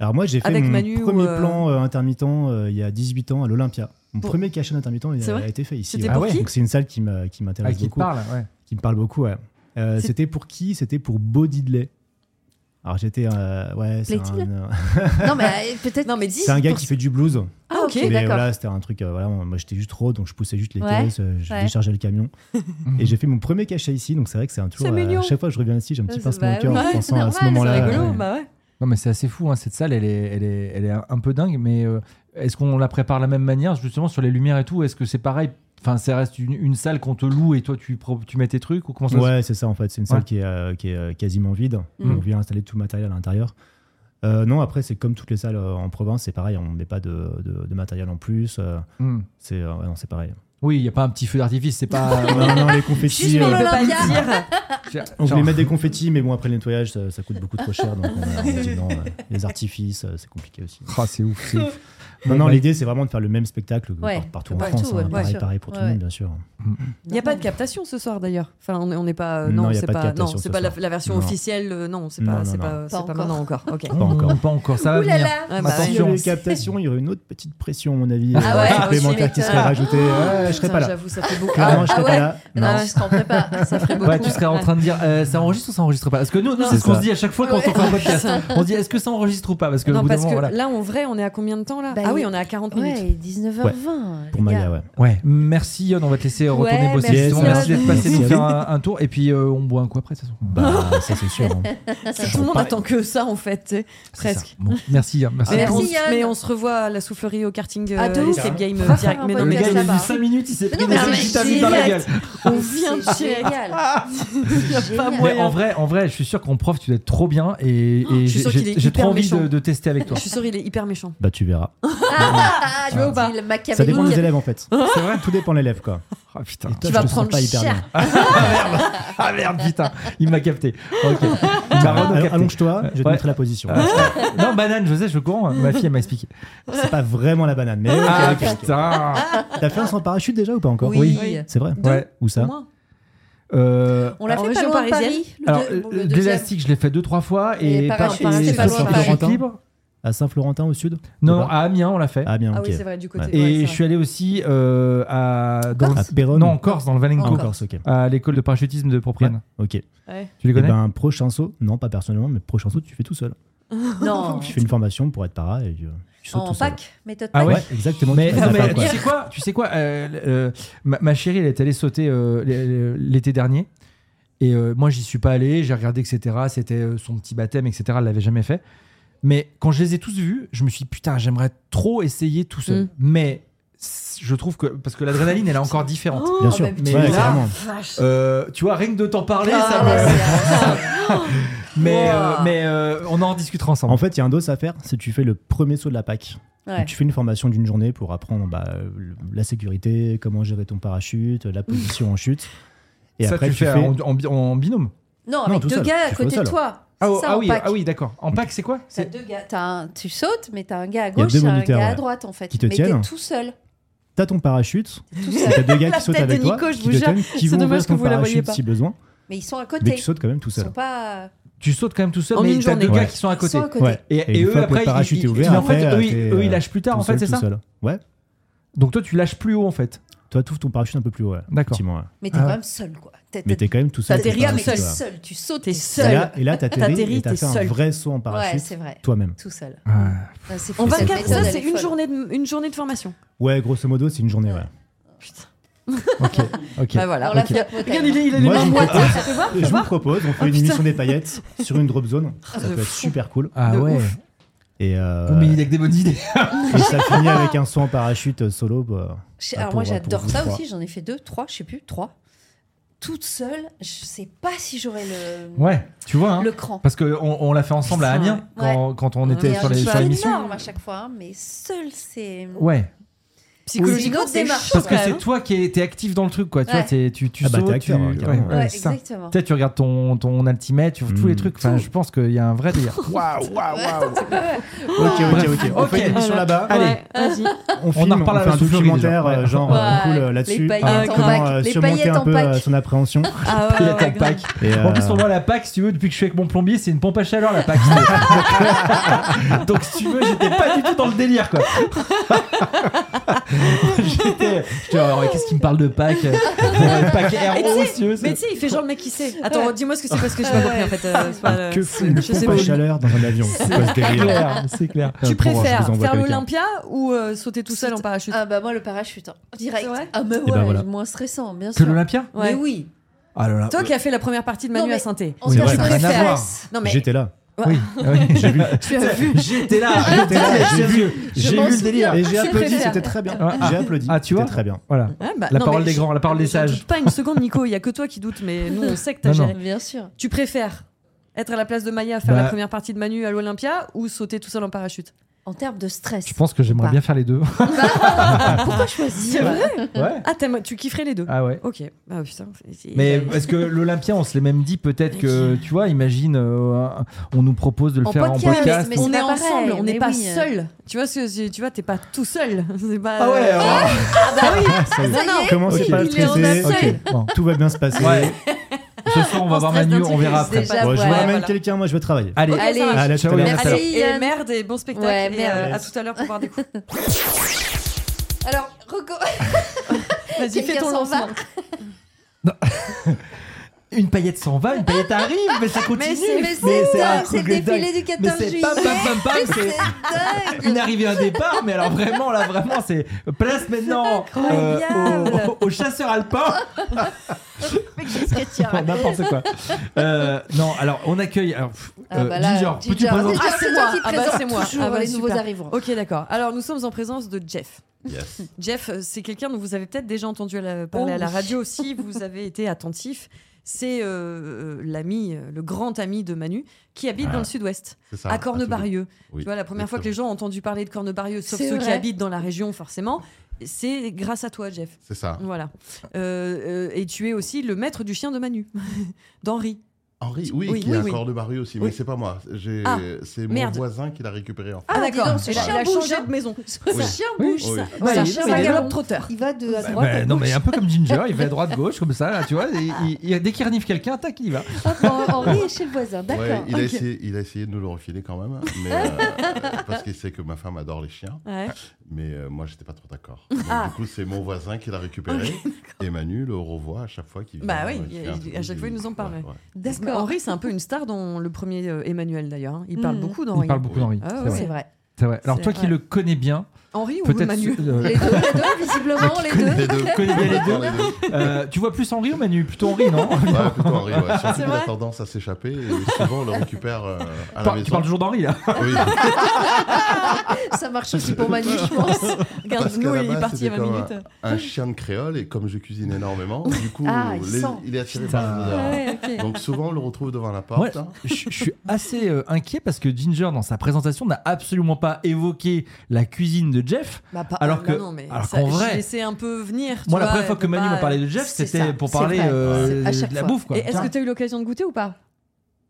Speaker 8: Alors moi, j'ai fait
Speaker 3: Avec
Speaker 8: mon
Speaker 3: Manu ou,
Speaker 8: premier
Speaker 3: euh,
Speaker 8: plan euh, intermittent euh, il y a 18 ans à l'Olympia. Mon
Speaker 3: Pour-
Speaker 8: premier cachet intermittent il
Speaker 3: C'est
Speaker 8: a,
Speaker 3: vrai
Speaker 8: a été fait ici.
Speaker 3: C'était
Speaker 8: ouais.
Speaker 2: pour
Speaker 8: Ah ouais.
Speaker 2: qui
Speaker 8: Donc c'est une salle qui m'a- qui
Speaker 2: Ah,
Speaker 8: m'intéresse
Speaker 2: qui te
Speaker 8: beaucoup,
Speaker 2: parle, ouais.
Speaker 8: qui me parle beaucoup. Ouais. Euh,
Speaker 3: C'est-
Speaker 8: C'était pour qui C'était pour Beau Diddley. Alors j'étais euh, ouais, c'est
Speaker 4: Plaît-il
Speaker 8: un, euh,
Speaker 4: Non, mais euh, peut-être.
Speaker 3: Non, mais dis.
Speaker 8: c'est un gars
Speaker 4: pour-
Speaker 8: qui fait du blues.
Speaker 4: Ah, ok,
Speaker 8: mais
Speaker 4: d'accord.
Speaker 8: voilà, c'était un truc. euh, voilà, moi j'étais juste trop, donc je poussais juste les
Speaker 4: Ouais,
Speaker 8: caisses, euh, je
Speaker 4: ouais.
Speaker 8: déchargeais le camion. et j'ai fait mon premier cachet ici, donc c'est vrai que c'est un tour.
Speaker 3: C'est
Speaker 8: euh,
Speaker 3: mignon.
Speaker 8: à chaque fois que je reviens ici, j'ai un petit
Speaker 4: Bah,
Speaker 8: pincement au cœur
Speaker 4: oui,
Speaker 8: en
Speaker 4: c'est
Speaker 8: pensant à ce
Speaker 4: normal,
Speaker 8: moment-là. euh,
Speaker 3: C'est
Speaker 2: Voilà,
Speaker 3: rigolo,
Speaker 2: ouais.
Speaker 3: bah ouais.
Speaker 2: Euh, Non, mais c'est assez fou, hein, cette salle, elle est, elle est, elle est un peu dingue, mais euh, est-ce qu'on la prépare de la même manière, justement, sur les lumières et tout Est-ce que c'est pareil Enfin, ça reste une, une salle qu'on te loue et toi, tu, pro- tu mets tes trucs ou comment ça se-
Speaker 8: Ouais, c'est ça en fait. C'est une salle
Speaker 2: Ouais.
Speaker 8: qui est, euh, qui est euh, quasiment vide.
Speaker 4: Mm.
Speaker 8: On vient installer tout le matériel à l'intérieur. Euh, non, après, c'est comme toutes les salles euh, en province, c'est pareil, on met pas de, de- de matériel en plus. euh,
Speaker 2: Hmm.
Speaker 8: c'est euh, ouais, non, c'est pareil.
Speaker 2: Oui, il n'y a pas un petit feu d'artifice, c'est pas. euh,
Speaker 8: Non, non, les
Speaker 4: Juste
Speaker 8: confettis,
Speaker 4: pour
Speaker 8: euh,
Speaker 3: On peut
Speaker 4: le-
Speaker 3: pas
Speaker 4: Olympia.
Speaker 3: le dire.
Speaker 2: Genre-
Speaker 8: on voulait mettre des confettis, mais bon, après le nettoyage, ça, ça coûte beaucoup trop cher. Donc, on a, on a dit non, euh, les artifices, euh, c'est compliqué aussi.
Speaker 2: Ah, c'est ouf, c'est ouf.
Speaker 8: Non, non,
Speaker 2: Ouais.
Speaker 8: l'idée, c'est vraiment de faire le même spectacle que
Speaker 4: Ouais,
Speaker 8: par- partout en
Speaker 4: partout,
Speaker 8: France.
Speaker 4: ouais,
Speaker 8: hein,
Speaker 4: bien
Speaker 8: pareil,
Speaker 4: sûr.
Speaker 8: pareil pour tout
Speaker 4: Ouais.
Speaker 8: le monde, bien sûr.
Speaker 3: Il n'y a pas de captation ce soir d'ailleurs. Enfin, on est- on n'est pas. euh,
Speaker 8: Non,
Speaker 3: non,
Speaker 8: il y a
Speaker 3: c'est
Speaker 8: pas de
Speaker 3: pas. Non,
Speaker 8: captation
Speaker 3: c'est
Speaker 8: ce
Speaker 3: pas la,
Speaker 8: soir.
Speaker 3: la version
Speaker 8: Non.
Speaker 3: officielle. euh, non, c'est
Speaker 8: Non,
Speaker 3: pas.
Speaker 8: non,
Speaker 3: C'est
Speaker 8: non.
Speaker 3: pas.
Speaker 4: Pas
Speaker 3: C'est pas
Speaker 4: encore.
Speaker 3: maintenant encore. Ok.
Speaker 8: Pas encore.
Speaker 2: Pas encore, ça va
Speaker 4: Ouh là
Speaker 2: venir.
Speaker 4: là.
Speaker 3: Ouais, bah,
Speaker 8: S'il y
Speaker 2: Attention.
Speaker 8: avait les captations, il y aurait une autre petite pression, à mon avis,
Speaker 4: Ah ouais,
Speaker 8: euh, supplémentaire qui
Speaker 4: aussi,
Speaker 8: serait
Speaker 4: mais-
Speaker 8: rajoutée. Ouais, je serais
Speaker 3: Putain,
Speaker 8: pas là.
Speaker 3: J'avoue, ça fait beaucoup.
Speaker 8: Clairement, je serais
Speaker 4: Ah
Speaker 8: pas
Speaker 4: ouais.
Speaker 8: là.
Speaker 4: Non, je t'en prépare. Ça ferait beaucoup.
Speaker 2: Ouais, tu serais en train de dire, euh, ça enregistre ou ça enregistre pas Parce que nous, nous,
Speaker 3: Non.
Speaker 2: c'est ce qu'on
Speaker 8: C'est
Speaker 2: se dit à chaque fois quand on fait un podcast. On dit, est-ce que ça enregistre ou pas Parce que, au
Speaker 3: non,
Speaker 2: bout d'un
Speaker 3: parce que
Speaker 2: moment, voilà.
Speaker 3: là, en vrai, on est à combien de temps là
Speaker 4: Bah,
Speaker 3: Ah oui,
Speaker 4: il-
Speaker 3: on est à 40 minutes.
Speaker 4: Ouais, 19h20. les
Speaker 8: Pour Maya,
Speaker 4: gars.
Speaker 8: ouais.
Speaker 2: Ouais, merci Yon, on va te laisser retourner
Speaker 3: Ouais,
Speaker 2: bosser.
Speaker 8: merci
Speaker 2: justement.
Speaker 8: à
Speaker 2: merci
Speaker 8: vous.
Speaker 2: d'être passé
Speaker 8: Merci
Speaker 2: nous
Speaker 8: à
Speaker 2: faire un, un tour. Et puis euh, on boit un coup après, de toute façon.
Speaker 8: Bah, ça c'est sûr. hein.
Speaker 3: C'est tout le monde attend que ça en fait. tu sais.
Speaker 2: C'est
Speaker 3: Presque.
Speaker 2: ça. Bon, merci Yon, merci.
Speaker 3: Mais,
Speaker 4: Merci,
Speaker 3: on,
Speaker 4: Yann.
Speaker 3: mais on se revoit à la soufflerie au karting
Speaker 4: Ah,
Speaker 3: euh,
Speaker 4: de
Speaker 3: et
Speaker 4: ouf.
Speaker 3: escape game euh,
Speaker 4: Va faire
Speaker 3: direct.
Speaker 4: un
Speaker 3: Mais non,
Speaker 2: Le
Speaker 4: podcast
Speaker 3: mais
Speaker 2: gars, il a
Speaker 4: là-bas.
Speaker 2: vu 5 minutes, il s'est
Speaker 4: Mais
Speaker 2: pris
Speaker 4: non, mais
Speaker 2: des
Speaker 4: c'est
Speaker 2: vitamines dans la gueule.
Speaker 4: direct.
Speaker 3: On vient de
Speaker 4: C'est
Speaker 3: chez.
Speaker 4: génial.
Speaker 3: Il n'y a pas
Speaker 4: Génial.
Speaker 2: Mais
Speaker 3: moyen.
Speaker 2: en vrai, en vrai, je suis sûr qu'en prof, tu dois être trop bien et, et
Speaker 3: Je suis
Speaker 2: j'ai
Speaker 3: sûre qu'il
Speaker 2: j'ai-
Speaker 3: est
Speaker 2: j'ai trop
Speaker 3: hyper
Speaker 2: envie de,
Speaker 3: méchant.
Speaker 2: de tester avec toi.
Speaker 3: Je suis sûr, il est hyper méchant.
Speaker 8: Bah, tu verras.
Speaker 4: Ah, tu
Speaker 8: vois ou
Speaker 4: pas
Speaker 8: Ça dépend des élèves en fait. C'est vrai Tout dépend de l'élève quoi.
Speaker 2: Ah putain.
Speaker 8: Et toi,
Speaker 4: Ah. Tu
Speaker 8: je
Speaker 4: vas
Speaker 8: te sens
Speaker 4: prendre
Speaker 8: pas hyper
Speaker 4: cher.
Speaker 8: bien.
Speaker 2: Ah merde, putain, il m'a capté. Ok. Il m'a
Speaker 4: Bah,
Speaker 8: Alors,
Speaker 2: vraiment capté.
Speaker 8: Allonge-toi, je vais te
Speaker 2: Ouais.
Speaker 8: montrer la position.
Speaker 4: Ah.
Speaker 2: Non, banane, je sais, je suis au courant. hein. Ma fille, elle m'a expliqué.
Speaker 8: C'est pas vraiment la banane, mais.
Speaker 2: Ah
Speaker 8: ok, ok, ok.
Speaker 2: putain.
Speaker 8: T'as fait un sans parachute déjà ou pas encore
Speaker 4: Oui. Oui.
Speaker 8: C'est vrai
Speaker 2: Ouais.
Speaker 8: Où ça
Speaker 3: Moi.
Speaker 2: Euh,
Speaker 4: On l'a
Speaker 3: En
Speaker 4: fait pas
Speaker 3: région
Speaker 4: loin de
Speaker 3: parisienne.
Speaker 4: Paris. le
Speaker 2: alors,
Speaker 4: deux- bon, le
Speaker 2: euh,
Speaker 4: deuxième.
Speaker 2: l'élastique, je l'ai fait deux, trois fois.
Speaker 4: Et
Speaker 2: Et,
Speaker 4: parachute,
Speaker 2: par- et
Speaker 4: c'est pas
Speaker 2: sur
Speaker 4: loin,
Speaker 2: parachute
Speaker 8: Florentin.
Speaker 2: libre.
Speaker 8: À Saint-Florentin au sud
Speaker 2: Non,
Speaker 8: Ou pas
Speaker 2: à Amiens, on l'a fait.
Speaker 8: Ah bien,
Speaker 3: Ah
Speaker 8: ok.
Speaker 3: oui, c'est vrai, du côté. ouais,
Speaker 2: Et
Speaker 3: c'est
Speaker 2: je
Speaker 3: vrai.
Speaker 2: suis allé aussi euh, à. Dans
Speaker 8: À
Speaker 2: le-
Speaker 8: Péronne
Speaker 2: Non, en Corse, dans le
Speaker 4: En
Speaker 2: Valenco.
Speaker 4: Corse.
Speaker 8: Corse, ok.
Speaker 2: À l'école de parachutisme de Propriane.
Speaker 8: Ok. Eh
Speaker 2: Tu les connais
Speaker 8: ben, prochain saut, non pas personnellement, mais prochain saut, tu fais tout seul.
Speaker 4: Non.
Speaker 8: Tu fais une formation pour être para et euh, tu sautes
Speaker 4: En
Speaker 8: tout seul.
Speaker 4: pack, méthode
Speaker 2: Ah
Speaker 4: pack.
Speaker 8: Ouais,
Speaker 2: ouais
Speaker 8: exactement.
Speaker 2: Mais,
Speaker 8: tu fais ça
Speaker 2: mais
Speaker 8: par
Speaker 2: tu
Speaker 8: quoi.
Speaker 2: sais quoi, tu sais quoi euh, euh, ma, ma chérie, elle est allée sauter euh, l'é- l'été dernier. Et euh, moi, j'y suis pas allé. J'ai regardé, etc. C'était euh, son petit baptême, etc. Elle l'avait jamais fait. Mais quand je les ai tous vus, je me suis dit, putain, j'aimerais trop essayer tout seul.
Speaker 3: Mm.
Speaker 2: Mais c- je trouve que. Parce que l'adrénaline, elle est encore différente.
Speaker 3: Oh,
Speaker 8: Bien sûr.
Speaker 3: bah,
Speaker 2: mais
Speaker 8: Ouais,
Speaker 2: là-
Speaker 8: carrément.
Speaker 2: Euh, tu vois, rien que de t'en parler,
Speaker 4: Ah,
Speaker 2: ça
Speaker 4: ouais,
Speaker 2: me.
Speaker 4: c'est-
Speaker 2: Mais,
Speaker 4: Wow.
Speaker 2: euh, mais euh, on en discutera
Speaker 3: Ah.
Speaker 2: ensemble.
Speaker 8: En fait, il y a un dos à faire, c'est tu fais le premier saut de la PAC.
Speaker 4: Ouais.
Speaker 8: Tu fais une formation d'une journée pour apprendre bah, le- la sécurité, comment gérer ton parachute, la position en chute. Et
Speaker 2: ça,
Speaker 8: après,
Speaker 2: tu,
Speaker 8: tu,
Speaker 2: le fais
Speaker 8: fais.
Speaker 2: en, en bi- en binôme.
Speaker 4: Non, avec
Speaker 8: tout
Speaker 4: deux
Speaker 8: seul.
Speaker 4: gars
Speaker 8: Tu fais
Speaker 4: à côté
Speaker 8: au
Speaker 4: de
Speaker 8: sol.
Speaker 4: toi.
Speaker 2: Ah,
Speaker 4: C'est
Speaker 2: oh,
Speaker 4: ça,
Speaker 2: ah
Speaker 4: en
Speaker 2: oui,
Speaker 4: pack.
Speaker 2: ah oui, d'accord. En pack, c'est quoi
Speaker 4: T'as
Speaker 2: C'est-
Speaker 4: deux gars. T'as un- Tu sautes, mais t'as un gars à
Speaker 8: y a
Speaker 4: gauche
Speaker 8: deux
Speaker 4: et un
Speaker 8: moniteurs,
Speaker 4: gars à
Speaker 8: ouais.
Speaker 4: droite, en fait.
Speaker 8: Qui te
Speaker 4: mais
Speaker 8: tiennent.
Speaker 4: t'es tout seul.
Speaker 8: T'as ton parachute,
Speaker 4: Tout
Speaker 8: et
Speaker 4: seul.
Speaker 8: t'as deux gars
Speaker 3: La
Speaker 8: qui sautent
Speaker 3: tête de
Speaker 8: avec toi,
Speaker 3: Nico, je
Speaker 8: qui
Speaker 3: vous
Speaker 8: te
Speaker 3: jure,
Speaker 8: tiennent, qui
Speaker 3: c'est
Speaker 8: vont
Speaker 3: dommage
Speaker 8: ouvrir
Speaker 3: que
Speaker 8: ton
Speaker 3: vous la voyez
Speaker 8: parachute
Speaker 3: pas.
Speaker 8: si besoin,
Speaker 4: Mais ils sont à
Speaker 8: mais tu
Speaker 4: côté.
Speaker 8: sautes quand même tout
Speaker 4: Ils
Speaker 8: seul.
Speaker 4: sont pas.
Speaker 2: Tu sautes quand même tout seul,
Speaker 3: En
Speaker 2: mais
Speaker 3: une
Speaker 2: t'as deux
Speaker 8: journée.
Speaker 2: gars qui sont à
Speaker 4: Ils sont
Speaker 2: côté.
Speaker 4: à côté.
Speaker 8: Ouais.
Speaker 2: Et,
Speaker 8: Et
Speaker 2: et
Speaker 8: une
Speaker 2: eux,
Speaker 8: fois que
Speaker 2: après,
Speaker 8: le parachute
Speaker 2: ils,
Speaker 8: est
Speaker 2: ils-
Speaker 8: ouvert,
Speaker 2: mais en fait,
Speaker 8: après,
Speaker 2: eux, ils-
Speaker 8: t'es,
Speaker 2: eux, ils
Speaker 8: euh,
Speaker 2: lâchent plus tard,
Speaker 8: Tout
Speaker 2: en fait,
Speaker 8: seul,
Speaker 2: c'est
Speaker 8: tout
Speaker 2: ça
Speaker 8: seul. Ouais,
Speaker 2: Donc toi, tu lâches plus haut, en fait.
Speaker 8: toi, tu ouvres ton parachute un peu plus haut. ouais,
Speaker 2: D'accord.
Speaker 8: effectivement, ouais.
Speaker 4: Mais t'es
Speaker 2: Ah
Speaker 4: quand
Speaker 2: ouais.
Speaker 4: même seul, quoi. T'es-
Speaker 8: Mais
Speaker 4: t'es-
Speaker 8: t'es quand même tout seul.
Speaker 4: T'atterris,
Speaker 8: t'es
Speaker 4: mais
Speaker 8: pas
Speaker 4: t'es
Speaker 8: seul,
Speaker 4: seul. Tu sautes,
Speaker 8: toi.
Speaker 4: t'es
Speaker 3: T'es
Speaker 8: Et
Speaker 3: seul.
Speaker 4: seul.
Speaker 8: là, et là, t'atterris
Speaker 3: T'atterris,
Speaker 8: et t'as
Speaker 3: t'es
Speaker 8: fait un
Speaker 3: seul.
Speaker 8: vrai saut en
Speaker 4: Ouais,
Speaker 8: parachute
Speaker 4: c'est vrai.
Speaker 8: toi-même.
Speaker 4: Tout seul. Ouais, c'est fou,
Speaker 3: En
Speaker 4: cette
Speaker 3: 24
Speaker 4: méthode,
Speaker 3: ça
Speaker 4: elle
Speaker 3: c'est
Speaker 4: est
Speaker 3: une
Speaker 4: folle.
Speaker 3: journée, de, une journée de formation.
Speaker 8: Ouais, grosso modo, c'est une journée. ouais.
Speaker 2: Ok. ok.
Speaker 3: Bah voilà.
Speaker 4: Alors là,
Speaker 2: Ok.
Speaker 4: Flat Motel.
Speaker 3: Regarde, il est, il est
Speaker 8: Moi,
Speaker 3: les
Speaker 8: je
Speaker 3: mains
Speaker 8: vous
Speaker 3: moitées.
Speaker 8: propose-
Speaker 3: Tu peux voir, tu
Speaker 8: Je
Speaker 3: peux
Speaker 8: vous
Speaker 3: voir.
Speaker 8: propose,
Speaker 4: Oh,
Speaker 8: on fait une émission des paillettes sur une drop zone. Ça
Speaker 3: de
Speaker 8: peut être
Speaker 3: fou.
Speaker 8: super cool.
Speaker 2: Ah
Speaker 3: de
Speaker 2: ouais.
Speaker 3: ouf.
Speaker 8: Et, euh,
Speaker 2: Oh, Mais il a que des bonnes idées.
Speaker 8: et ça finit avec un saut en parachute euh, solo. bah,
Speaker 4: Je-
Speaker 8: Ah,
Speaker 4: Alors
Speaker 8: pour-
Speaker 4: moi
Speaker 8: pour
Speaker 4: j'adore
Speaker 8: vous
Speaker 4: ça
Speaker 8: trois.
Speaker 4: aussi, j'en ai fait deux, trois, je sais plus, trois. Toute seule, je sais pas si j'aurais le,
Speaker 2: Ouais, tu vois. hein.
Speaker 4: le cran.
Speaker 2: Parce qu'on on, on l'a fait ensemble à Amiens quand, quand on était
Speaker 4: Mais
Speaker 2: sur les-
Speaker 4: je
Speaker 2: sur
Speaker 4: suis
Speaker 2: l'émission.
Speaker 4: énorme à chaque fois, hein, mais seule c'est...
Speaker 2: Ouais,
Speaker 3: Psychologiquement,
Speaker 4: Oui.
Speaker 3: c'est
Speaker 4: Parce
Speaker 3: chaud,
Speaker 2: parce que
Speaker 3: quand
Speaker 2: c'est
Speaker 3: même.
Speaker 2: toi qui es t'es actif dans le truc, quoi. Tu
Speaker 4: Ouais.
Speaker 2: vois, t'es- tu, tu
Speaker 8: Ah bah, t'es
Speaker 2: sautes,
Speaker 8: acteur, hein,
Speaker 2: tu...
Speaker 8: carrément.
Speaker 2: ouais,
Speaker 4: Ouais,
Speaker 2: c'est ça.
Speaker 4: exactement.
Speaker 2: Peut-être tu regardes ton, ton altimètre, tu vois tous
Speaker 8: Mm.
Speaker 2: les trucs. Enfin, je pense qu'il y a un vrai délire. Waouh, waouh, waouh.
Speaker 4: Oh,
Speaker 8: Ok, ok,
Speaker 2: Bref.
Speaker 8: ok. On
Speaker 2: Ok.
Speaker 8: fait une émission
Speaker 3: Voilà.
Speaker 8: là-bas.
Speaker 2: Allez.
Speaker 3: Ouais, vas-y.
Speaker 8: On, filme,
Speaker 2: en
Speaker 8: on
Speaker 2: reparle à
Speaker 8: fait
Speaker 2: la
Speaker 8: un
Speaker 2: soufflerie,
Speaker 8: documentaire
Speaker 2: déjà.
Speaker 8: euh, genre
Speaker 4: Ouais.
Speaker 8: cool euh,
Speaker 4: Les
Speaker 8: là-dessus.
Speaker 4: paillettes
Speaker 8: euh,
Speaker 4: en
Speaker 8: comment
Speaker 4: bac.
Speaker 8: euh,
Speaker 4: Les
Speaker 8: surmonter
Speaker 4: paillettes
Speaker 8: un
Speaker 4: en
Speaker 8: peu
Speaker 4: bac.
Speaker 8: euh, son appréhension.
Speaker 3: Ah
Speaker 2: Il y
Speaker 3: ouais,
Speaker 2: a
Speaker 3: ouais,
Speaker 2: ta
Speaker 3: grave.
Speaker 2: PAC.
Speaker 8: Et, euh,
Speaker 2: En plus, on voit la PAC, si tu veux, depuis que je suis avec mon plombier, c'est une pompe à chaleur la PAC. Donc- Donc, si tu veux, j'étais pas du tout dans le délire quoi. j'étais. j'étais, alors, Qu'est-ce qu'il me parle de PAC Euh, PAC RO, si tu veux.
Speaker 3: Mais
Speaker 2: c'est-
Speaker 3: tu sais, il fait genre le mec qui sait. Attends, dis-moi ce que c'est parce que j'ai pas compris en fait.
Speaker 4: Ah,
Speaker 3: euh, c'est pas, euh,
Speaker 8: Que fout une
Speaker 3: je sais
Speaker 8: pompe à
Speaker 3: pas.
Speaker 8: chaleur dans un avion C'est quoi ce
Speaker 2: C'est
Speaker 8: délire
Speaker 2: clair, c'est clair.
Speaker 3: Tu
Speaker 8: Pour, euh, je
Speaker 3: préfères
Speaker 8: vous envoie
Speaker 3: faire
Speaker 8: quelqu'un.
Speaker 3: l'Olympia ou euh, sauter tout seul en parachute
Speaker 4: Ah bah moi le parachute, hein. direct.
Speaker 3: C'est vrai
Speaker 4: Ah bah ouais,
Speaker 8: ben voilà.
Speaker 4: moins stressant, bien
Speaker 2: Que
Speaker 4: sûr.
Speaker 2: l'Olympia
Speaker 4: Mais
Speaker 3: Ouais.
Speaker 4: oui,
Speaker 2: Ah là là.
Speaker 3: Toi qui as fait la première partie de Manu
Speaker 4: Non, mais-
Speaker 3: à Saint-Thé.
Speaker 4: on
Speaker 8: Oui,
Speaker 4: se
Speaker 8: ouais,
Speaker 4: tu
Speaker 8: rien
Speaker 2: à
Speaker 4: préfères.
Speaker 2: voir.
Speaker 3: Non mais
Speaker 8: J'étais là.
Speaker 2: Oui,
Speaker 8: Ah J'ai vu.
Speaker 3: tu as vu. Ah,
Speaker 2: J'étais là, j'étais là, j'ai vu, j'ai
Speaker 3: m'en
Speaker 2: vu le
Speaker 3: souviens.
Speaker 2: délire.
Speaker 8: Et j'ai
Speaker 3: Je
Speaker 8: applaudi,
Speaker 3: préfère.
Speaker 8: c'était très bien.
Speaker 2: Ah, ah.
Speaker 8: J'ai applaudi.
Speaker 2: Ah, tu vois
Speaker 8: C'était très bien.
Speaker 2: Voilà.
Speaker 3: Ouais, bah,
Speaker 2: La
Speaker 3: non,
Speaker 2: parole
Speaker 3: mais
Speaker 2: des
Speaker 3: je-
Speaker 2: grands, la parole des
Speaker 3: j'en
Speaker 2: sages.
Speaker 3: doute pas une seconde, Nico. Il y a que toi qui doutes, mais nous on sait que t'as
Speaker 2: Non, non.
Speaker 3: géré.
Speaker 4: Bien sûr.
Speaker 3: Tu préfères être à la place de Maya à faire
Speaker 2: Bah-
Speaker 3: la première partie de Manu à l'Olympia ou sauter tout seul en parachute
Speaker 4: En termes de stress.
Speaker 2: Je pense que j'aimerais
Speaker 4: Bah.
Speaker 2: bien faire les deux.
Speaker 4: Pourquoi choisir
Speaker 2: Ouais.
Speaker 3: Ah, t'aimes- tu kifferais les deux
Speaker 2: Ah ouais.
Speaker 3: Ok. Ah putain. c'est- c'est-
Speaker 2: Mais parce que l'Olympia, on se l'est même dit peut-être que, tu vois, imagine, euh, un- on nous propose de le
Speaker 3: En
Speaker 2: faire en
Speaker 3: podcast,
Speaker 2: podcast.
Speaker 4: mais
Speaker 3: on
Speaker 4: c'est
Speaker 3: est
Speaker 4: pas pareil,
Speaker 3: ensemble, on
Speaker 4: mais
Speaker 3: n'est pas
Speaker 4: oui. euh.
Speaker 3: seul. Tu vois, ce que- tu vois, t'es pas tout seul. C'est pas,
Speaker 2: Ah ouais,
Speaker 3: euh,
Speaker 2: alors- Ah,
Speaker 8: Ça y est.
Speaker 3: Non, non.
Speaker 8: Commencez
Speaker 2: Ok.
Speaker 8: pas à
Speaker 3: Eh, Il est en
Speaker 8: stresser.
Speaker 3: absence.
Speaker 8: Ok.
Speaker 2: Bon.
Speaker 8: Tout va bien se passer.
Speaker 2: Ouais. Ce soir, on va
Speaker 3: On
Speaker 2: voir
Speaker 3: stresse
Speaker 2: Manu,
Speaker 3: d'un
Speaker 2: on verra
Speaker 4: truc,
Speaker 2: après.
Speaker 4: déjà.
Speaker 8: Bon, je vous
Speaker 3: Ouais,
Speaker 8: ramène
Speaker 3: voilà.
Speaker 8: quelqu'un, moi je vais travailler.
Speaker 2: Allez,
Speaker 4: Allez,
Speaker 8: Ah, là,
Speaker 2: ciao,
Speaker 8: tout à
Speaker 2: Yann.
Speaker 8: l'heure.
Speaker 4: Allez,
Speaker 3: Et
Speaker 4: Yann.
Speaker 3: euh, merde et bon spectacle.
Speaker 4: Ouais,
Speaker 3: et
Speaker 4: merde.
Speaker 3: euh, à tout à l'heure pour voir des coups.
Speaker 4: Alors, Rocco,
Speaker 3: Vas-y, fais
Speaker 4: Quelqu'un
Speaker 3: ton
Speaker 4: s'en va
Speaker 3: lancement.
Speaker 2: une paillette s'en va, une paillette arrive, mais ça continue.
Speaker 4: c'est- mais c'est
Speaker 2: un
Speaker 4: dingue, c'est
Speaker 2: truc
Speaker 4: le
Speaker 2: de dingue.
Speaker 4: défilé du 14
Speaker 2: Mais c'est pam, pam, pam, pam, c'est-
Speaker 4: dingue.
Speaker 2: une arrivée un départ mais alors vraiment là vraiment c'est place maintenant euh,
Speaker 4: incroyable.
Speaker 2: au, au- au chasseur alpin
Speaker 4: Mais qu'est-ce que tu as
Speaker 2: n'importe quoi Euh, non alors on accueille alors, pff,
Speaker 4: Ah,
Speaker 2: euh,
Speaker 4: bah là,
Speaker 2: Ginger, peux-tu
Speaker 4: Ginger,
Speaker 2: présenter-
Speaker 3: Ah,
Speaker 4: c'est
Speaker 3: c'est
Speaker 4: toi
Speaker 3: moi.
Speaker 4: qui
Speaker 3: Ah, bah,
Speaker 4: présente
Speaker 3: c'est moi.
Speaker 4: toujours
Speaker 3: Ah, bah,
Speaker 4: les nouveaux
Speaker 3: super.
Speaker 4: arrivants.
Speaker 3: Ok, d'accord. Alors, nous sommes en présence de Jeff. Jeff, euh, c'est quelqu'un dont vous avez peut-être déjà entendu à la- parler
Speaker 4: Oh,
Speaker 3: à la
Speaker 4: oui.
Speaker 3: radio aussi, vous avez été attentif. C'est euh, euh, l'ami, euh, le grand ami de Manu, qui habite
Speaker 9: Ah,
Speaker 3: dans le sud-ouest,
Speaker 9: C'est ça,
Speaker 3: à Cornebarieux.
Speaker 9: Oui,
Speaker 3: tu vois, la première fois que les gens ont entendu parler de Cornebarieux, sauf
Speaker 4: C'est
Speaker 3: ceux qui
Speaker 4: vrai.
Speaker 3: habitent dans la région, forcément, c'est grâce à toi, Jeff.
Speaker 9: C'est ça.
Speaker 3: Voilà. Euh, euh, et tu es aussi le maître du chien de Manu, d'Henri.
Speaker 9: Henri, oui,
Speaker 3: Oui,
Speaker 9: qui
Speaker 3: oui,
Speaker 9: est
Speaker 3: oui.
Speaker 9: à Cornebarieux aussi, mais
Speaker 3: Oui.
Speaker 9: c'est pas moi. J'ai-
Speaker 3: Ah,
Speaker 9: c'est mon
Speaker 3: merde.
Speaker 9: voisin qui l'a récupéré en fait.
Speaker 4: Ah, dis donc,
Speaker 3: Il
Speaker 4: ce
Speaker 3: a- il
Speaker 4: chien
Speaker 3: a
Speaker 4: bouge.
Speaker 3: changé
Speaker 4: hein.
Speaker 3: de maison.
Speaker 4: Ce
Speaker 9: Oui.
Speaker 4: chien
Speaker 9: Oui.
Speaker 4: bouge. ça.
Speaker 2: Ouais,
Speaker 4: C'est un
Speaker 2: il-
Speaker 4: chien
Speaker 2: mais
Speaker 4: à
Speaker 2: il-
Speaker 4: galop.
Speaker 3: trotteur.
Speaker 4: Il va de à droite à
Speaker 2: Bah, non
Speaker 4: gauche.
Speaker 2: mais un peu comme Ginger il va à droite gauche comme ça là tu vois et, il- il- dès qu'il renifle quelqu'un tac il y va
Speaker 4: Hop, on- Henri est chez le voisin,
Speaker 9: Ouais,
Speaker 4: d'accord.
Speaker 9: il, a
Speaker 4: Ok.
Speaker 9: essayé, il a essayé de nous le refiler quand même, mais, euh, parce qu'il sait que ma femme adore les chiens,
Speaker 3: Ouais.
Speaker 9: mais euh, moi j'étais pas trop d'accord. Donc,
Speaker 4: Ah.
Speaker 9: Du coup, c'est mon voisin qui l'a récupéré, et Manu le revoit à chaque fois qu'il vient.
Speaker 3: Bah oui,
Speaker 9: euh,
Speaker 3: il-
Speaker 9: faire un
Speaker 3: il-
Speaker 9: truc,
Speaker 3: à chaque fois, il nous en parle,
Speaker 9: ouais,
Speaker 3: ouais.
Speaker 9: ouais.
Speaker 4: D'accord.
Speaker 3: Bah, Henri, c'est un peu une star dans le premier euh, Emmanuel d'ailleurs. hein. Il parle
Speaker 4: Mhm.
Speaker 3: beaucoup
Speaker 2: il
Speaker 3: d'Henri.
Speaker 2: parle beaucoup d'Henri
Speaker 3: Ah,
Speaker 2: c'est
Speaker 3: ouais.
Speaker 4: C'est
Speaker 2: vrai,
Speaker 4: vrai.
Speaker 2: c'est vrai. alors
Speaker 3: C'est
Speaker 2: toi qui
Speaker 3: vrai.
Speaker 2: le connais bien
Speaker 3: Henri ou
Speaker 2: peut-être
Speaker 3: Manu
Speaker 2: euh,
Speaker 4: Les deux, les deux, visiblement, les deux.
Speaker 9: Les deux.
Speaker 2: Connais bien les deux.
Speaker 9: Ouais,
Speaker 2: euh, tu vois plus Henri ou Manu plutôt Henri non
Speaker 9: Ouais, plutôt Henri, ouais. Surtout
Speaker 3: C'est
Speaker 9: qu'il a
Speaker 3: vrai
Speaker 9: tendance à s'échapper, et souvent on le récupère euh, à la
Speaker 2: Par- tu
Speaker 9: maison.
Speaker 2: parles toujours d'Henri là
Speaker 9: Oui,
Speaker 4: Ça marche aussi pour Manu, je pense.
Speaker 9: parce qu'à
Speaker 3: Regarde-nous,
Speaker 9: la
Speaker 3: il est
Speaker 9: base,
Speaker 3: parti
Speaker 9: c'était
Speaker 3: il y a 20
Speaker 9: comme un-
Speaker 3: minutes.
Speaker 2: euh,
Speaker 9: Un chien de créole, et comme je cuisine énormément, du coup,
Speaker 4: Ah, il
Speaker 9: les-
Speaker 4: sent.
Speaker 9: il est attiré
Speaker 2: Putain.
Speaker 9: par les odeurs.
Speaker 4: Ouais, ok.
Speaker 9: Donc souvent, on le retrouve devant la porte.
Speaker 2: Ouais.
Speaker 9: hein.
Speaker 2: je, je suis assez euh, inquiet parce que Ginger, dans sa présentation, n'a absolument pas évoqué la cuisine de Jeff.
Speaker 3: Bah, pas-
Speaker 2: Alors
Speaker 3: bah
Speaker 2: que-
Speaker 3: non, mais
Speaker 2: alors
Speaker 3: ça-
Speaker 2: qu'en
Speaker 3: je
Speaker 2: vrai-
Speaker 3: laissais un peu venir. tu
Speaker 2: Moi, la
Speaker 3: vois,
Speaker 2: première fois
Speaker 3: elle
Speaker 2: que
Speaker 3: peut
Speaker 2: Manu
Speaker 3: pas-
Speaker 2: m'a parlé de Jeff,
Speaker 4: c'est
Speaker 2: c'était
Speaker 4: ça,
Speaker 2: pour
Speaker 4: c'est
Speaker 2: parler
Speaker 4: vrai.
Speaker 2: euh,
Speaker 4: C'est- à chaque
Speaker 2: de la
Speaker 4: fois.
Speaker 2: bouffe. Quoi.
Speaker 3: Et est-ce que tu as eu l'occasion de goûter ou pas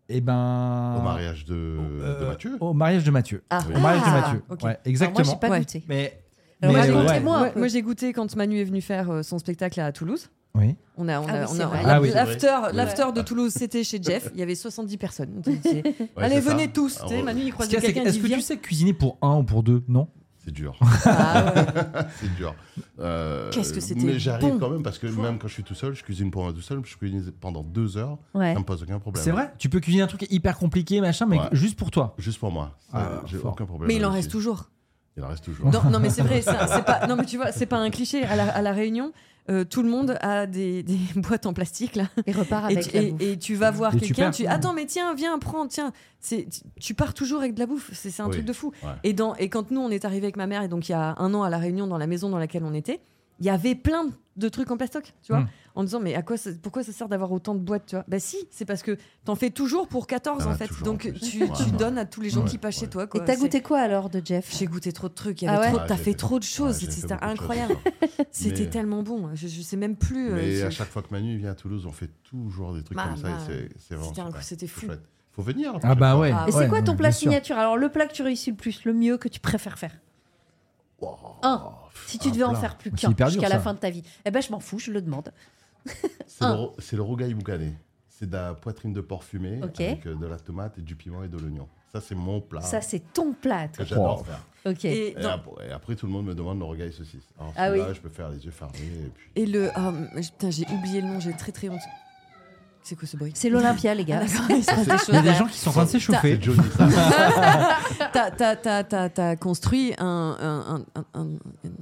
Speaker 2: Eh ben.
Speaker 9: Au mariage de, de
Speaker 2: euh,
Speaker 9: Mathieu.
Speaker 2: Au mariage de Mathieu.
Speaker 3: Ah.
Speaker 2: Au mariage de
Speaker 3: Ah,
Speaker 2: Mathieu.
Speaker 3: ok.
Speaker 2: Ouais,
Speaker 4: Alors, Moi, j'ai
Speaker 2: exactement.
Speaker 4: pas
Speaker 3: Ouais.
Speaker 4: goûté.
Speaker 2: Mais.
Speaker 4: Alors,
Speaker 2: mais,
Speaker 3: racontez-moi
Speaker 2: ouais.
Speaker 4: Moi, un
Speaker 3: Ouais,
Speaker 4: peu.
Speaker 3: Moi, j'ai goûté quand Manu est venu faire euh, son spectacle à Toulouse.
Speaker 2: Oui.
Speaker 3: On a, on
Speaker 4: Ah
Speaker 3: a,
Speaker 4: oui,
Speaker 3: on
Speaker 4: c'est
Speaker 3: a-
Speaker 4: vrai.
Speaker 3: la-
Speaker 2: Ah oui.
Speaker 3: l'after,
Speaker 9: Oui.
Speaker 3: l'after de Toulouse, c'était chez Jeff. Il y avait 70 personnes. On te disait,
Speaker 9: Ouais,
Speaker 3: Allez,
Speaker 9: c'est ça.
Speaker 3: venez tous.
Speaker 9: Ah,
Speaker 3: Tu sais,
Speaker 9: ouais.
Speaker 3: Manu, il
Speaker 2: Ce
Speaker 3: croisait
Speaker 2: qu'il y a, c'est que-
Speaker 3: quelqu'un. il
Speaker 2: Est-ce
Speaker 3: dit,
Speaker 2: que
Speaker 3: viens.
Speaker 2: tu sais cuisiner pour un ou pour deux Non
Speaker 9: C'est dur.
Speaker 3: Ah ouais.
Speaker 9: c'est dur. Euh,
Speaker 3: Qu'est-ce que c'était
Speaker 9: Mais j'arrive
Speaker 3: bon.
Speaker 9: quand même parce que même quand je suis tout seul, je cuisine pour moi tout seul. Je cuisine pendant deux heures.
Speaker 4: Ouais.
Speaker 9: Ça me pose aucun problème.
Speaker 2: C'est vrai Tu peux cuisiner un truc hyper compliqué, machin, mais
Speaker 9: Ouais.
Speaker 2: juste pour toi.
Speaker 9: Juste pour moi. C'est-
Speaker 2: Ah,
Speaker 9: J'ai
Speaker 2: fort.
Speaker 9: aucun problème.
Speaker 3: Mais il en
Speaker 9: avec
Speaker 3: reste
Speaker 9: lui.
Speaker 3: toujours.
Speaker 9: Il en reste toujours.
Speaker 3: Non, non, mais c'est vrai, ça, c'est pas. Non, mais tu vois, c'est pas un cliché. À la, à la Réunion, euh, tout le monde a des, des boîtes en plastique là,
Speaker 4: Et repart
Speaker 3: et,
Speaker 4: avec
Speaker 3: tu,
Speaker 4: la
Speaker 3: et-
Speaker 4: bouffe.
Speaker 3: et tu vas voir
Speaker 2: Et tu
Speaker 3: quelqu'un.
Speaker 2: perds.
Speaker 3: Tu, attends, mais tiens, viens, prends, tiens. C'est, tu- tu pars toujours avec de la bouffe. C'est, c'est un
Speaker 9: Oui,
Speaker 3: truc de fou.
Speaker 9: ouais.
Speaker 3: Et dans et quand nous on est arrivé avec ma mère et donc il y a un an à la Réunion dans la maison dans laquelle on était, il y avait plein de trucs en plastoc, tu
Speaker 9: Hmm.
Speaker 3: vois,
Speaker 2: Mm.
Speaker 3: en disant mais à quoi, ça- pourquoi ça sert d'avoir autant de boîtes, tu vois Bah si, c'est parce que t'en fais toujours pour 14
Speaker 9: Ah,
Speaker 3: en fait.
Speaker 9: toujours,
Speaker 3: Donc
Speaker 9: en
Speaker 3: tu,
Speaker 9: plus.
Speaker 3: tu
Speaker 9: Ouais, ouais.
Speaker 3: donnes à tous les gens qui
Speaker 9: Ouais,
Speaker 3: passent chez
Speaker 9: ouais.
Speaker 3: toi. Quoi.
Speaker 4: Et t'as
Speaker 3: C'est-
Speaker 4: goûté quoi alors de Jeff
Speaker 3: j'ai goûté trop de trucs, il y
Speaker 4: Ah
Speaker 3: avait
Speaker 4: ouais
Speaker 3: trop, t'as
Speaker 9: Ah, j'ai
Speaker 3: fait
Speaker 9: fait-
Speaker 3: trop de choses,
Speaker 9: Ouais, j'ai fait
Speaker 3: c'était
Speaker 9: beaucoup de choses,
Speaker 3: incroyable. C'était
Speaker 9: Mais-
Speaker 3: tellement bon, je, je sais même plus. euh,
Speaker 9: Mais
Speaker 3: c'est-
Speaker 9: à chaque fois que Manu vient à Toulouse, on fait toujours des trucs
Speaker 3: Bah,
Speaker 9: comme ça.
Speaker 3: bah,
Speaker 9: et c'est- c'est vraiment
Speaker 3: c'était un-
Speaker 9: super.
Speaker 3: c'était
Speaker 9: C'est
Speaker 3: fou.
Speaker 9: chouette. Faut venir. la
Speaker 2: Ah
Speaker 9: prochaine
Speaker 2: bah
Speaker 9: fois.
Speaker 2: ouais.
Speaker 3: Ah,
Speaker 4: Et c'est
Speaker 2: ouais,
Speaker 4: quoi ton
Speaker 2: bien
Speaker 4: plat
Speaker 2: sûr.
Speaker 4: signature Alors, le plat que tu réussis le plus, le mieux que tu préfères faire
Speaker 9: Wow.
Speaker 4: Un. Si tu
Speaker 9: Un
Speaker 4: devais en
Speaker 9: plat.
Speaker 4: faire plus
Speaker 2: Ah, C'est
Speaker 4: qu'un
Speaker 2: hyper dur,
Speaker 4: jusqu'à la
Speaker 2: ça.
Speaker 4: fin de ta vie, eh ben je m'en fous, je le demande.
Speaker 9: C'est
Speaker 4: Un.
Speaker 9: le, ro- c'est le rougail boucané. C'est de la poitrine de porc fumé
Speaker 4: Ok.
Speaker 9: avec euh, de la tomate, et du piment et de l'oignon. Ça, c'est mon
Speaker 2: Ah.
Speaker 9: plat
Speaker 4: Ça, c'est ton plat.
Speaker 9: que
Speaker 4: toi.
Speaker 9: j'adore faire.
Speaker 4: Ok.
Speaker 3: Et,
Speaker 9: Et,
Speaker 3: non,
Speaker 9: ap- et après, tout le monde me demande le rougail saucisse. Alors,
Speaker 4: Ah
Speaker 9: celui-là,
Speaker 4: oui.
Speaker 9: je peux faire les yeux fermés. Et puis...
Speaker 3: et le. ah, mais putain, j'ai oublié le nom, j'ai très très honte. C'est quoi ce bruit
Speaker 4: C'est l'Olympia, les
Speaker 3: Ah,
Speaker 4: gars.
Speaker 3: d'accord, il se passe des choses
Speaker 2: Il y a des
Speaker 4: Bah,
Speaker 3: derrière.
Speaker 2: gens qui sont en train de s'échauffer.
Speaker 9: C'est Johnny, ça.
Speaker 3: T'as- t'as- t'as- t'as- T'as construit un, un, un- un-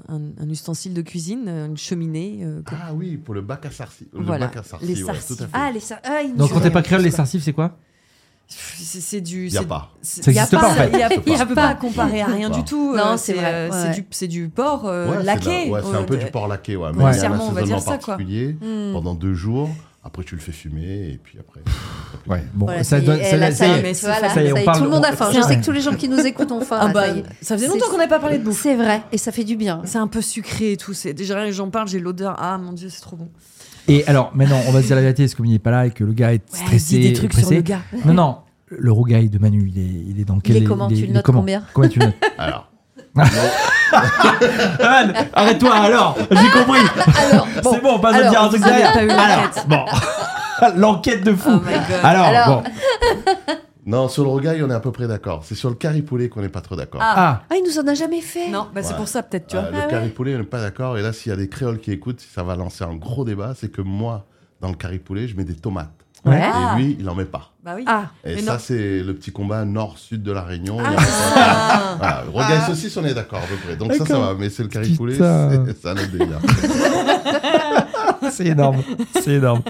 Speaker 3: un- un ustensile de cuisine, une cheminée. euh, que-
Speaker 9: Ah oui, pour le bac à sarcy. Le
Speaker 3: Voilà,
Speaker 9: bac à sarcy,
Speaker 3: les
Speaker 9: ouais,
Speaker 3: sarcis.
Speaker 9: tout à fait.
Speaker 4: Ah, les sar- ah, ils
Speaker 2: Donc,
Speaker 4: nous-
Speaker 2: quand t'es pas créole, les sarcifs, c'est quoi
Speaker 3: C'est c'est du.
Speaker 9: Il n'y a
Speaker 3: c'est-
Speaker 9: pas.
Speaker 3: c'est-
Speaker 2: Ça
Speaker 3: y a
Speaker 2: existe pas, en fait.
Speaker 3: y a-
Speaker 9: Ça
Speaker 3: y a
Speaker 9: peut
Speaker 3: pas
Speaker 9: pas.
Speaker 3: comparé à rien
Speaker 9: Bah.
Speaker 3: du tout.
Speaker 4: Non,
Speaker 3: euh,
Speaker 4: c'est vrai,
Speaker 3: euh,
Speaker 4: ouais.
Speaker 3: C'est du, c'est du porc euh,
Speaker 9: Ouais, c'est
Speaker 3: laqué.
Speaker 9: de la- ouais, c'est
Speaker 3: euh,
Speaker 9: un peu
Speaker 3: de-
Speaker 9: du porc laqué. Ouais. Mais il y a un
Speaker 3: grossièrement, on va dire
Speaker 9: assaisonnement
Speaker 3: ça, quoi.
Speaker 9: particulier
Speaker 4: Hmm.
Speaker 9: pendant deux jours. Après, tu le fais fumer. Et puis après.
Speaker 2: Ouais, bon,
Speaker 4: Voilà,
Speaker 2: ça
Speaker 4: y
Speaker 2: donne.
Speaker 4: est,
Speaker 2: ça-
Speaker 4: là,
Speaker 2: ça y est.
Speaker 4: mais
Speaker 3: ça
Speaker 4: voilà,
Speaker 3: y est,
Speaker 4: ça y est,
Speaker 2: on
Speaker 4: tout
Speaker 2: parle-
Speaker 4: le monde a
Speaker 2: on-
Speaker 4: faim. Je sais que tous les gens qui nous écoutent ont faim.
Speaker 3: Ah
Speaker 4: là,
Speaker 3: bah,
Speaker 4: ça y est.
Speaker 3: ça faisait
Speaker 4: C'est-
Speaker 3: longtemps qu'on n'avait pas parlé de bouffe.
Speaker 4: C'est vrai, et ça fait du bien.
Speaker 3: C'est un peu sucré et tout. C'est déjà rien que j'en parle, j'ai l'odeur. Ah mon dieu, c'est trop bon.
Speaker 2: Et alors, maintenant, on va se dire la vérité, parce que comme il n'est pas là et que le gars est
Speaker 3: Ouais, dis
Speaker 2: stressé,
Speaker 3: des trucs sur
Speaker 2: pressé.
Speaker 3: le gars.
Speaker 2: Non, non, le rougail de Manu, il est, il est dans
Speaker 4: Il
Speaker 2: quel
Speaker 4: est comment Tu le notes combien
Speaker 2: Combien tu le notes
Speaker 9: Alors,
Speaker 2: Anne, arrête-toi alors, j'ai compris.
Speaker 4: Alors, bon.
Speaker 2: C'est bon, on passe à
Speaker 4: alors,
Speaker 2: dire un truc
Speaker 3: ah,
Speaker 2: derrière.
Speaker 3: t'as eu l'enquête.
Speaker 2: bon, l'enquête de fou.
Speaker 3: Oh my God.
Speaker 2: Alors,
Speaker 4: Ah,
Speaker 2: bon.
Speaker 4: Alors.
Speaker 9: non, sur le rougail, on est à peu près d'accord. C'est sur le caripoulet qu'on n'est pas trop d'accord.
Speaker 2: Ah,
Speaker 4: Ah, il nous en a jamais fait.
Speaker 3: Non, bah, c'est
Speaker 9: Ouais.
Speaker 3: pour ça peut-être, tu
Speaker 9: Euh,
Speaker 3: vois.
Speaker 9: le caripoulet, on n'est pas d'accord. Et là, s'il y a des créoles qui écoutent, ça va lancer un gros débat. C'est que moi, dans le caripoulet, je mets des tomates.
Speaker 4: Ouais.
Speaker 2: Ah.
Speaker 9: Et lui, il en met pas.
Speaker 3: Bah oui.
Speaker 4: Ah,
Speaker 9: Et
Speaker 3: Mais
Speaker 9: ça,
Speaker 3: non.
Speaker 9: c'est le petit combat nord-sud de la Réunion. Il y a-
Speaker 3: Ah.
Speaker 9: Voilà, regagne saucisse, on est d'accord à peu près. Donc ça, ça va.
Speaker 2: D'accord.
Speaker 9: Mais c'est le carré
Speaker 2: Putain.
Speaker 9: poulet, c'est c'est un autre délire.
Speaker 2: C'est énorme, c'est énorme.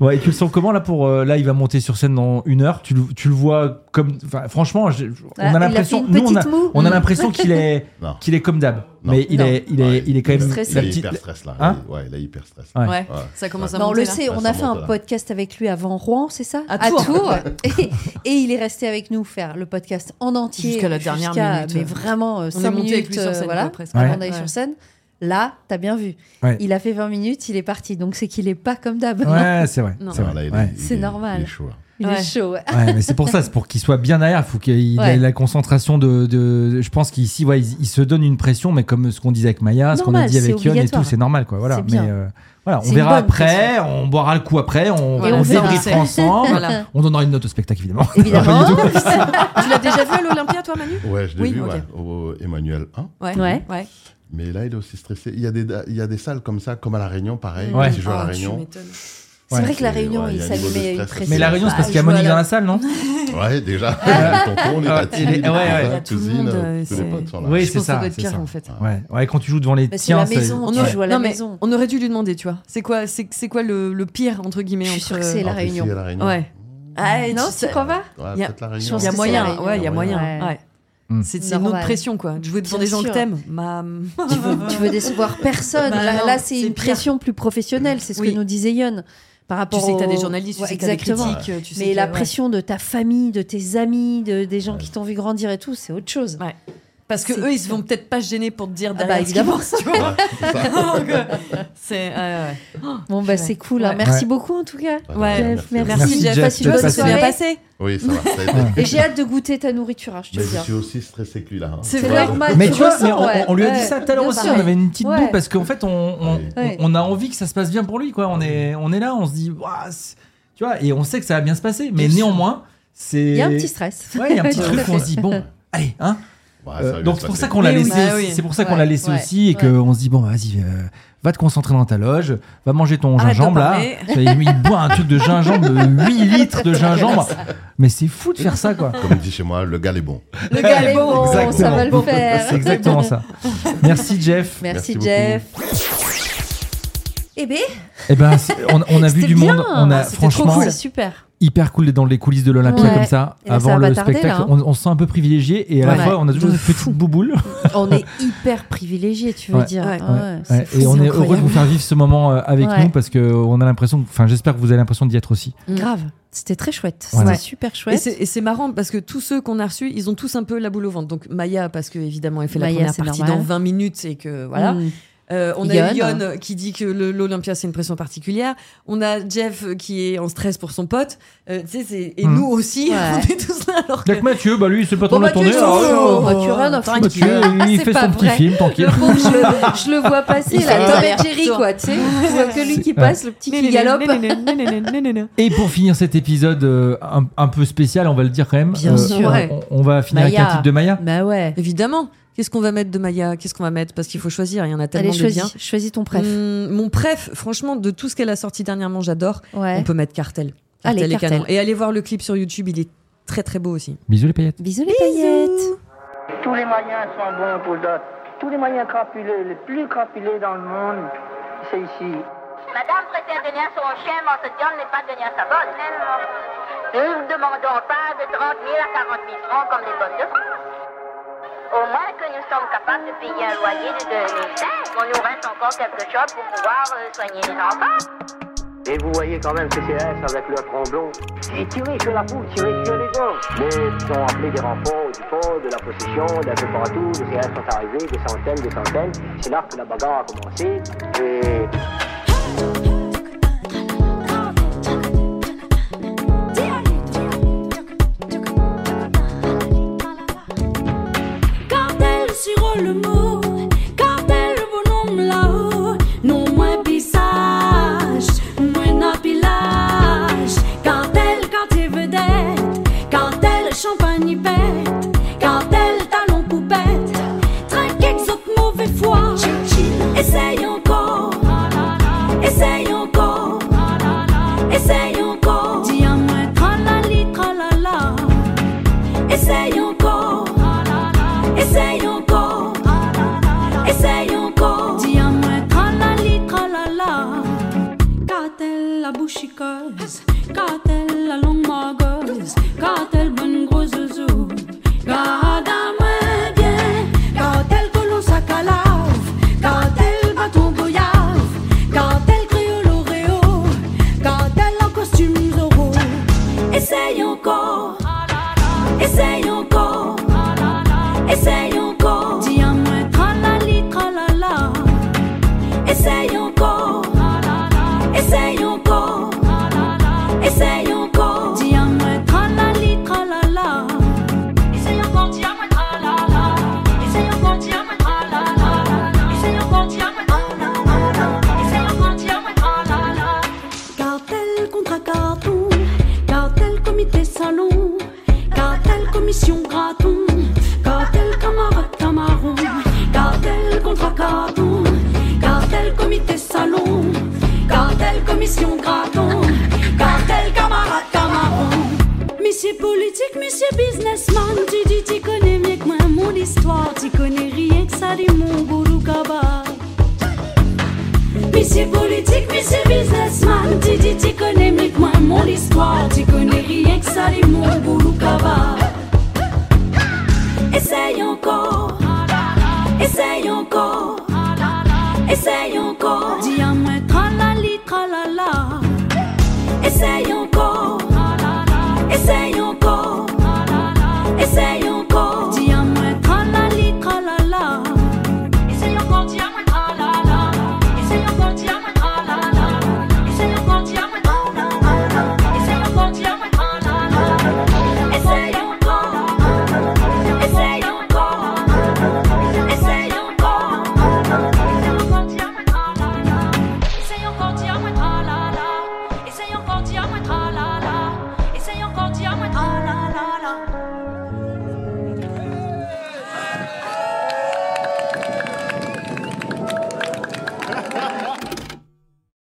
Speaker 2: Ouais, et tu le sens comment là pour euh, là il va monter sur scène dans une heure. Tu le, tu le vois comme enfin, franchement, j'ai-
Speaker 4: Ah,
Speaker 2: on
Speaker 4: il
Speaker 2: a
Speaker 4: a
Speaker 2: l'impression,
Speaker 4: fait une
Speaker 2: nous on a,
Speaker 4: petite moue.
Speaker 2: on a
Speaker 4: Mm.
Speaker 2: l'impression qu'il est
Speaker 9: Non.
Speaker 2: qu'il est comme d'hab,
Speaker 9: Non.
Speaker 2: mais il
Speaker 4: Non.
Speaker 2: est il est
Speaker 9: Ouais,
Speaker 2: il est quand même
Speaker 4: stressé.
Speaker 9: Il
Speaker 2: la
Speaker 9: est
Speaker 2: petite.
Speaker 9: hyper stress là.
Speaker 2: Hein
Speaker 9: ouais, il est hyper stress.
Speaker 2: Ouais.
Speaker 3: Ouais,
Speaker 9: Ouais.
Speaker 3: ça commence à
Speaker 4: Bah, on
Speaker 3: monter,
Speaker 4: le
Speaker 3: là.
Speaker 4: sait,
Speaker 9: Ouais,
Speaker 4: on
Speaker 9: ça
Speaker 4: a fait un
Speaker 9: monte, là.
Speaker 4: podcast avec lui avant Rouen, c'est ça
Speaker 3: À Tours.
Speaker 4: et, et il est resté avec nous faire le podcast en entier.
Speaker 3: Jusqu'à la dernière minute.
Speaker 4: Mais vraiment,
Speaker 3: On
Speaker 4: 5
Speaker 3: est
Speaker 4: minutes
Speaker 3: monté avec lui sur
Speaker 4: euh,
Speaker 3: scène.
Speaker 4: voilà,
Speaker 3: quoi, presque.
Speaker 2: Ouais.
Speaker 4: avant d'aller sur scène. Là, t'as bien vu.
Speaker 2: Ouais.
Speaker 4: Il a fait 20 minutes, il est parti. Donc c'est qu'il est pas comme d'hab.
Speaker 2: Ouais, c'est vrai.
Speaker 3: Non.
Speaker 2: C'est vrai.
Speaker 9: Là, il est-
Speaker 2: ouais.
Speaker 9: il
Speaker 4: C'est
Speaker 9: est-
Speaker 4: normal.
Speaker 9: Il est chaud. hein. là.
Speaker 4: Il
Speaker 3: Ouais.
Speaker 4: est chaud. ouais.
Speaker 2: Ouais, mais c'est pour ça, c'est pour qu'il soit bien derrière. Il faut qu'il
Speaker 4: Ouais.
Speaker 2: ait la concentration de. de- je pense qu'ici, ouais, il, il se donne une pression, mais comme ce qu'on disait avec Maya, ce qu'on a
Speaker 4: Normal,
Speaker 2: dit
Speaker 4: c'est
Speaker 2: avec Yon et tout,
Speaker 4: obligatoire.
Speaker 2: c'est normal, quoi. Voilà.
Speaker 4: C'est bien.
Speaker 2: Mais euh, voilà, on
Speaker 4: C'est une
Speaker 2: verra
Speaker 4: bonne
Speaker 2: après, on boira le coup après, on,
Speaker 3: Et
Speaker 2: on,
Speaker 3: on verra.
Speaker 2: débriefera ensemble,
Speaker 3: Voilà.
Speaker 2: on donnera une note au spectacle évidemment.
Speaker 4: Évidemment.
Speaker 3: tu l'as déjà vu à l'Olympia, toi, Manu
Speaker 9: Ouais, je l'ai
Speaker 3: Oui,
Speaker 9: vu,
Speaker 3: ok.
Speaker 9: ouais, au Emmanuel 1.
Speaker 4: Ouais.
Speaker 3: ouais.
Speaker 9: Mais là, il est aussi stressé. Il y a des, il y a des salles comme ça, comme à La Réunion, pareil.
Speaker 2: Ouais. Oh,
Speaker 9: Quand il joue à La
Speaker 3: Ah, tu
Speaker 9: Réunion.
Speaker 3: m'étonnes.
Speaker 4: C'est
Speaker 2: Ouais.
Speaker 4: vrai que la
Speaker 9: C'est-
Speaker 4: réunion,
Speaker 9: ouais,
Speaker 4: il Bah,
Speaker 9: il y a un niveau de
Speaker 4: s'allumait à une
Speaker 9: stress.
Speaker 4: pression.
Speaker 2: Mais la
Speaker 9: réunion,
Speaker 2: réunion, c'est parce qu'il y a
Speaker 3: je vois
Speaker 2: Monique
Speaker 3: la-
Speaker 2: dans la salle, non
Speaker 9: Ouais, déjà. les tontons, les
Speaker 2: Ah,
Speaker 9: patines,
Speaker 2: il
Speaker 9: les
Speaker 2: est- ouais, ouais.
Speaker 9: cousins,
Speaker 2: Il y
Speaker 3: a tout le
Speaker 9: cousines,
Speaker 3: monde, euh,
Speaker 9: tous les
Speaker 3: c'est-
Speaker 9: potes sont là.
Speaker 2: Oui,
Speaker 3: Je
Speaker 2: c'est
Speaker 3: pense que ça
Speaker 2: ça.
Speaker 3: doit être
Speaker 2: c'est
Speaker 3: pire,
Speaker 2: ça.
Speaker 3: en fait.
Speaker 2: Ouais. ouais, quand tu joues devant les
Speaker 4: Bah, c'est
Speaker 2: tiens,
Speaker 4: la
Speaker 2: c'est-
Speaker 4: maison,
Speaker 2: ouais.
Speaker 4: tu joues à la
Speaker 3: Non, mais
Speaker 4: maison.
Speaker 3: On aurait dû lui demander, tu vois. C'est quoi, c'est, c'est quoi le, le pire, entre guillemets
Speaker 4: Je suis
Speaker 3: entre-
Speaker 4: sûre
Speaker 3: euh,
Speaker 4: que c'est
Speaker 9: Ah,
Speaker 4: la
Speaker 9: puis si,
Speaker 4: réunion.
Speaker 9: il y a La Réunion.
Speaker 3: Ouais. Ah,
Speaker 4: non,
Speaker 3: tu
Speaker 4: c'est
Speaker 3: sais-
Speaker 4: qu'on va
Speaker 9: Ouais,
Speaker 3: Il y a-
Speaker 9: peut-être La
Speaker 4: je
Speaker 9: Réunion.
Speaker 4: pense
Speaker 3: Il y a
Speaker 4: que c'est la
Speaker 3: moyen,
Speaker 4: Réunion.
Speaker 3: ouais, il y a moyen.
Speaker 4: Ouais.
Speaker 3: ouais.
Speaker 2: Mm.
Speaker 3: C'est, c'est une
Speaker 4: Normal.
Speaker 3: autre pression, quoi. De jouer devant
Speaker 4: Bien
Speaker 3: des gens
Speaker 4: sûr.
Speaker 3: que t'aimes. Ma-
Speaker 4: tu veux, tu veux décevoir personne.
Speaker 3: Bah
Speaker 4: là,
Speaker 3: non,
Speaker 4: là, c'est
Speaker 3: c'est
Speaker 4: une
Speaker 3: pire.
Speaker 4: pression plus professionnelle, c'est ce
Speaker 3: Oui.
Speaker 4: que nous disait Yon par
Speaker 3: Tu
Speaker 4: rapport.
Speaker 3: sais que t'as des
Speaker 4: au-
Speaker 3: journalistes, tu
Speaker 4: Ouais,
Speaker 3: sais que t'as des
Speaker 4: exactement.
Speaker 3: critiques. euh, Tu sais
Speaker 4: Mais
Speaker 3: que-
Speaker 4: la
Speaker 3: ouais.
Speaker 4: pression de ta famille, de tes amis, de, des gens qui t'ont vu grandir et tout, c'est autre chose.
Speaker 3: Ouais. Parce que
Speaker 4: c'est-
Speaker 3: eux, ils se vont peut-être pas se gêner pour te dire
Speaker 4: bah,
Speaker 3: derrière ce qu'ils
Speaker 4: évidemment.
Speaker 3: pensent, tu vois.
Speaker 9: Ouais, c'est ça.
Speaker 3: Donc, euh, c'est, ouais, ouais.
Speaker 4: Bon, bah,
Speaker 3: Ouais.
Speaker 4: c'est cool. hein.
Speaker 3: Ouais.
Speaker 4: Merci
Speaker 2: Ouais.
Speaker 4: beaucoup, en tout cas.
Speaker 9: Ouais,
Speaker 3: Ouais.
Speaker 9: merci.
Speaker 2: Merci,
Speaker 3: Merci, Jeff.
Speaker 2: Jeff,
Speaker 3: Passe une
Speaker 2: de
Speaker 3: bonne
Speaker 2: passer.
Speaker 3: soirée. bien passé.
Speaker 9: Oui, ça va. ça a été.
Speaker 2: Ouais.
Speaker 4: Et j'ai hâte de goûter ta nourriture, hein, je te
Speaker 9: Mais
Speaker 4: le
Speaker 9: je
Speaker 4: dis.
Speaker 9: suis aussi stressé que lui, là. hein.
Speaker 3: C'est
Speaker 9: Tu
Speaker 4: C'est
Speaker 9: vois,
Speaker 4: normal.
Speaker 2: Bah, Mais
Speaker 4: Ah, tu
Speaker 2: tu vois,
Speaker 4: ressens,
Speaker 2: mais on,
Speaker 4: ouais.
Speaker 2: on lui a dit
Speaker 4: Ouais.
Speaker 2: ça tout à l'heure
Speaker 4: De
Speaker 2: aussi, on
Speaker 4: pareil.
Speaker 2: avait une petite
Speaker 4: Ouais.
Speaker 2: boue parce qu'en fait, on, on,
Speaker 9: Ouais.
Speaker 4: Ouais.
Speaker 2: on a envie que ça se passe bien pour lui, quoi. On est, on est là, on se dit, Ouah, c'est- tu vois, et on sait que ça va bien se passer, mais
Speaker 4: Bien sûr.
Speaker 2: néanmoins, c'est.
Speaker 4: Il y a un petit stress.
Speaker 2: Ouais, il y a un petit
Speaker 4: Tout à
Speaker 2: truc où on se dit, bon,
Speaker 9: Ouais.
Speaker 2: allez, hein.
Speaker 9: Ouais, Ah, ça
Speaker 2: Euh,
Speaker 9: va bien
Speaker 2: donc
Speaker 9: se
Speaker 2: c'est pour
Speaker 9: passer.
Speaker 2: ça qu'on l'a
Speaker 3: Mais oui.
Speaker 2: laissé.
Speaker 3: Bah
Speaker 2: aussi-
Speaker 3: oui.
Speaker 2: C'est pour ça qu'on l'a
Speaker 4: Ah Ouais,
Speaker 2: laissé
Speaker 4: ouais,
Speaker 2: aussi et
Speaker 4: ouais.
Speaker 2: qu'on se dit bon vas-y euh, va te concentrer dans ta loge, va manger ton
Speaker 3: Arrête
Speaker 2: gingembre
Speaker 3: de
Speaker 2: là.
Speaker 3: parler.
Speaker 2: Il, il boit un truc de gingembre, de 8 litres de gingembre. Mais c'est fou de faire ça quoi.
Speaker 9: Comme dit chez moi, le gars est bon.
Speaker 4: Le gars est bon, ça
Speaker 2: Exactement.
Speaker 4: va le faire.
Speaker 2: C'est exactement ça. Merci Jeff.
Speaker 4: Merci,
Speaker 9: Merci beaucoup.
Speaker 4: Jeff. Eh ben,
Speaker 2: Eh ben c'est- on, on a vu
Speaker 4: c'était
Speaker 2: du
Speaker 4: bien. Ah,
Speaker 2: monde, on a
Speaker 4: C'était trop
Speaker 2: franchement
Speaker 4: cool, c'est super.
Speaker 2: hyper cool d'être dans les coulisses de l'Olympia
Speaker 4: Ouais.
Speaker 2: comme ça
Speaker 4: Et là, ça
Speaker 2: avant
Speaker 4: va
Speaker 2: le
Speaker 4: pas tarder,
Speaker 2: spectacle.
Speaker 4: là, hein.
Speaker 2: On, on se sent un peu privilégié et à la
Speaker 4: Ouais.
Speaker 2: fois on a toujours
Speaker 4: De
Speaker 2: une petite
Speaker 4: fou.
Speaker 2: bouboule.
Speaker 4: On est hyper privilégiés, tu veux
Speaker 2: Ouais.
Speaker 4: dire.
Speaker 3: Ouais.
Speaker 4: Ah ouais, c'est
Speaker 2: Ouais,
Speaker 4: fou,
Speaker 2: et on
Speaker 4: c'est
Speaker 2: est heureux de vous
Speaker 4: incroyable.
Speaker 2: faire vivre ce moment euh, avec
Speaker 4: Ouais.
Speaker 2: nous parce que on a l'impression, enfin j'espère que vous avez l'impression d'y être aussi.
Speaker 4: Mm. Grave. C'était très chouette.
Speaker 2: Ouais.
Speaker 4: C'était super
Speaker 3: Et
Speaker 4: chouette.
Speaker 3: c'est, et c'est marrant parce que tous ceux qu'on a reçus, ils ont tous un peu la boule au ventre. Donc Maya, parce que évidemment, elle fait
Speaker 4: Maya,
Speaker 3: la première
Speaker 4: c'est
Speaker 3: partie
Speaker 4: normal.
Speaker 3: dans 20 minutes et que voilà.
Speaker 4: Mm.
Speaker 3: Euh, on a eu
Speaker 4: Yon.
Speaker 3: Yon qui dit que le- l'Olympia c'est une pression particulière. On a Jeff qui est en stress pour son pote. Euh, tu sais, c'est- et
Speaker 2: Mm.
Speaker 3: nous aussi,
Speaker 4: Ouais.
Speaker 3: on est tous là. Alors que...
Speaker 2: Jacques Mathieu, bah lui, c'est pas trop
Speaker 4: Bon,
Speaker 2: la
Speaker 4: bah, tu
Speaker 2: tournée.
Speaker 4: es
Speaker 2: ah ouais,
Speaker 4: chaud.
Speaker 2: ouais,
Speaker 4: Bah,
Speaker 2: ouais.
Speaker 4: tu as rien à foutre.
Speaker 2: Mathieu, il
Speaker 4: C'est
Speaker 2: fait
Speaker 4: pas
Speaker 2: son petit
Speaker 4: vrai.
Speaker 2: film,
Speaker 4: Le
Speaker 2: tranquille.
Speaker 4: pauvre, je, le- je le vois passer,
Speaker 3: Il
Speaker 4: là,
Speaker 3: s'en
Speaker 4: Tom
Speaker 3: va.
Speaker 4: et Jerry, quoi, tu sais. Tu vois que lui qui passe, le petit qui galope.
Speaker 2: Et pour finir cet épisode euh, un, un peu spécial, on va le dire quand même. euh,
Speaker 4: Bien sûr.
Speaker 2: On, on va finir
Speaker 4: Maya.
Speaker 2: avec un titre de Maya.
Speaker 4: Bah ouais.
Speaker 3: Évidemment. Qu'est-ce qu'on va mettre de Maya Qu'est-ce qu'on va mettre Parce qu'il faut choisir. Il y en a tellement
Speaker 4: Allez,
Speaker 3: de bien. Mm.
Speaker 4: choisis, choisis ton préf.
Speaker 3: mon préf, franchement, de tout ce qu'elle a sorti dernièrement, j'adore.
Speaker 4: Ouais.
Speaker 3: On peut mettre Cartel.
Speaker 4: Allez,
Speaker 3: Cartel est
Speaker 4: Cartel.
Speaker 3: canon. Et allez voir le clip sur YouTube, il est très très beau aussi.
Speaker 2: Bisous les paillettes.
Speaker 4: Bisous les paillettes.
Speaker 10: Tous les moyens sont bons pour d'autres. Tous les moyens crapuleux, les plus crapuleux dans le monde, c'est ici.
Speaker 11: Madame préfère donner à son chien, Monseigneur n'est pas donné à sa bonne. Nous ne demandons pas de 30 000 à 40 000 francs comme les bonnes de France. Au moins que nous sommes capables de payer un loyer de 2005, on nous reste encore quelque chose pour pouvoir euh, soigner les enfants.
Speaker 10: Et vous voyez quand même ce que c'est S avec le tromblon. J'ai tiré sur la poule, tiré sur les gants. Mais ils sont appelés des renforts du fond, de la possession, d'un peu partout. Les CS sont arrivés, des centaines, des centaines. C'est là que la bagarre a commencé. Et
Speaker 11: Cartel sur le mot, cartel le bonhomme là-haut, non moins pissage, moins napillage. Cartel quand t'es vedette, cartel champagne y pète, cartel talon poupette, trinquez que saute mauvais foi, essaye encore, essaye encore, essaye encore, dis Essaye encore. Essaye encore. Essaye encore. Dis à moi, tralali, tralala. Quand elle a bouche chiqueuse, quand elle a longue magueuse, quand elle bonne grosse zouzou. Garde à moi bien, quand elle colon sa calave, quand elle bat ton goyave, quand elle crie l'oréo, quand elle en costume zoro. Essaye encore, essaye encore, essaye encore. Dis à moi, tralali, tralala. Essaye encore, essaye encore, essaye encore. Dis à moi, tralali, tralala. Essaye encore, dis à moi, tralala. Essaye encore, dis à moi, tralala. Essaye encore, dis à moi, tralala. Essaye encore, dis à moi, tralala. Cartel contre carton, cartel comité salon, cartel commission graton, cartel camarade camaron, cartel contre carton, cartel comité salon, cartel commission graton, cartel camarade camaron. Monsieur politique, monsieur businessman, tu dis tu connais mieux que moi mon histoire, tu connais rien que ça de mon gourou cabas. Monsieur politique, monsieur businessman, tu dis tu connais mieux que moi mon histoire, tu connais rien que ça de mon boulou cabas.